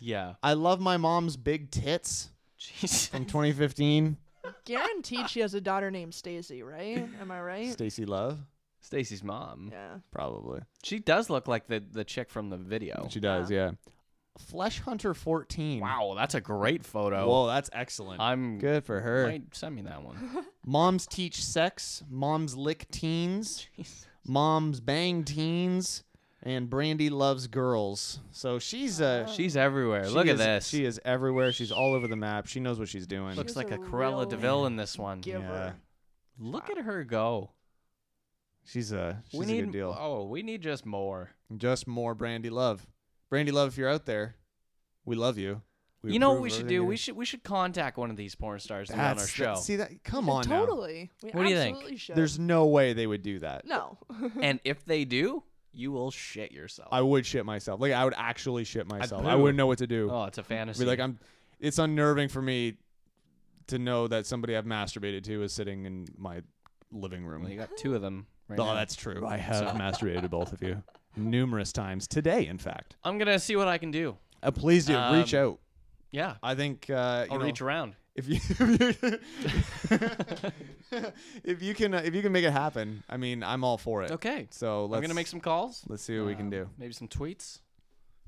Speaker 5: Yeah.
Speaker 4: I love my mom's big tits
Speaker 5: Jeez.
Speaker 4: from 2015.
Speaker 3: Guaranteed she has a daughter named Stacy, right? Am I right?
Speaker 4: Stacy Love,
Speaker 5: Stacy's mom.
Speaker 3: yeah.
Speaker 4: probably.
Speaker 5: She does look like the the chick from the video.
Speaker 4: She does, yeah. Flesh Hunter 14.
Speaker 5: Wow, that's a great photo.
Speaker 4: Whoa, that's excellent.
Speaker 5: I'm
Speaker 4: Good for her.
Speaker 5: Might send me that one.
Speaker 4: Moms teach sex. Moms lick teens. Moms bang teens. And Brandy loves girls. So she's
Speaker 3: Oh.
Speaker 4: uh,
Speaker 5: She's everywhere.
Speaker 4: she
Speaker 5: Look at
Speaker 4: is-
Speaker 5: this.
Speaker 4: She is everywhere. She's all over the map. She knows what she's doing.
Speaker 5: looks
Speaker 3: She's
Speaker 5: like
Speaker 3: a
Speaker 5: a Corella
Speaker 3: real
Speaker 5: Deville in this one.
Speaker 3: Giver.
Speaker 4: Yeah.
Speaker 5: Look at her go.
Speaker 4: She's a she's
Speaker 5: we need
Speaker 4: a good deal.
Speaker 5: Oh, we need just more.
Speaker 4: Just more Brandy Love. Brandy Love, if you're out there, we love you. We
Speaker 5: you know what
Speaker 4: approve
Speaker 5: we
Speaker 4: of
Speaker 5: should
Speaker 4: everything
Speaker 5: do?
Speaker 4: you
Speaker 5: We should we should contact one of these porn stars to be on our
Speaker 4: That's-
Speaker 5: show.
Speaker 4: that- see that? Come on now.
Speaker 3: Totally. We
Speaker 5: What do you think?
Speaker 3: absolutely Should.
Speaker 4: There's no way they would do that.
Speaker 3: no.
Speaker 5: and if they do, you will shit yourself.
Speaker 4: I would shit myself. Like I would actually shit myself. I
Speaker 5: poo.
Speaker 4: wouldn't know what to do.
Speaker 5: oh, it's a fantasy.
Speaker 4: be like I'm. It's unnerving for me to know that somebody I've masturbated to is sitting in my living room.
Speaker 5: Well, you got two of them. Right
Speaker 4: oh,
Speaker 5: now.
Speaker 4: that's true. I have masturbated to both of you numerous times today. In fact,
Speaker 5: I'm gonna see what I can do.
Speaker 4: uh, please do reach
Speaker 5: Um,
Speaker 4: out.
Speaker 5: Yeah,
Speaker 4: I think uh, you
Speaker 5: I'll
Speaker 4: know,
Speaker 5: reach around.
Speaker 4: if you if you, if you can uh, if you can make it happen, I mean, I'm all for it.
Speaker 5: Okay,
Speaker 4: So let's
Speaker 5: I'm gonna make some calls.
Speaker 4: Let's see what we can
Speaker 5: um,
Speaker 4: do.
Speaker 5: Maybe some tweets,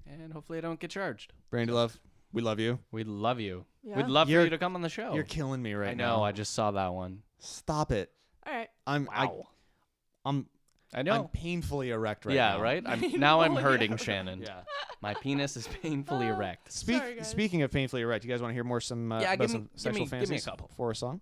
Speaker 5: and hopefully I don't get charged.
Speaker 4: Brandy Love, we love you.
Speaker 5: We love you.
Speaker 3: Yeah.
Speaker 5: We'd love for
Speaker 4: You're-
Speaker 5: you to come on the show.
Speaker 4: You're killing me right
Speaker 5: I
Speaker 4: now.
Speaker 5: know. I just saw that one.
Speaker 4: Stop it.
Speaker 3: All right.
Speaker 4: I'm
Speaker 5: Wow.
Speaker 4: I, I'm
Speaker 5: I know.
Speaker 4: I'm painfully erect right
Speaker 5: yeah,
Speaker 4: now.
Speaker 5: right. I'm now I'm
Speaker 3: know,
Speaker 5: hurting
Speaker 3: yeah.
Speaker 5: Shannon. Yeah. My penis is painfully erect.
Speaker 4: Speak,
Speaker 3: Ah, Sorry, guys.
Speaker 4: speaking of painfully erect, you guys want to hear more some uh,
Speaker 5: Yeah,
Speaker 4: about
Speaker 5: give me-
Speaker 4: some
Speaker 5: give
Speaker 4: sexual
Speaker 5: me- give me a
Speaker 4: fantasies
Speaker 5: couple.
Speaker 4: for a song?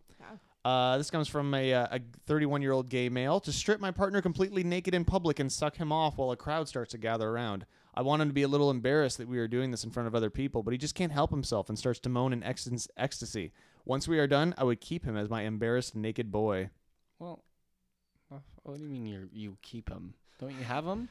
Speaker 4: Uh, this comes from a, uh, a 31-year-old gay male. To strip my partner completely naked in public and suck him off while a crowd starts to gather around. I want him to be a little embarrassed that we are doing this in front of other people, but he just can't help himself and starts to moan in ecstas- ecstasy. Once we are done, I would keep him as my embarrassed naked boy.
Speaker 5: Well, uh, what do you mean you you keep him? Don't you have him?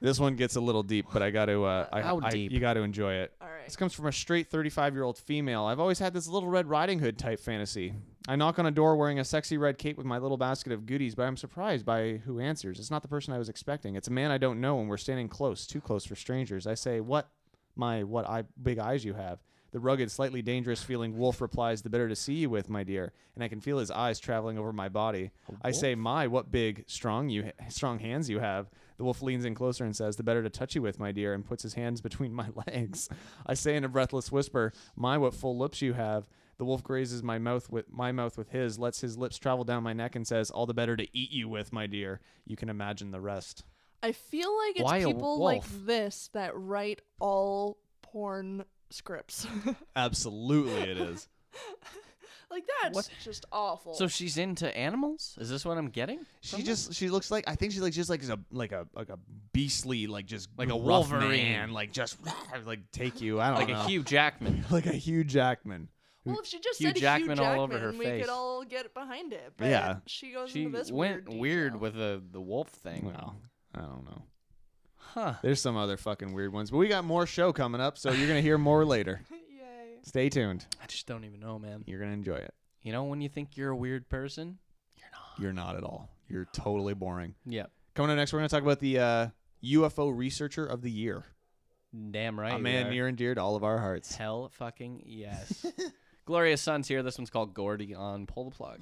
Speaker 4: This one gets a little deep, but I got to. Uh, I,
Speaker 5: How
Speaker 4: I-
Speaker 5: deep?
Speaker 4: You got to enjoy it.
Speaker 3: All right.
Speaker 4: This comes from a straight 35 year old female. I've always had this little Red Riding Hood type fantasy. I knock on a door wearing a sexy red cape with my little basket of goodies, but I'm surprised by who answers. It's not the person I was expecting. It's a man I don't know, and we're standing close, too close for strangers. I say, What, my, what eye, big eyes you have. The rugged, slightly dangerous feeling wolf replies, The better to see you with, my dear. And I can feel his eyes traveling over my body. I say, My, what big, strong, you, strong hands you have. The wolf leans in closer and says, The better to touch you with, my dear, and puts his hands between my legs. I say in a breathless whisper, My, what full lips you have. The wolf grazes my mouth with my mouth with his, lets his lips travel down my neck, and says, "All the better to eat you with, my dear. You can imagine the rest."
Speaker 3: I feel like it's
Speaker 5: Why a
Speaker 3: people like
Speaker 5: wolf?
Speaker 3: this that write all porn scripts.
Speaker 4: Absolutely, it is.
Speaker 3: like that's
Speaker 5: What?
Speaker 3: just awful.
Speaker 5: So she's into animals? Is this what I'm getting?
Speaker 4: She just she looks like I think she looks just like a like a like a beastly like just
Speaker 5: Like a
Speaker 4: rough
Speaker 5: Wolverine.
Speaker 4: man, like just like take you. I don't
Speaker 5: Like
Speaker 4: know
Speaker 5: a Hugh Jackman.
Speaker 4: like a Hugh Jackman.
Speaker 3: well, if she just
Speaker 5: Hugh
Speaker 3: said
Speaker 5: Jackman
Speaker 3: Hugh Jackman,
Speaker 5: all over her
Speaker 3: we
Speaker 5: face.
Speaker 3: could all get behind it. But
Speaker 4: Yeah.
Speaker 3: She goes
Speaker 5: She
Speaker 3: into this
Speaker 5: went
Speaker 3: weird,
Speaker 5: weird
Speaker 3: detail.
Speaker 5: with the the wolf thing.
Speaker 4: Well, I don't know.
Speaker 5: Huh.
Speaker 4: There's some other fucking weird ones, but we got more show coming up, so you're gonna hear more later.
Speaker 3: Yay.
Speaker 4: Stay tuned.
Speaker 5: I just don't even know, man.
Speaker 4: You're gonna enjoy it.
Speaker 5: You know when you think you're a weird person?
Speaker 4: You're not at all. You're totally boring.
Speaker 5: Yep.
Speaker 4: Coming up next, we're gonna talk about the uh, UFO researcher of the year.
Speaker 5: Damn right.
Speaker 4: a
Speaker 5: we
Speaker 4: man
Speaker 5: are.
Speaker 4: near and dear to all of our hearts.
Speaker 5: Hell fucking yes. Gloria Sun's here. This one's called Gordy on Pull the Plug.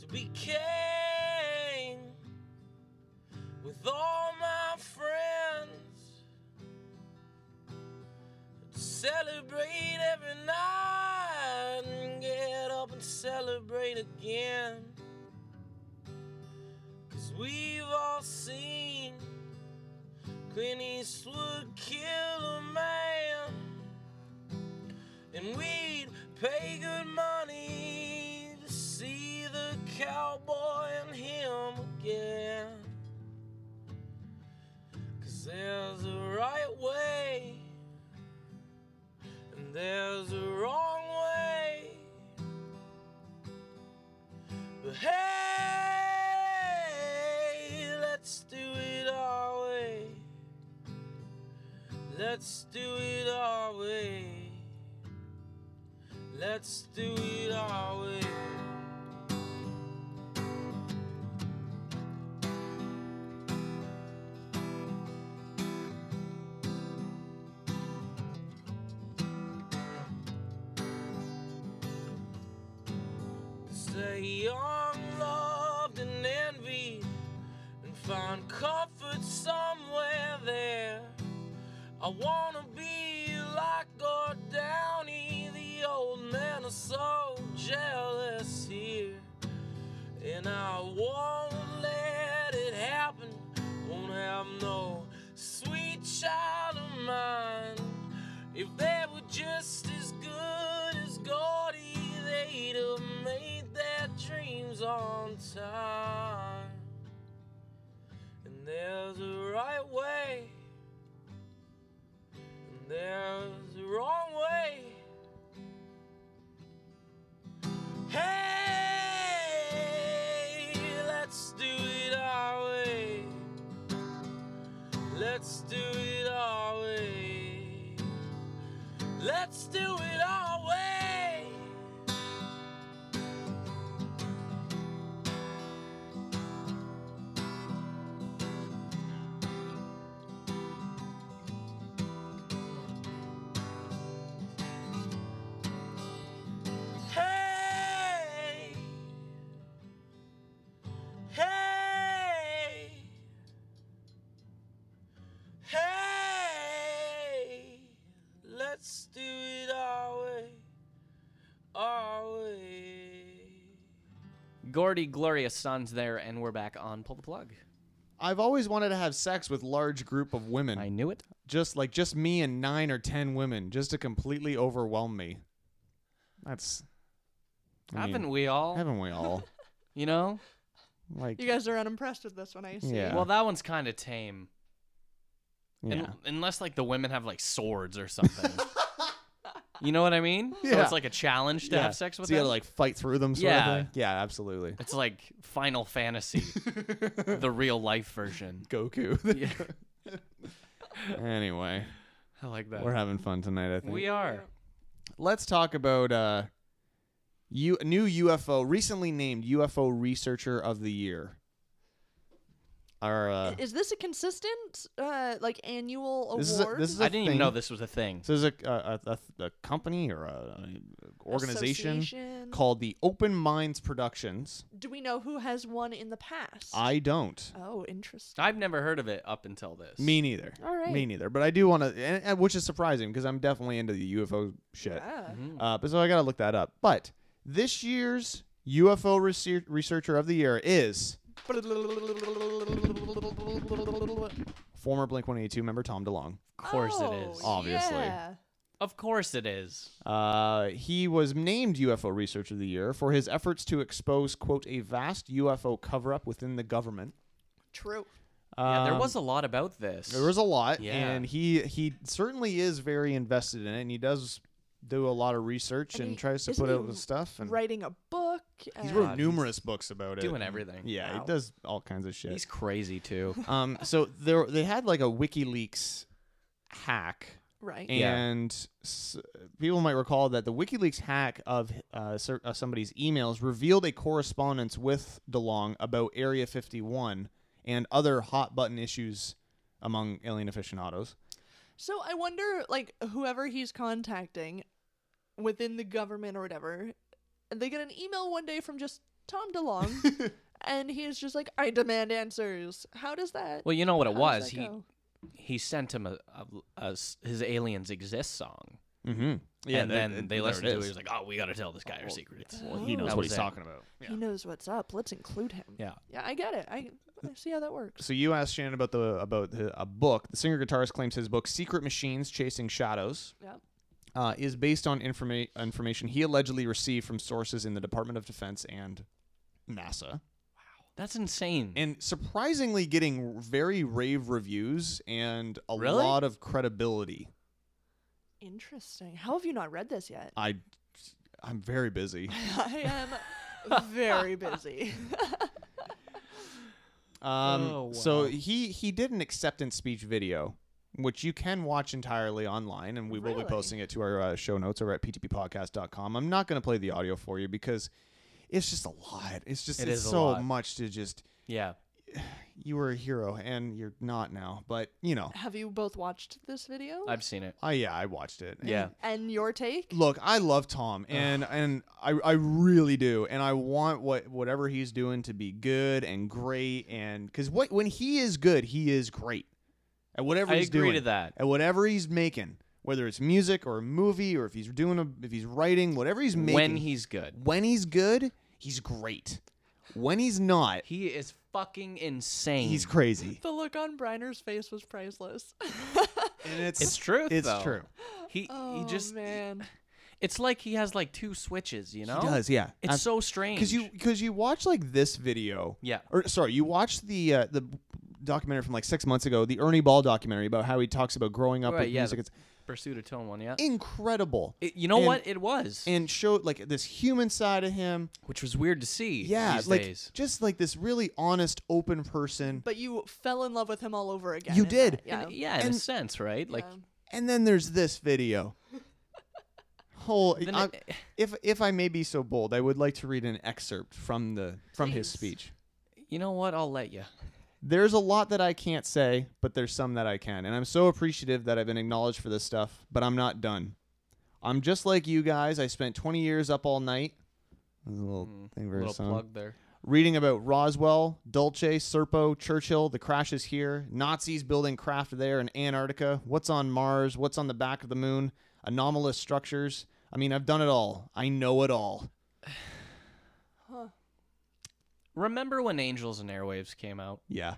Speaker 2: to be king with all my friends to celebrate every night and get up and celebrate again cause we've all seen Clint Eastwood kill a man and we'd pay good money to see the cowboy and him again. Cause there's a right way, and there's a wrong way. But hey, let's do it our way. Let's do it our way. Let's do it our way. Stay unloved and envied, and find comfort somewhere there. I wanna be like Gord Downey, the old man is so jealous here. And I won't let it happen, won't have no sweet child of mine. If they were just as good as Gordy, they'd have made their dreams on time. And there's a right way. And there's a wrong way. Hey, let's do it our way. Let's do it our way. Let's do it our way.
Speaker 5: Gordy Glorious Son's there, and we're back on Pull the Plug.
Speaker 4: I've always wanted to have sex with large group of women.
Speaker 5: I knew it.
Speaker 4: just like just me and nine or ten women just to completely overwhelm me. That's I mean,
Speaker 5: Haven't we all?
Speaker 4: haven't we all?
Speaker 5: You know?
Speaker 4: Like
Speaker 3: You guys are unimpressed with this one, I see.
Speaker 4: Yeah.
Speaker 5: Well, that one's kind of tame.
Speaker 4: yeah.
Speaker 5: Un- unless, like, the women have, like, swords or something. you know what I mean? So
Speaker 4: Yeah.
Speaker 5: it's like a challenge to
Speaker 4: Yeah.
Speaker 5: have sex with
Speaker 4: so you
Speaker 5: them.
Speaker 4: gotta like fight through them sort
Speaker 5: Yeah.
Speaker 4: of thing. Yeah, absolutely.
Speaker 5: it's like Final Fantasy, the real life version.
Speaker 4: Goku.
Speaker 5: Yeah,
Speaker 4: anyway,
Speaker 5: I like that.
Speaker 4: we're having fun tonight, I think.
Speaker 5: We are.
Speaker 4: Let's talk about uh U- new UFO recently named UFO researcher of the year. Our uh,
Speaker 3: Is this a consistent, uh, like annual award?
Speaker 4: this is a, this is a
Speaker 5: I didn't even
Speaker 4: thing.
Speaker 5: know this was a thing.
Speaker 4: So there's a, a, a, a- a company or a, a organization
Speaker 3: Association?
Speaker 4: called the Open Minds Productions.
Speaker 3: Do we know who has won in the past?
Speaker 4: I don't.
Speaker 3: Oh, interesting.
Speaker 5: I've never heard of it up until this.
Speaker 4: Me neither.
Speaker 3: All right.
Speaker 4: Me neither. But I do want to, and, and- which is surprising because I'm definitely into the UFO shit.
Speaker 3: Ah.
Speaker 5: Mm-hmm.
Speaker 4: Uh, but so I got to look that up. But this year's UFO research researcher of the year is former Blink 182 member Tom DeLong.
Speaker 5: Of course it
Speaker 3: Oh,
Speaker 5: is.
Speaker 4: Obviously.
Speaker 3: yeah.
Speaker 5: Of course it is.
Speaker 4: Uh, he was named UFO Researcher of the Year for his efforts to expose, quote, a vast UFO cover up within the government.
Speaker 3: True.
Speaker 5: yeah, there
Speaker 4: Um,
Speaker 5: was a lot about this.
Speaker 4: There was a lot,
Speaker 5: Yeah.
Speaker 4: and he he certainly is very invested in it, and he does do a lot of research and,
Speaker 3: And he-
Speaker 4: tries to
Speaker 3: isn't
Speaker 4: put
Speaker 3: he
Speaker 4: out the stuff. And
Speaker 3: Writing a book.
Speaker 4: he's
Speaker 3: uh,
Speaker 4: wrote numerous books about it,
Speaker 5: doing
Speaker 4: and-
Speaker 5: everything.
Speaker 4: Yeah,
Speaker 3: Wow.
Speaker 4: he does all kinds of shit.
Speaker 5: He's crazy too.
Speaker 4: um, so there they had like a WikiLeaks hack,
Speaker 3: right.
Speaker 5: Yeah.
Speaker 4: and s- people might recall that the WikiLeaks hack of uh, cer- uh, somebody's emails revealed a correspondence with DeLong about Area 51 and other hot button issues among alien aficionados.
Speaker 3: So I wonder, like, whoever he's contacting within the government or whatever, they get an email one day from just Tom DeLong, and he is just like, I demand answers. How does that?
Speaker 5: well, you know what it
Speaker 3: how does
Speaker 5: was.
Speaker 3: that
Speaker 5: He
Speaker 3: go?
Speaker 5: he sent him a, a, a s- his aliens exist song.
Speaker 4: Mm-hmm.
Speaker 5: and then they listened to it. He was like, "Oh, we got to tell this guy our secrets."
Speaker 3: well, he
Speaker 5: That
Speaker 3: knows
Speaker 5: was it.
Speaker 4: about.
Speaker 3: He knows what's up. Let's include him.
Speaker 5: Yeah.
Speaker 3: Yeah, I get it. I, I see how that works.
Speaker 4: So you asked Shannon about the about the, a book. The singer guitarist claims his book "Secret Machines: Chasing Shadows"
Speaker 3: Yep.
Speaker 4: uh, is based on informa- information he allegedly received from sources in the Department of Defense and NASA,
Speaker 5: That's insane.
Speaker 4: and surprisingly getting very rave reviews and a
Speaker 5: Really?
Speaker 4: lot of credibility.
Speaker 3: Interesting. How have you not read this yet?
Speaker 4: I I'm very busy.
Speaker 3: I am very busy.
Speaker 4: Um,
Speaker 5: Oh,
Speaker 4: So
Speaker 5: wow.
Speaker 4: he he did an acceptance speech video, which you can watch entirely online, and we will be
Speaker 3: Really?
Speaker 4: posting it to our uh, show notes over at ptppodcast.com. I'm not going to play the audio for you because it's just a lot. It's just
Speaker 5: It
Speaker 4: it's
Speaker 5: is a
Speaker 4: so
Speaker 5: lot.
Speaker 4: much to just.
Speaker 5: yeah.
Speaker 4: You were a hero, and you're not now, but you know.
Speaker 3: have you both watched this video?
Speaker 5: I've seen it.
Speaker 4: I yeah, I watched it. and
Speaker 5: Yeah.
Speaker 3: and your take?
Speaker 4: look, I love Tom, and and I, I really do, and I want what whatever he's doing to be good and great, and because what when he is good, he is great, at whatever
Speaker 5: I
Speaker 4: he's
Speaker 5: agree
Speaker 4: doing,
Speaker 5: to that.
Speaker 4: at whatever he's making, whether it's music or a movie or if he's doing a, if he's writing, whatever he's making,
Speaker 5: When he's good,
Speaker 4: when he's good, he's great. When he's not,
Speaker 5: he is fucking insane.
Speaker 4: he's crazy,
Speaker 3: The look on Briner's face was priceless.
Speaker 4: and it's
Speaker 5: It's truth.
Speaker 4: It's
Speaker 5: though.
Speaker 4: true.
Speaker 5: He
Speaker 3: oh
Speaker 5: he just
Speaker 3: man.
Speaker 5: it's like he has like two switches. You know.
Speaker 4: He does, yeah.
Speaker 5: It's so strange.
Speaker 4: because you because you watch like this video
Speaker 5: Yeah.
Speaker 4: or sorry you watch the uh, the documentary from like six months ago the ernie ball documentary about how he talks about growing up
Speaker 5: Right,
Speaker 4: with
Speaker 5: yeah,
Speaker 4: music
Speaker 5: the-
Speaker 4: it's
Speaker 5: pursued a tone one. Yeah.
Speaker 4: incredible
Speaker 5: It- you know
Speaker 4: and-
Speaker 5: what? It was,
Speaker 4: and showed like this human side of him
Speaker 5: which was weird to see.
Speaker 4: yeah
Speaker 5: These
Speaker 4: like
Speaker 5: days.
Speaker 4: just like this really honest open person
Speaker 3: But you fell in love with him all over again.
Speaker 4: You
Speaker 3: in
Speaker 4: did.
Speaker 3: that, Yeah.
Speaker 5: Yeah, in
Speaker 4: And-
Speaker 5: a sense, right? Like
Speaker 3: Yeah.
Speaker 4: and then there's this video whole
Speaker 5: Then
Speaker 4: I-
Speaker 5: it- eh.
Speaker 4: if if i may be so bold i would like to read an excerpt from the from his
Speaker 3: Please.
Speaker 4: speech
Speaker 5: you know what? I'll let you.
Speaker 4: There's a lot that I can't say, but there's some that I can. And I'm so appreciative that I've been acknowledged for this stuff, but I'm not done. I'm just like you guys. I spent 20 years up all night. There's a little thing for his
Speaker 5: Mm, Little
Speaker 4: song.
Speaker 5: plug there.
Speaker 4: Reading about Roswell, Dulce, Serpo, Churchill, the crashes here, Nazis building craft there in Antarctica, what's on Mars, what's on the back of the moon, anomalous structures. I mean, I've done it all. I know it all.
Speaker 5: Remember when Angels and Airwaves came out
Speaker 4: Yeah,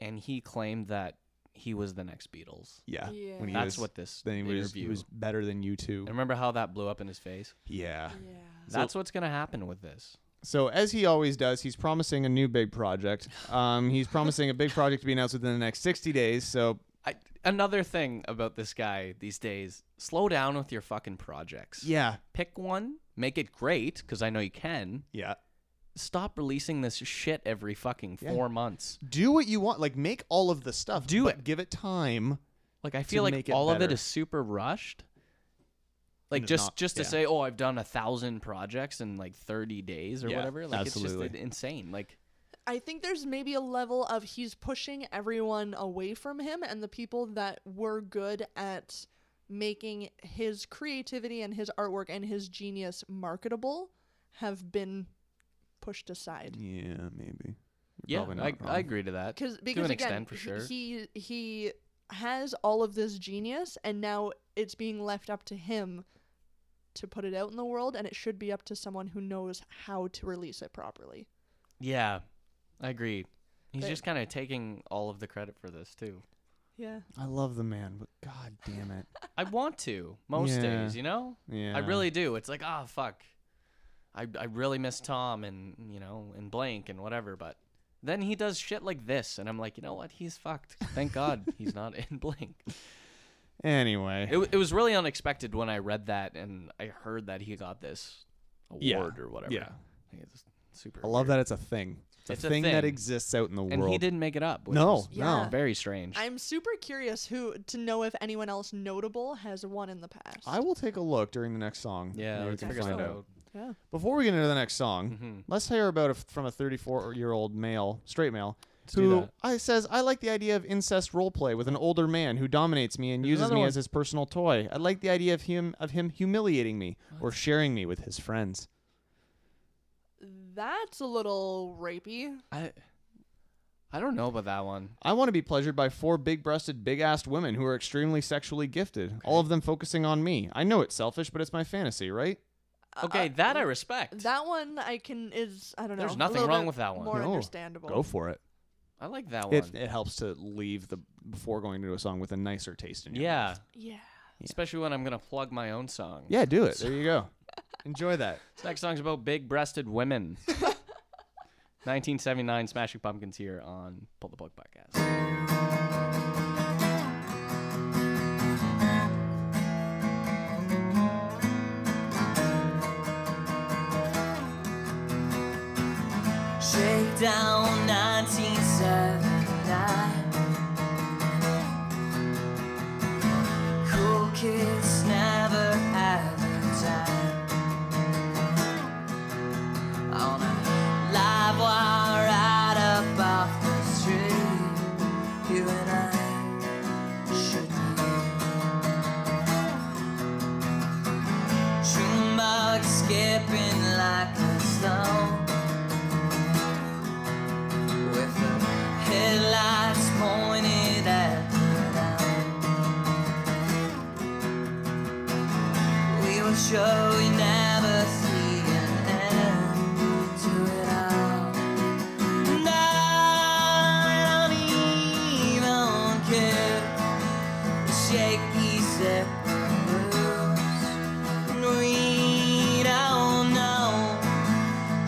Speaker 5: and he claimed that he was the next Beatles?
Speaker 4: yeah.
Speaker 3: Yeah.
Speaker 4: When he
Speaker 5: That's
Speaker 4: was,
Speaker 5: what this
Speaker 4: Then he was,
Speaker 5: interview.
Speaker 4: he was better than you two.
Speaker 5: and remember how that blew up in his face?
Speaker 4: Yeah.
Speaker 3: Yeah.
Speaker 5: That's what's gonna happen with this.
Speaker 4: So as he always does, he's promising a new big project. Um, he's promising a big project to be announced within the next 60 days. So
Speaker 5: I, another thing about this guy these days: slow down with your fucking projects.
Speaker 4: yeah,
Speaker 5: Pick one, make it great, because I know you can.
Speaker 4: yeah.
Speaker 5: Stop releasing this shit every fucking
Speaker 4: Yeah.
Speaker 5: four months.
Speaker 4: Do what you want. Like make all of the stuff.
Speaker 5: Do
Speaker 4: but
Speaker 5: it.
Speaker 4: Give it time.
Speaker 5: Like I feel
Speaker 4: make
Speaker 5: like
Speaker 4: it
Speaker 5: all of it
Speaker 4: better.
Speaker 5: is super rushed. Like
Speaker 4: it's
Speaker 5: just
Speaker 4: not-
Speaker 5: just to
Speaker 4: yeah.
Speaker 5: say, oh, I've done a thousand projects in like thirty days or
Speaker 4: Yeah,
Speaker 5: whatever. Like
Speaker 4: absolutely.
Speaker 5: it's just insane. Like
Speaker 3: I think there's maybe a level of he's pushing everyone away from him and the people that were good at making his creativity and his artwork and his genius marketable have been pushed aside.
Speaker 4: Yeah, maybe.
Speaker 5: yeah,
Speaker 4: Probably not
Speaker 5: I,
Speaker 4: wrong.
Speaker 5: I agree to that.
Speaker 3: Cause,
Speaker 5: to
Speaker 3: because
Speaker 5: an
Speaker 3: again,
Speaker 5: extent for
Speaker 3: he-
Speaker 5: sure.
Speaker 3: he he has all of this genius, and now it's being left up to him to put it out in the world, and it should be up to someone who knows how to release it properly.
Speaker 5: yeah, I agree. He's
Speaker 3: But-
Speaker 5: just kind of taking all of the credit for this too.
Speaker 3: Yeah,
Speaker 4: I love the man, but god damn it.
Speaker 5: I want to most
Speaker 4: Yeah.
Speaker 5: days, you know.
Speaker 4: Yeah.
Speaker 5: I really do. It's like, ah, fuck. I I really miss Tom and you know and blank and whatever, but then he does shit like this, and I'm like, you know what? He's fucked. Thank God he's not in blank.
Speaker 4: Anyway.
Speaker 5: It, wa- it was really unexpected when I read that and I heard that he got this award
Speaker 4: Yeah.
Speaker 5: or whatever.
Speaker 4: Yeah.
Speaker 5: I think it's super.
Speaker 4: I love
Speaker 5: weird.
Speaker 4: that it's a thing. It's a,
Speaker 5: It's a
Speaker 4: thing, that
Speaker 5: thing.
Speaker 4: exists out in the
Speaker 5: And
Speaker 4: world.
Speaker 5: he didn't make it up. Which
Speaker 4: No,
Speaker 5: was
Speaker 3: no.
Speaker 5: very strange.
Speaker 3: I'm super curious who to know if anyone else notable has won in the past.
Speaker 4: I will take a look during the next song.
Speaker 5: yeah,
Speaker 4: Maybe we
Speaker 5: let's
Speaker 4: can
Speaker 5: figure
Speaker 4: find
Speaker 5: something
Speaker 4: out.
Speaker 5: out.
Speaker 3: yeah.
Speaker 4: Before we get into the next song,
Speaker 5: Mhm.
Speaker 4: let's hear about a, from a 34-year-old male, straight male,
Speaker 5: do
Speaker 4: who
Speaker 5: that.
Speaker 4: I says I like the idea of incest roleplay with an older man who dominates me and
Speaker 5: There's
Speaker 4: uses
Speaker 5: another
Speaker 4: me
Speaker 5: one.
Speaker 4: as his personal toy. I like the idea of him of him humiliating me or sharing me with his friends.
Speaker 3: That's a little rapey.
Speaker 5: I I don't know about that one.
Speaker 4: I want to be pleasured by four big-breasted, big-assed women who are extremely sexually gifted. All of them focusing on me. I know it's selfish, but it's my fantasy, right?
Speaker 5: Uh, Okay, that I respect.
Speaker 3: That one I can is I don't know.
Speaker 5: There's
Speaker 3: a
Speaker 5: nothing
Speaker 3: little
Speaker 5: wrong
Speaker 3: bit
Speaker 5: with that one.
Speaker 3: More
Speaker 4: No.
Speaker 3: understandable.
Speaker 4: Go for it.
Speaker 5: I like that one.
Speaker 4: It, it helps to leave the before going into a song with a nicer taste in your
Speaker 5: yeah.
Speaker 4: mouth.
Speaker 3: yeah.
Speaker 5: Especially when I'm gonna plug my own song.
Speaker 4: Yeah, do it. There you go. Enjoy that.
Speaker 5: This next song's about big-breasted women. 1979 Smashing Pumpkins here on Pull the Plug Podcast.
Speaker 9: Shakedown 1979. Cool kids never have a time. On a live wire right up off the street. You and I should be. Junebug skipping like a stone with the headlights pointed at the night. We were sure we never see an end to it all. And I don't even care. The shaky step moves. And we don't know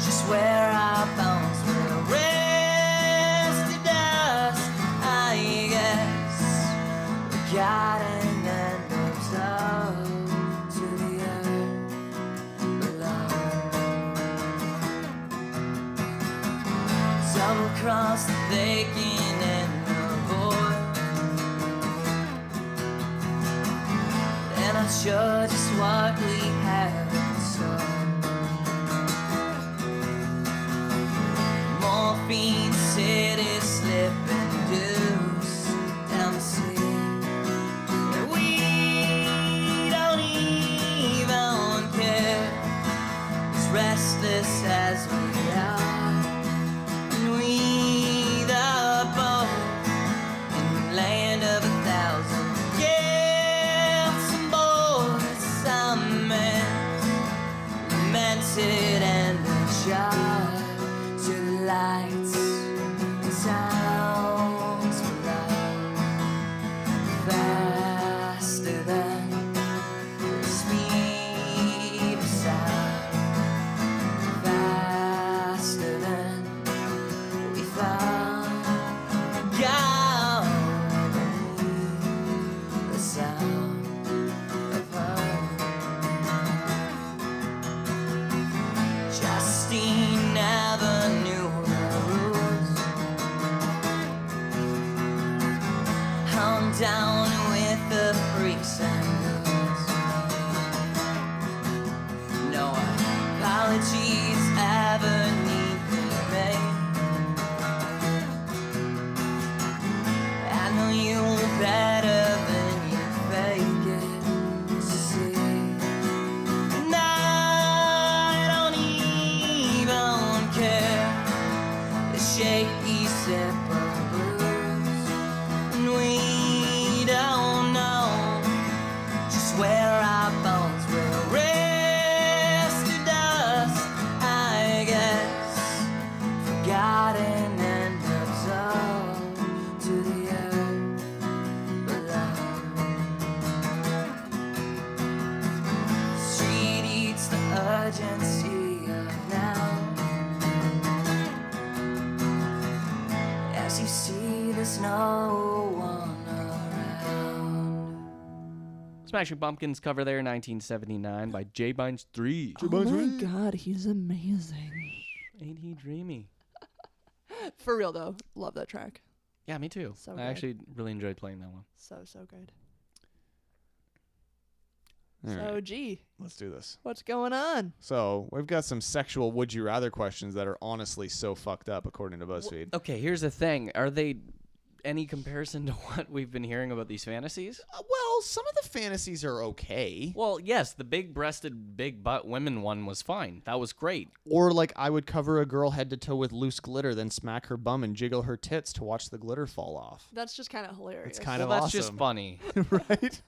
Speaker 9: just where our bones will rest at dusk. I guess we got an end of love to the earth below. Some cross the vacant and the void. And I'm sure just what we have in store. Morphine city slipping deuce down the sea. And we don't even care. As restless as we are. And we the boat in the land of a thousand gifts and boys, some men. down with the freaks and booze. No apologies ever need be made. I know you better than you fake it to see. And I don't even care. The shaky zipper blues. And we don't know just where our bones will rest to dust, I guess. Forgotten and absorbed to the earth below. Street eats the urgency of now. As you see, there's no one around.
Speaker 5: Smashing Pumpkins cover there, 1979 by J. Bynes 3.
Speaker 3: Oh my god, he's amazing.
Speaker 5: Ain't he dreamy?
Speaker 3: For real though, love that track.
Speaker 5: Yeah, me too.
Speaker 3: So
Speaker 5: I
Speaker 3: good.
Speaker 5: actually really enjoyed playing that one.
Speaker 3: So so good.
Speaker 4: All
Speaker 3: so
Speaker 4: right,
Speaker 3: gee,
Speaker 4: let's do this.
Speaker 3: what's going on?
Speaker 4: So we've got some sexual would you rather questions that are honestly so fucked up, according to BuzzFeed.
Speaker 5: Okay, here's the thing. Are they any comparison to what we've been hearing about these fantasies?
Speaker 4: Uh, well, some of the fantasies are okay.
Speaker 5: Well, yes, the big breasted, big butt women one was fine. That was great.
Speaker 4: Or like I would cover a girl head to toe with loose glitter, then smack her bum and jiggle her tits to watch the glitter fall off.
Speaker 3: That's just kind of hilarious.
Speaker 4: It's kind
Speaker 5: Well,
Speaker 4: of
Speaker 5: that's
Speaker 4: awesome,
Speaker 5: just funny.
Speaker 4: right?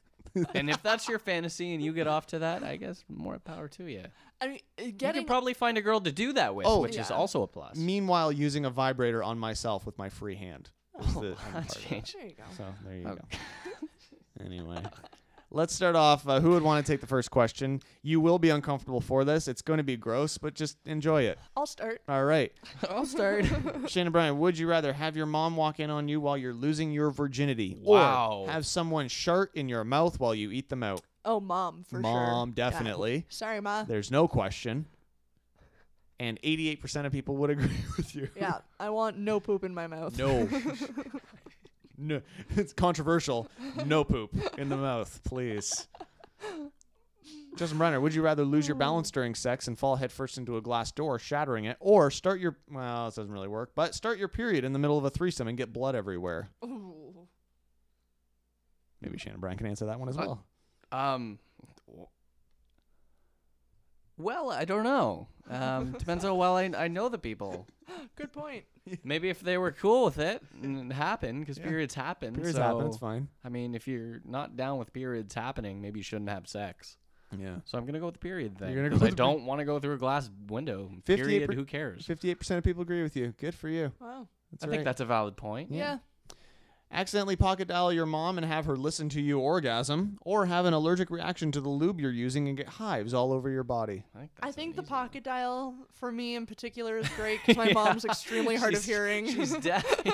Speaker 5: and if that's your fantasy and you get off to that, I guess more power to you.
Speaker 3: I mean, uh,
Speaker 5: You
Speaker 3: getting
Speaker 5: could probably find a girl to do that with,
Speaker 4: Oh,
Speaker 5: which is
Speaker 3: Yeah.
Speaker 5: also a plus.
Speaker 4: Meanwhile, using a vibrator on myself with my free hand.
Speaker 5: Oh,
Speaker 4: was the-
Speaker 5: That's changed.
Speaker 3: there you go.
Speaker 4: so there
Speaker 5: Oh.
Speaker 4: you go. anyway, let's start off. Uh, who would want to take the first question? You will be uncomfortable for this. It's going to be gross, but just enjoy it.
Speaker 3: I'll start.
Speaker 4: All right.
Speaker 5: I'll start.
Speaker 4: Shannon Bryan, would you rather have your mom walk in on you while you're losing your virginity,
Speaker 5: Wow.
Speaker 4: or have someone shart in your mouth while you eat them out?
Speaker 3: Oh, mom for sure.
Speaker 4: Mom,
Speaker 3: Yeah.
Speaker 4: definitely.
Speaker 3: Sorry, ma.
Speaker 4: There's no question. And 88% of people would agree with you.
Speaker 3: Yeah, I want no poop in my mouth.
Speaker 4: No. no. It's controversial. No poop in the mouth, please. Justin Brenner, would you rather lose your balance during sex and fall headfirst into a glass door, shattering it, or start your well, this doesn't really work, but start your period in the middle of a threesome and get blood everywhere?
Speaker 3: Ooh.
Speaker 4: Maybe Shannon Bryan can answer that one as
Speaker 5: Uh,
Speaker 4: well.
Speaker 5: Um. Well, I don't know. Um, depends how well I, I know the people.
Speaker 3: Good point.
Speaker 5: Maybe if they were cool with it and it happened, because periods happen.
Speaker 4: Periods
Speaker 5: so,
Speaker 4: happen, it's fine.
Speaker 5: I mean, if you're not down with periods happening, maybe you shouldn't have sex.
Speaker 4: Yeah.
Speaker 5: So I'm gonna go with the period thing.
Speaker 4: gonna go
Speaker 5: 'cause
Speaker 4: with
Speaker 5: I
Speaker 4: the per-
Speaker 5: don't want to go through a glass window.
Speaker 4: 58
Speaker 5: Period.
Speaker 4: per-
Speaker 5: Who cares?
Speaker 4: Fifty-eight percent of people agree with you. Good for you.
Speaker 3: Wow.
Speaker 4: That's
Speaker 5: I think
Speaker 4: right.
Speaker 5: that's a valid point.
Speaker 3: Yeah.
Speaker 4: Accidentally pocket dial your mom and have her listen to you orgasm, or have an allergic reaction to the lube you're using and get hives all over your body.
Speaker 5: I think,
Speaker 3: I
Speaker 5: that's
Speaker 3: think
Speaker 5: an
Speaker 3: the
Speaker 5: easy-
Speaker 3: pocket dial for me in particular is great 'cause my mom's extremely hard of
Speaker 5: She's-
Speaker 3: hearing.
Speaker 5: She's deaf.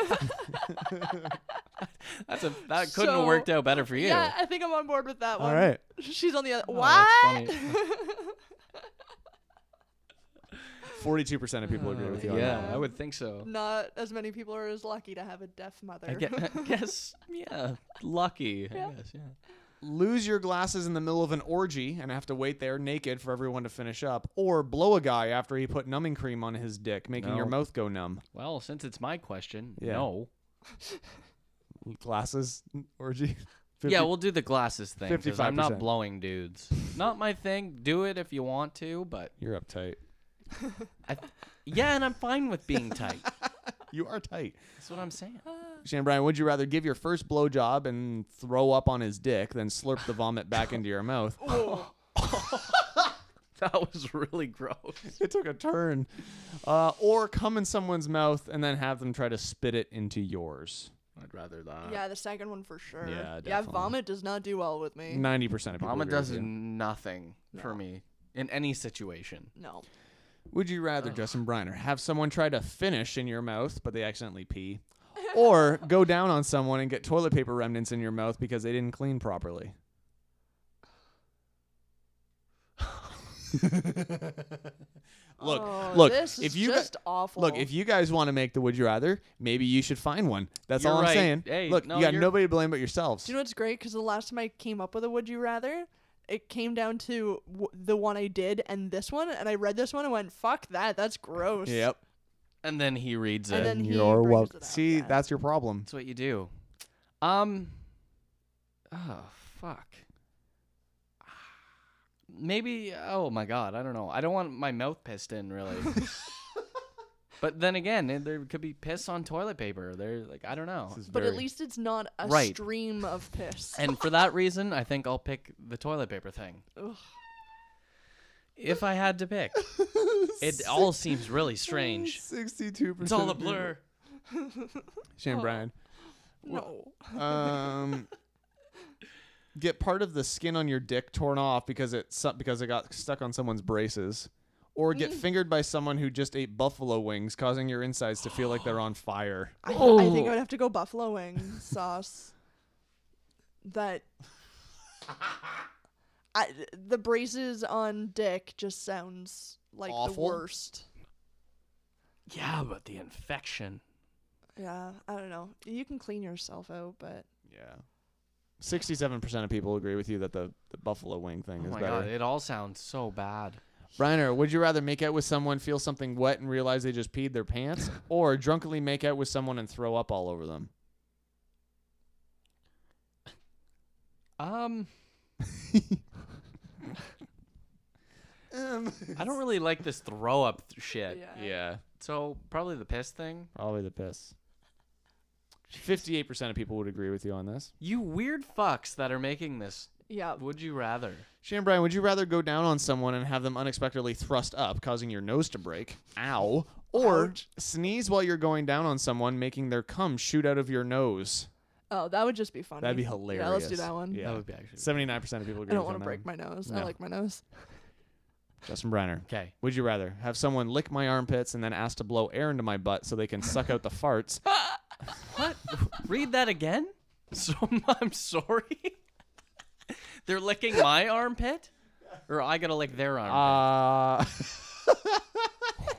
Speaker 5: that's a that couldn't
Speaker 3: So-
Speaker 5: have worked out better for you.
Speaker 3: yeah, I think I'm on board with that one. She's on the other.
Speaker 5: Oh,
Speaker 3: what?
Speaker 5: That's funny.
Speaker 4: Forty-two percent of people agree with you. on that.
Speaker 5: Yeah,
Speaker 3: that.
Speaker 5: I would think so.
Speaker 3: Not as many people are as lucky to have a deaf mother.
Speaker 5: I guess, I guess yeah, lucky. I guess, yeah.
Speaker 4: Lose your glasses in the middle of an orgy and have to wait there naked for everyone to finish up, or blow a guy after he put numbing cream on his dick, making your
Speaker 5: No.
Speaker 4: mouth go numb.
Speaker 5: Well, since it's my question,
Speaker 4: Yeah.
Speaker 5: no.
Speaker 4: Glasses orgy. 50
Speaker 5: yeah, we'll do the glasses thing. 'cause I'm
Speaker 4: 55%.
Speaker 5: not blowing dudes. not my thing. Do it if you want to, but
Speaker 4: you're uptight.
Speaker 5: I th- yeah, and I'm fine with being tight.
Speaker 4: You are tight.
Speaker 5: That's what I'm saying.
Speaker 4: Shannon Bryan, would you rather give your first blowjob and throw up on his dick than slurp the vomit back into your mouth?
Speaker 5: That was really gross.
Speaker 4: it took a turn. Uh, or come in someone's mouth and then have them try to spit it into yours.
Speaker 5: I'd rather that.
Speaker 3: yeah, the second one for sure.
Speaker 4: Uh, yeah,
Speaker 3: yeah,
Speaker 4: definitely.
Speaker 3: vomit does not do well with me.
Speaker 4: Ninety percent of people.
Speaker 5: Mama
Speaker 4: agree with
Speaker 5: does
Speaker 4: you.
Speaker 5: nothing for me in any situation.
Speaker 3: No.
Speaker 4: Would you rather Justin Briner have someone try to finish in your mouth but they accidentally pee, or go down on someone and get toilet paper remnants in your mouth because they didn't clean properly? Look,
Speaker 3: Oh,
Speaker 4: look.
Speaker 3: this is
Speaker 4: if you gu-
Speaker 3: just awful.
Speaker 4: look, if you guys want to make the would you rather, maybe you should find one. That's
Speaker 5: You're
Speaker 4: all I'm
Speaker 5: right.
Speaker 4: saying.
Speaker 5: Hey,
Speaker 4: look,
Speaker 5: no,
Speaker 4: you got
Speaker 5: you're-
Speaker 4: nobody to blame but yourselves.
Speaker 3: Do you know what's great? Because the last time I came up with a would you rather, it came down to w- the one I did and this one, and I read this one and went, "Fuck that, that's gross."
Speaker 4: yep.
Speaker 5: And then he reads it.
Speaker 3: And then he
Speaker 4: You're
Speaker 3: brings
Speaker 4: welcome.
Speaker 3: it up,
Speaker 4: See,
Speaker 3: yeah.
Speaker 4: that's your problem.
Speaker 5: That's what you do. Um. Oh fuck. Maybe. Oh my god. I don't know. I don't want my mouth pissed in really. but then again, eh, there could be piss on toilet paper. There, like I don't know.
Speaker 4: This is
Speaker 3: But
Speaker 4: very-
Speaker 3: at least it's not a
Speaker 5: Right.
Speaker 3: stream of piss.
Speaker 5: And for that reason, I think I'll pick the toilet paper thing.
Speaker 3: Ugh.
Speaker 5: If I had to pick, it all seems really strange.
Speaker 4: 62%.
Speaker 5: It's all a
Speaker 4: of people-
Speaker 5: blur.
Speaker 4: Shane Bryan.
Speaker 3: no.
Speaker 4: Um, get part of the skin on your dick torn off because it su- because it got stuck on someone's braces, or
Speaker 3: Mm.
Speaker 4: get fingered by someone who just ate buffalo wings, causing your insides to feel like they're on fire.
Speaker 3: I, I think
Speaker 4: Oh.
Speaker 3: I would have to go buffalo wing sauce. That I, the braces on dick just sounds like the
Speaker 4: Awful.
Speaker 3: worst.
Speaker 5: Yeah, but the infection.
Speaker 3: Yeah, I don't know. You can clean yourself out, but
Speaker 4: Yeah. Sixty-seven percent of people agree with you that the, the buffalo wing thing
Speaker 5: Oh
Speaker 4: is
Speaker 5: my
Speaker 4: better.
Speaker 5: god, it all sounds so bad.
Speaker 4: Reiner, would you rather make out with someone, feel something wet, and realize they just peed their pants, or drunkenly make out with someone and throw up all over them?
Speaker 5: Um, I don't really like this throw up th- shit.
Speaker 3: yeah.
Speaker 4: Um, Yeah,
Speaker 5: So probably the piss thing.
Speaker 4: probably the piss. Fifty-eight percent of people would agree with you on this.
Speaker 5: You weird fucks that are making this.
Speaker 3: Yeah.
Speaker 5: Would you rather?
Speaker 4: Shane Bryan, would you rather go down on someone and have them unexpectedly thrust up, causing your nose to break? Ow. Or sneeze while you're going down on someone, making their cum shoot out of your nose.
Speaker 3: Oh, that would just be funny.
Speaker 4: That'd be hilarious.
Speaker 3: Yeah, let's do that one.
Speaker 5: That
Speaker 4: Yeah.
Speaker 5: would be actually.
Speaker 4: Seventy-nine percent of people agree.
Speaker 3: I don't
Speaker 4: want to
Speaker 3: break my nose. I
Speaker 4: No.
Speaker 3: like my nose.
Speaker 4: Justin Briner.
Speaker 5: Okay.
Speaker 4: Would you rather have someone lick my armpits and then ask to blow air into my butt so they can suck out the farts,
Speaker 5: What? Read that again. So I'm sorry. They're licking my armpit, or I gotta lick their armpit.
Speaker 4: Uh,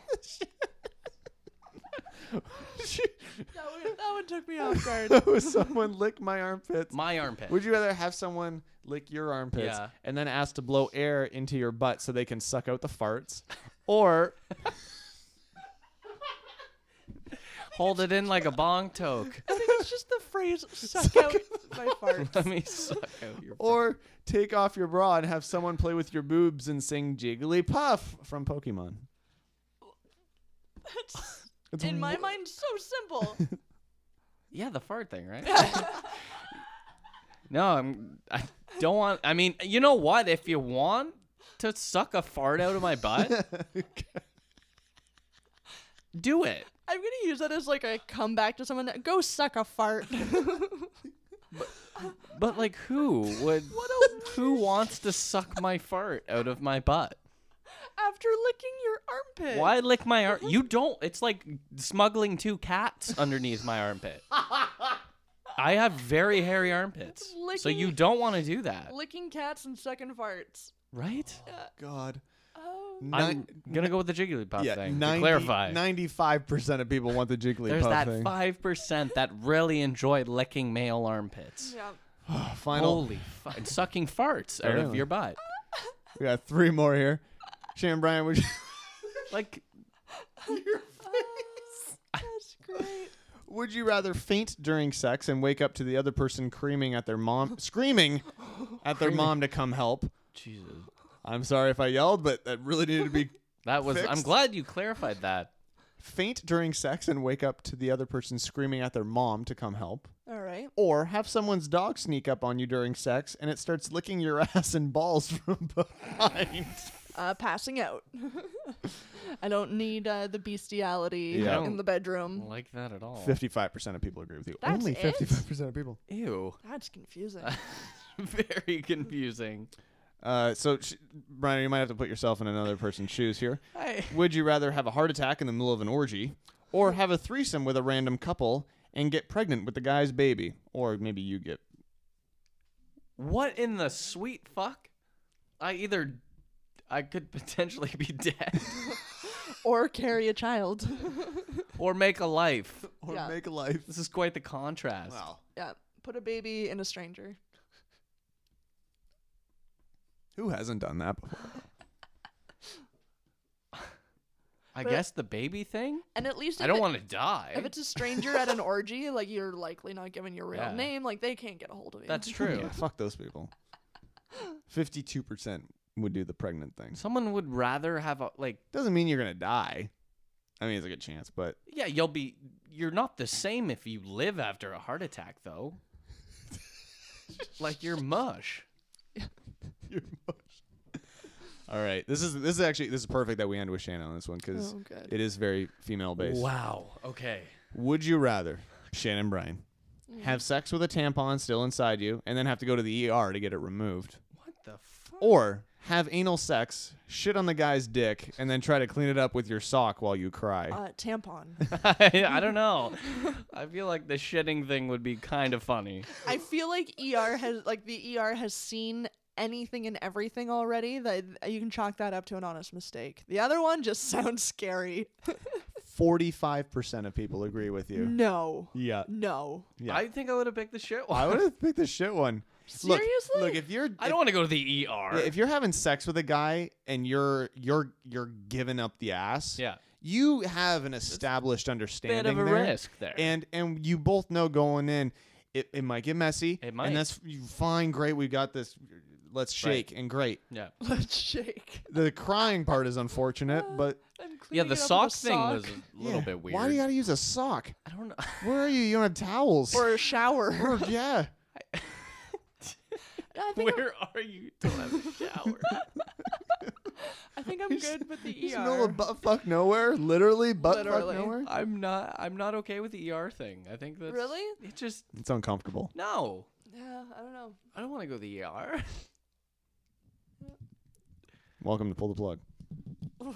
Speaker 3: That one, that one took me off guard.
Speaker 4: would someone lick my armpits?
Speaker 5: my armpit.
Speaker 4: Would you rather have someone lick your armpits
Speaker 5: Yeah.
Speaker 4: and then ask to blow air into your butt so they can suck out the farts, or
Speaker 5: Hold it in like a bong toke.
Speaker 3: I think it's just the phrase "suck out my fart."
Speaker 5: Let me suck out your.
Speaker 4: or take off your bra and have someone play with your boobs and sing Jigglypuff from Pokemon?
Speaker 3: That's
Speaker 4: It's
Speaker 3: in my
Speaker 4: w-
Speaker 3: mind so simple.
Speaker 5: Yeah, the fart thing, right? no, I'm. I don't want. I mean, you know what? If you want to suck a fart out of my butt, do it.
Speaker 3: I'm gonna use that as like a comeback to someone. Go suck a fart.
Speaker 5: But like, who would? who wants to suck my fart out of my butt?
Speaker 3: after licking your armpit.
Speaker 5: Why lick my arm? You don't. It's like smuggling two cats underneath my armpit. I have very hairy armpits, so
Speaker 3: Licking-
Speaker 5: you don't want to do that,
Speaker 3: Licking cats and sucking farts.
Speaker 5: right?
Speaker 4: God.
Speaker 3: Oh,
Speaker 5: I'm gonna go with the Jigglypuff thing. to clarify.
Speaker 4: Ninety-five percent of people want the Jigglypuff
Speaker 5: There's that
Speaker 4: thing.
Speaker 5: five percent that really enjoy licking male armpits.
Speaker 3: yeah.
Speaker 4: Final.
Speaker 5: Holy fuck! And sucking farts out of
Speaker 4: Really?
Speaker 5: your butt.
Speaker 4: We got three more here. Shane Bryan, would you,
Speaker 5: Like,
Speaker 3: That's great.
Speaker 4: would you rather faint during sex and wake up to the other person creaming at their mom, screaming at their mom to come help?
Speaker 5: Jesus,
Speaker 4: I'm sorry if I yelled, but that really needed to be
Speaker 5: that was. I'm
Speaker 4: Fixed.
Speaker 5: glad you clarified that.
Speaker 4: faint during sex and wake up to the other person screaming at their mom to come help,
Speaker 3: All right.
Speaker 4: or have someone's dog sneak up on you during sex and it starts licking your ass and balls from behind.
Speaker 3: uh, passing out. I don't need uh, the bestiality
Speaker 4: Yeah.
Speaker 3: in the
Speaker 5: I
Speaker 3: bedroom.
Speaker 5: don't like that at all.
Speaker 4: Fifty-five percent of people agree with you.
Speaker 3: That's
Speaker 4: Only
Speaker 3: it?
Speaker 4: fifty-five percent of people.
Speaker 5: Ew.
Speaker 3: That's confusing.
Speaker 5: Very confusing.
Speaker 4: Uh, so, sh- Brian, you might have to put yourself in another person's shoes here.
Speaker 5: I-
Speaker 4: Would you rather have a heart attack in the middle of an orgy, or have a threesome with a random couple and get pregnant with the guy's baby, or maybe you get?
Speaker 5: What in the sweet fuck? I either I could potentially be dead
Speaker 3: or carry a child.
Speaker 5: or make a life.
Speaker 4: or
Speaker 3: Yeah.
Speaker 4: make a life.
Speaker 5: This is quite the contrast.
Speaker 4: Wow.
Speaker 3: yeah, put a baby in a stranger.
Speaker 4: Who hasn't done that before?
Speaker 5: I
Speaker 3: But-
Speaker 5: guess the baby thing?
Speaker 3: And at least
Speaker 5: I
Speaker 3: if
Speaker 5: don't
Speaker 3: it-
Speaker 5: want to die.
Speaker 3: If it's a stranger at an orgy, like you're likely not giving your real
Speaker 5: Yeah.
Speaker 3: name, like they can't get a hold of you.
Speaker 5: That's true.
Speaker 4: Yeah, fuck those people. Fifty-two percent would do the pregnant thing.
Speaker 5: Someone would rather have a like
Speaker 4: Doesn't mean you're gonna die. I mean, it's a good chance, but
Speaker 5: yeah, you'll be you're not the same if you live after a heart attack though. like you're mush.
Speaker 4: Your emotion. All right, this is this is actually this is perfect that we end with Shannon on this one because
Speaker 3: Oh, good.
Speaker 4: it is very female based.
Speaker 5: Wow. Okay.
Speaker 4: Would you rather Shannon Bryan
Speaker 3: Mm.
Speaker 4: have sex with a tampon still inside you and then have to go to the ER to get it removed,
Speaker 5: What the fuck?
Speaker 4: or have anal sex, shit on the guy's dick, and then try to clean it up with your sock while you cry?
Speaker 3: Uh, tampon.
Speaker 5: I, I don't know. I feel like the shitting thing would be kind of funny.
Speaker 3: I feel like ER has like the ER has seen anything and everything already that you can chalk that up to an honest mistake. The other one just sounds scary.
Speaker 4: Forty-five percent of people agree with you.
Speaker 3: No.
Speaker 4: Yeah,
Speaker 3: No.
Speaker 4: Yeah.
Speaker 5: I think I would have picked the shit one.
Speaker 4: I would have picked the shit one. Look-
Speaker 3: Seriously?
Speaker 4: look if you're
Speaker 5: I don't want to go to the ER.
Speaker 4: Yeah, if you're having sex with a guy and you're you're you're giving up the ass,
Speaker 5: Yeah.
Speaker 4: you have an established understanding
Speaker 5: bit of a
Speaker 4: there,
Speaker 5: risk there.
Speaker 4: and and you both know going in, it, it might get messy.
Speaker 5: It might.
Speaker 4: and that's you- fine. Great, we've got this. Let's
Speaker 5: Right.
Speaker 4: shake and great.
Speaker 5: yeah.
Speaker 3: Let's shake.
Speaker 4: The crying part is unfortunate, but
Speaker 3: I'm
Speaker 5: Yeah,
Speaker 3: cleaning
Speaker 5: the
Speaker 3: it up with a
Speaker 5: sock thing was
Speaker 3: sock.
Speaker 5: a little
Speaker 4: yeah,
Speaker 5: bit weird.
Speaker 4: Why do you gotta use a sock?
Speaker 5: I don't know.
Speaker 4: Where are you? You don't have towels.
Speaker 3: or a shower.
Speaker 4: Or- yeah.
Speaker 3: I think I'm,
Speaker 5: Where are you? Don't have a shower.
Speaker 3: I think I'm good with the ER.
Speaker 4: He's in the middle of butt fuck nowhere. Literally butt
Speaker 3: Literally.
Speaker 4: fuck nowhere.
Speaker 5: E I'm not. I'm not okay with the ER thing. I think that's
Speaker 3: Really?
Speaker 5: It just
Speaker 4: It's uncomfortable.
Speaker 5: no.
Speaker 3: yeah, I don't know.
Speaker 5: I don't want to go to the ER.
Speaker 4: Welcome to pull the plug.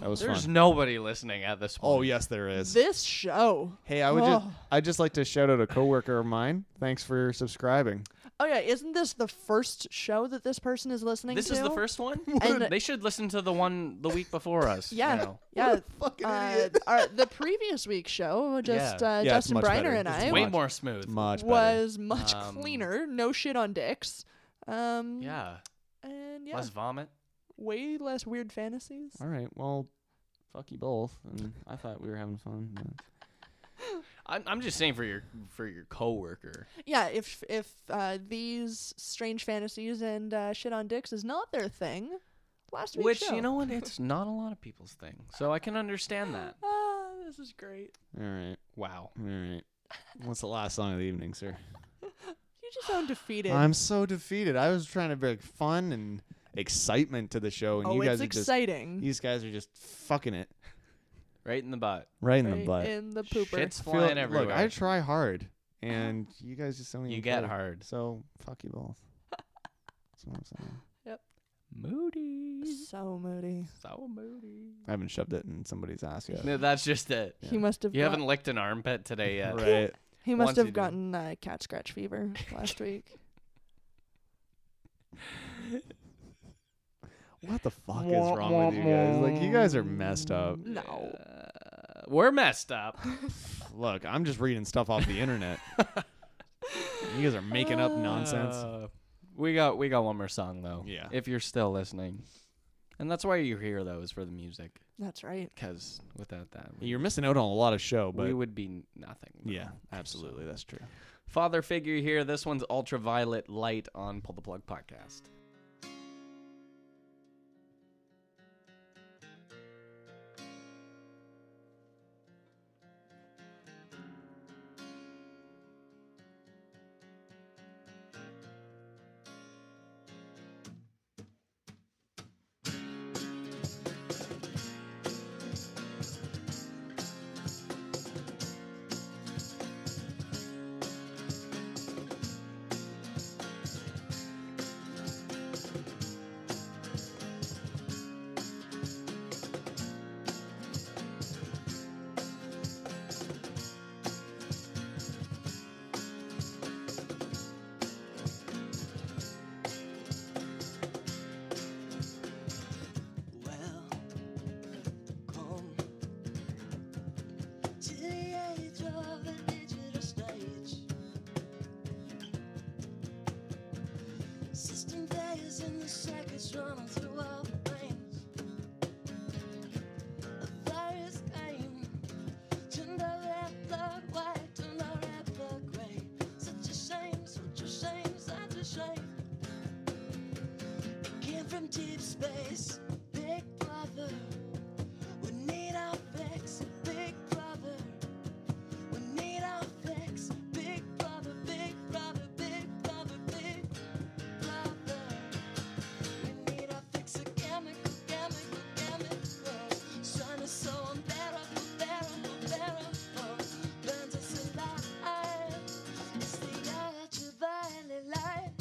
Speaker 4: That was
Speaker 5: There's
Speaker 4: fun.
Speaker 5: nobody listening at this point.
Speaker 4: oh yes, there is.
Speaker 3: This show.
Speaker 4: Hey, I would just
Speaker 3: Oh.
Speaker 4: I would just like to shout out a coworker of mine. Thanks for subscribing.
Speaker 3: Oh yeah, isn't this the first show that this person is listening
Speaker 5: This
Speaker 3: to?
Speaker 5: is the first one.
Speaker 3: And-
Speaker 5: they should listen to the one the week before us. you
Speaker 3: Yeah,
Speaker 5: know.
Speaker 3: yeah.
Speaker 4: Fucking
Speaker 3: Uh, our, the previous week's show, just
Speaker 5: Yeah.
Speaker 3: uh,
Speaker 4: Yeah, it's
Speaker 3: Justin
Speaker 4: much
Speaker 3: Briner
Speaker 4: better.
Speaker 3: and
Speaker 4: It's
Speaker 3: I,
Speaker 5: way
Speaker 4: much-
Speaker 5: more smooth.
Speaker 4: Much better.
Speaker 3: was much
Speaker 5: Um,
Speaker 3: cleaner. No shit on dicks. Um,
Speaker 5: yeah.
Speaker 3: and yeah,
Speaker 5: Less vomit.
Speaker 3: way less weird fantasies.
Speaker 4: All right. Well, fuck you both. And I thought we were having fun. but-
Speaker 5: I'm, I'm just saying for your for your coworker.
Speaker 3: Yeah, if if uh, these strange fantasies and uh, shit on dicks is not their thing, last week's
Speaker 5: Which
Speaker 3: show.
Speaker 5: you know what? It's not a lot of people's thing, so I can understand that.
Speaker 3: Ah, this is great.
Speaker 4: All right.
Speaker 5: Wow.
Speaker 4: All right. What's the last song of the evening, sir?
Speaker 3: You just sound defeated.
Speaker 4: I'm so defeated. I was trying to bring fun and excitement to the show, and
Speaker 3: oh,
Speaker 4: you guys
Speaker 3: it's
Speaker 4: are
Speaker 3: exciting.
Speaker 4: just these guys are just fucking it
Speaker 5: Right in the butt.
Speaker 4: right in the
Speaker 3: Right
Speaker 4: butt.
Speaker 3: in the pooper.
Speaker 5: Shit's
Speaker 4: I feel-
Speaker 5: flying everywhere.
Speaker 4: Look, I try hard, and you guys just don't
Speaker 5: You
Speaker 4: even
Speaker 5: get
Speaker 4: care.
Speaker 5: hard.
Speaker 4: So fuck you both. That's what I'm saying.
Speaker 5: Moody.
Speaker 3: so moody.
Speaker 5: So moody.
Speaker 4: I haven't shoved it in somebody's ass yet.
Speaker 5: No, that's just it.
Speaker 3: He must have.
Speaker 5: You
Speaker 3: got-
Speaker 5: haven't licked an armpit today yet.
Speaker 4: Right.
Speaker 3: He must
Speaker 5: Once you
Speaker 3: have
Speaker 5: do.
Speaker 3: gotten uh, cat scratch fever last week.
Speaker 4: What the fuck is wrong with you guys? Like, you guys are messed up.
Speaker 3: No.
Speaker 5: Uh, we're messed up.
Speaker 4: Look, I'm just reading stuff off the internet. you guys are making up nonsense.
Speaker 5: Uh, we got we got one more song though.
Speaker 4: Yeah.
Speaker 5: If you're still listening, and that's why you're here though is for the music.
Speaker 3: That's right.
Speaker 5: Because without that, we,
Speaker 4: You're missing out on a lot of show, but
Speaker 5: we would be nothing. though.
Speaker 4: yeah, absolutely, that's true.
Speaker 5: Father figure here. This one's ultraviolet light on Pull the Plug podcast.
Speaker 7: I
Speaker 10: tunnels through our brains of various kinds. Turned our red blood white, turned our red blood gray. Such a shame, such a shame, such a shame. It came from deep space, Big Brother. We need our fix, Big Brother. We need our fix, Big Brother, Big Brother, Big Brother, Big Brother. We need our fix of chemical, chemical, chemical. Sun is so unbearable, bearable, bearable. Burns us alive. It's the ultraviolet light.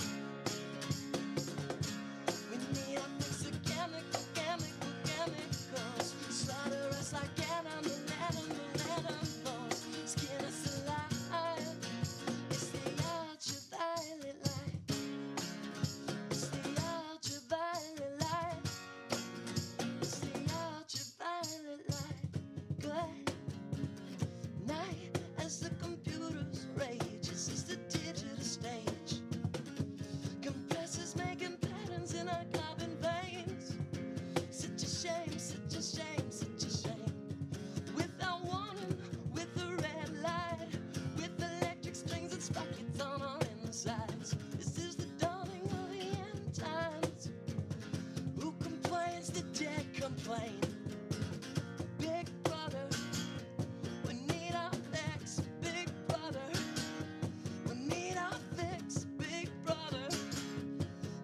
Speaker 10: We need a mix of chemical, chemical, chemicals. Slaughter us like animal, animal, animals. Skin us alive. It's the ultraviolet light. It's the ultraviolet light. It's the ultraviolet light. Good night as the computers rage. This is the digital stage. Compressors making patterns in our carbon veins. Such a shame, such a shame, such a shame. Without warning, with a red light, with electric strings and sprockets on our insides. This is the dawning of the end times. Who complains? The dead complain. Big brother, we need our fix. Big brother. We need our fix, Big Brother.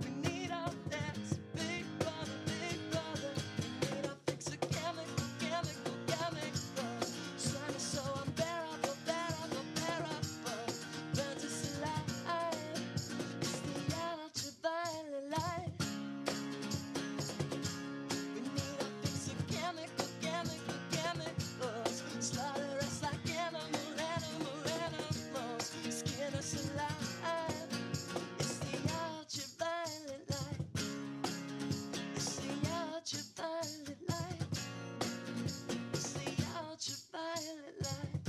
Speaker 10: We need our fix, Big Brother, Big Brother. We need our fix of chemical, chemical, chemical. Sun is so unbearable, bearable, bearable. Burns us alive. It's the ultraviolet light. We need our fix of chemical, chemical, chemicals. Slaughter us like animal, animal, animals. Skin us alive. It's the ultraviolet light. It's the ultraviolet light. It's the ultraviolet light.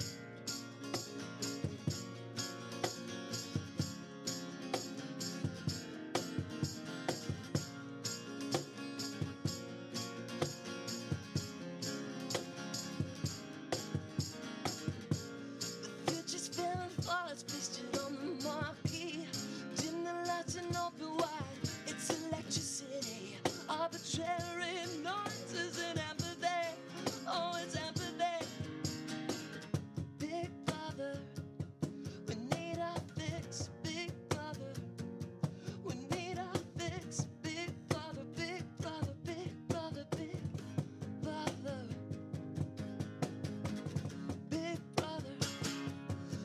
Speaker 10: The future's filling forest, pasted on the marquee. Dim the lights and open wide. It's electricity, arbitrary noises and apathy. Oh, it's apathy. Big brother, we need our fix. Big brother, we need our fix. Big brother, big brother, big brother, big brother, big brother.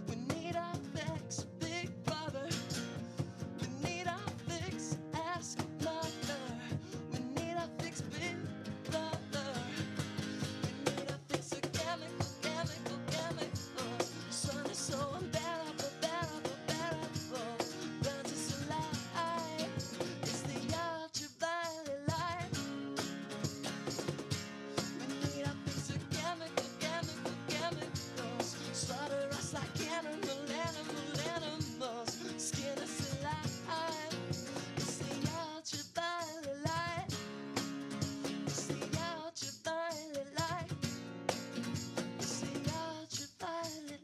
Speaker 10: We need our fix, Big Brother. We need our fix, Ask Mother. We need our fix, Big Brother. We need our fix of chemical, chemical, chemical. Sun is so unbearable, bearable, bearable. Burns us alive. It's the ultraviolet light. We need our fix of chemical, chemical, chemicals. Slaughter us like animal, animal, animals. Skin us alive. It's the ultraviolet light. It's the ultraviolet light. It's the ultraviolet light.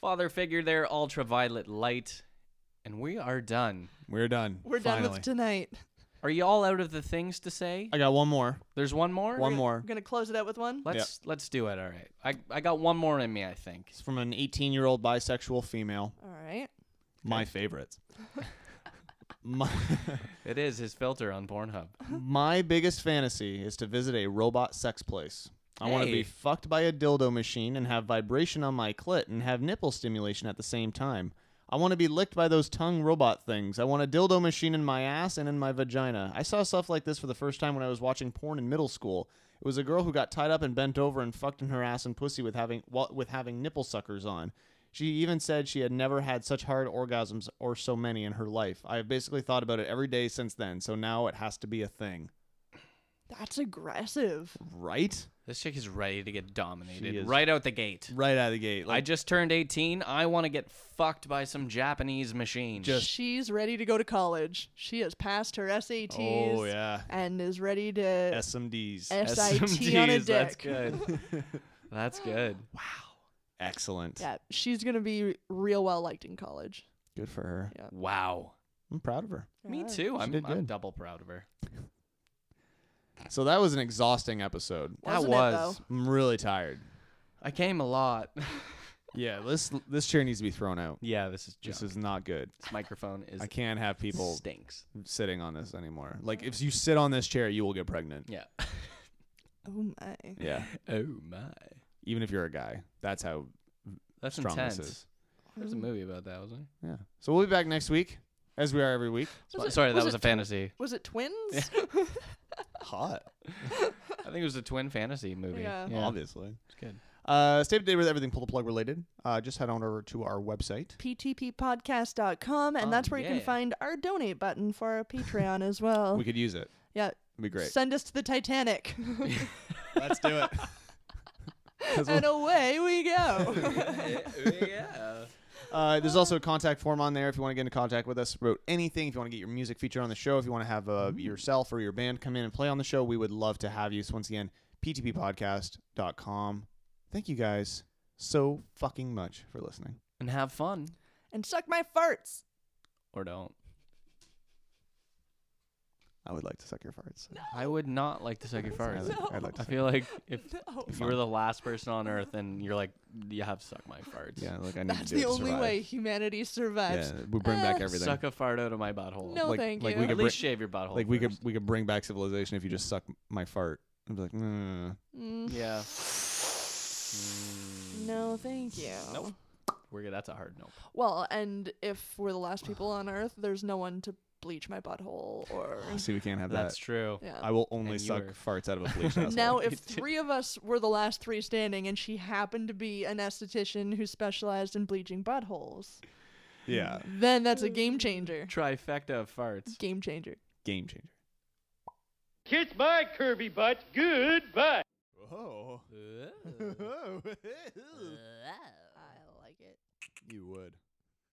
Speaker 5: Father figure there, ultraviolet light, and we are done.
Speaker 4: We're done.
Speaker 3: We're done
Speaker 4: Finally.
Speaker 3: with tonight.
Speaker 5: Are you all out of the things to say?
Speaker 4: I got one more.
Speaker 5: There's one more.
Speaker 4: One more.
Speaker 3: We're gonna close it out with one.
Speaker 5: Let's let's do it. All right. I I got one more in me. I think.
Speaker 4: It's from an 18 year old bisexual female.
Speaker 3: All right.
Speaker 4: My favorite. my,
Speaker 5: It is his filter on Pornhub.
Speaker 4: my biggest fantasy is to visit a robot sex place. I want to
Speaker 5: Hey.
Speaker 4: be fucked by a dildo machine and have vibration on my clit and have nipple stimulation at the same time. I want to be licked by those tongue robot things. I want a dildo machine in my ass and in my vagina. I saw stuff like this for the first time when I was watching porn in middle school. It was a girl who got tied up and bent over and fucked in her ass and pussy with having wa- with having nipple suckers on. She even said she had never had such hard orgasms or so many in her life. I have basically thought about it every day since then, so now it has to be a thing.
Speaker 3: That's aggressive.
Speaker 4: Right?
Speaker 5: This chick is ready to get dominated
Speaker 4: is.
Speaker 5: right out the gate.
Speaker 4: Right out of the gate.
Speaker 5: I just turned 18. I want to get fucked by some Japanese machine.
Speaker 3: She's ready to go to college. She has passed her SATs
Speaker 4: Oh yeah.
Speaker 3: and is ready to
Speaker 4: SMDs.
Speaker 3: SIT on a
Speaker 5: SMDs, That's
Speaker 3: dick.
Speaker 5: good. that's good.
Speaker 4: Excellent.
Speaker 3: Yeah, she's gonna be real well liked in college.
Speaker 4: Good for her.
Speaker 3: Yeah.
Speaker 5: Wow.
Speaker 4: I'm proud of her.
Speaker 5: Me
Speaker 3: Yeah.
Speaker 5: too. I'm,
Speaker 4: did
Speaker 5: I'm
Speaker 4: good.
Speaker 5: double proud of her.
Speaker 4: So that was an exhausting episode.
Speaker 3: Wasn't it, though?
Speaker 4: I'm really tired.
Speaker 5: I came a lot.
Speaker 4: Yeah, this this chair needs to be thrown out.
Speaker 5: yeah, this is
Speaker 4: This is not good.
Speaker 5: This microphone is
Speaker 4: I can't have people
Speaker 5: stinks.
Speaker 4: sitting on this anymore. Like if you sit on this chair, you will get pregnant.
Speaker 5: Yeah.
Speaker 3: Oh my.
Speaker 4: Yeah.
Speaker 5: Oh my.
Speaker 4: Even if you're a guy. That's how
Speaker 5: That's
Speaker 4: strong
Speaker 5: intense.
Speaker 4: this is.
Speaker 5: There's a movie about that, wasn't
Speaker 4: Yeah. So we'll be back next week as we are every week.
Speaker 5: there?
Speaker 3: Was it-
Speaker 5: Sorry, that
Speaker 3: was
Speaker 5: was
Speaker 3: it
Speaker 5: a fantasy.
Speaker 3: Was it twins?
Speaker 4: Hot.
Speaker 5: I think it was a twin fantasy movie.
Speaker 3: Yeah.
Speaker 4: Obviously.
Speaker 5: It's good.
Speaker 4: Uh, stay up to date with everything pull the plug related. Uh, just head on over to our website.
Speaker 3: ptppodcast.com and
Speaker 5: Oh,
Speaker 3: that's where you
Speaker 5: yeah.
Speaker 3: can find our donate button for our Patreon as well.
Speaker 4: We could use it.
Speaker 3: yeah,
Speaker 4: It'd be great.
Speaker 3: send us to the Titanic.
Speaker 4: Let's do it.
Speaker 3: and away we go.
Speaker 5: yeah.
Speaker 4: Uh, there's also a contact form on there if you want to get into contact with us about anything. If you want to get your music featured on the show, if you want to have
Speaker 5: Mm-hmm.
Speaker 4: uh, yourself or your band come in and play on the show, we would love to have you. So once again, ptppodcast.com. Thank you guys so fucking much for listening.
Speaker 5: And have fun
Speaker 3: and suck my farts.
Speaker 5: or don't.
Speaker 4: I would like to suck your farts.
Speaker 5: I would not like to suck your
Speaker 4: I'd,
Speaker 5: farts.
Speaker 4: like- I'd like to.
Speaker 5: I
Speaker 4: Suck.
Speaker 5: feel like if
Speaker 3: No.
Speaker 5: if you were the last person on earth and you're like, you have sucked my farts.
Speaker 4: Yeah, like I need
Speaker 3: That's
Speaker 4: to do
Speaker 3: the
Speaker 4: it to
Speaker 3: only
Speaker 4: survive.
Speaker 3: way humanity survives.
Speaker 4: Yeah, we bring back
Speaker 3: Ah,
Speaker 4: everything.
Speaker 5: Suck a fart out of my butthole.
Speaker 3: No,
Speaker 4: like,
Speaker 3: thank
Speaker 4: like
Speaker 3: you.
Speaker 4: we
Speaker 5: At
Speaker 4: could
Speaker 5: least
Speaker 4: bri-
Speaker 5: shave your butthole.
Speaker 4: like we could
Speaker 5: first.
Speaker 4: we could bring back civilization if you just suck my fart. I'd be like, no, no, no, no.
Speaker 3: Mm,
Speaker 5: Yeah.
Speaker 3: no, thank you.
Speaker 5: Nope. We're good. That's a hard nope.
Speaker 3: Well, and if we're the last people on Earth, there's no one to bleach my butthole or.
Speaker 4: See, we can't have
Speaker 5: That's
Speaker 4: that.
Speaker 5: true.
Speaker 3: Yeah.
Speaker 4: I will only
Speaker 5: And you
Speaker 4: suck
Speaker 5: were-
Speaker 4: farts out of a bleach asshole.
Speaker 3: Now, if three of us were the last three standing and she happened to be an esthetician who specialized in bleaching buttholes,
Speaker 4: yeah,
Speaker 3: then that's a game changer.
Speaker 5: Trifecta of farts.
Speaker 3: Game changer.
Speaker 4: game changer.
Speaker 5: Oh.
Speaker 11: Kiss my curvy butt. Goodbye.
Speaker 4: Whoa.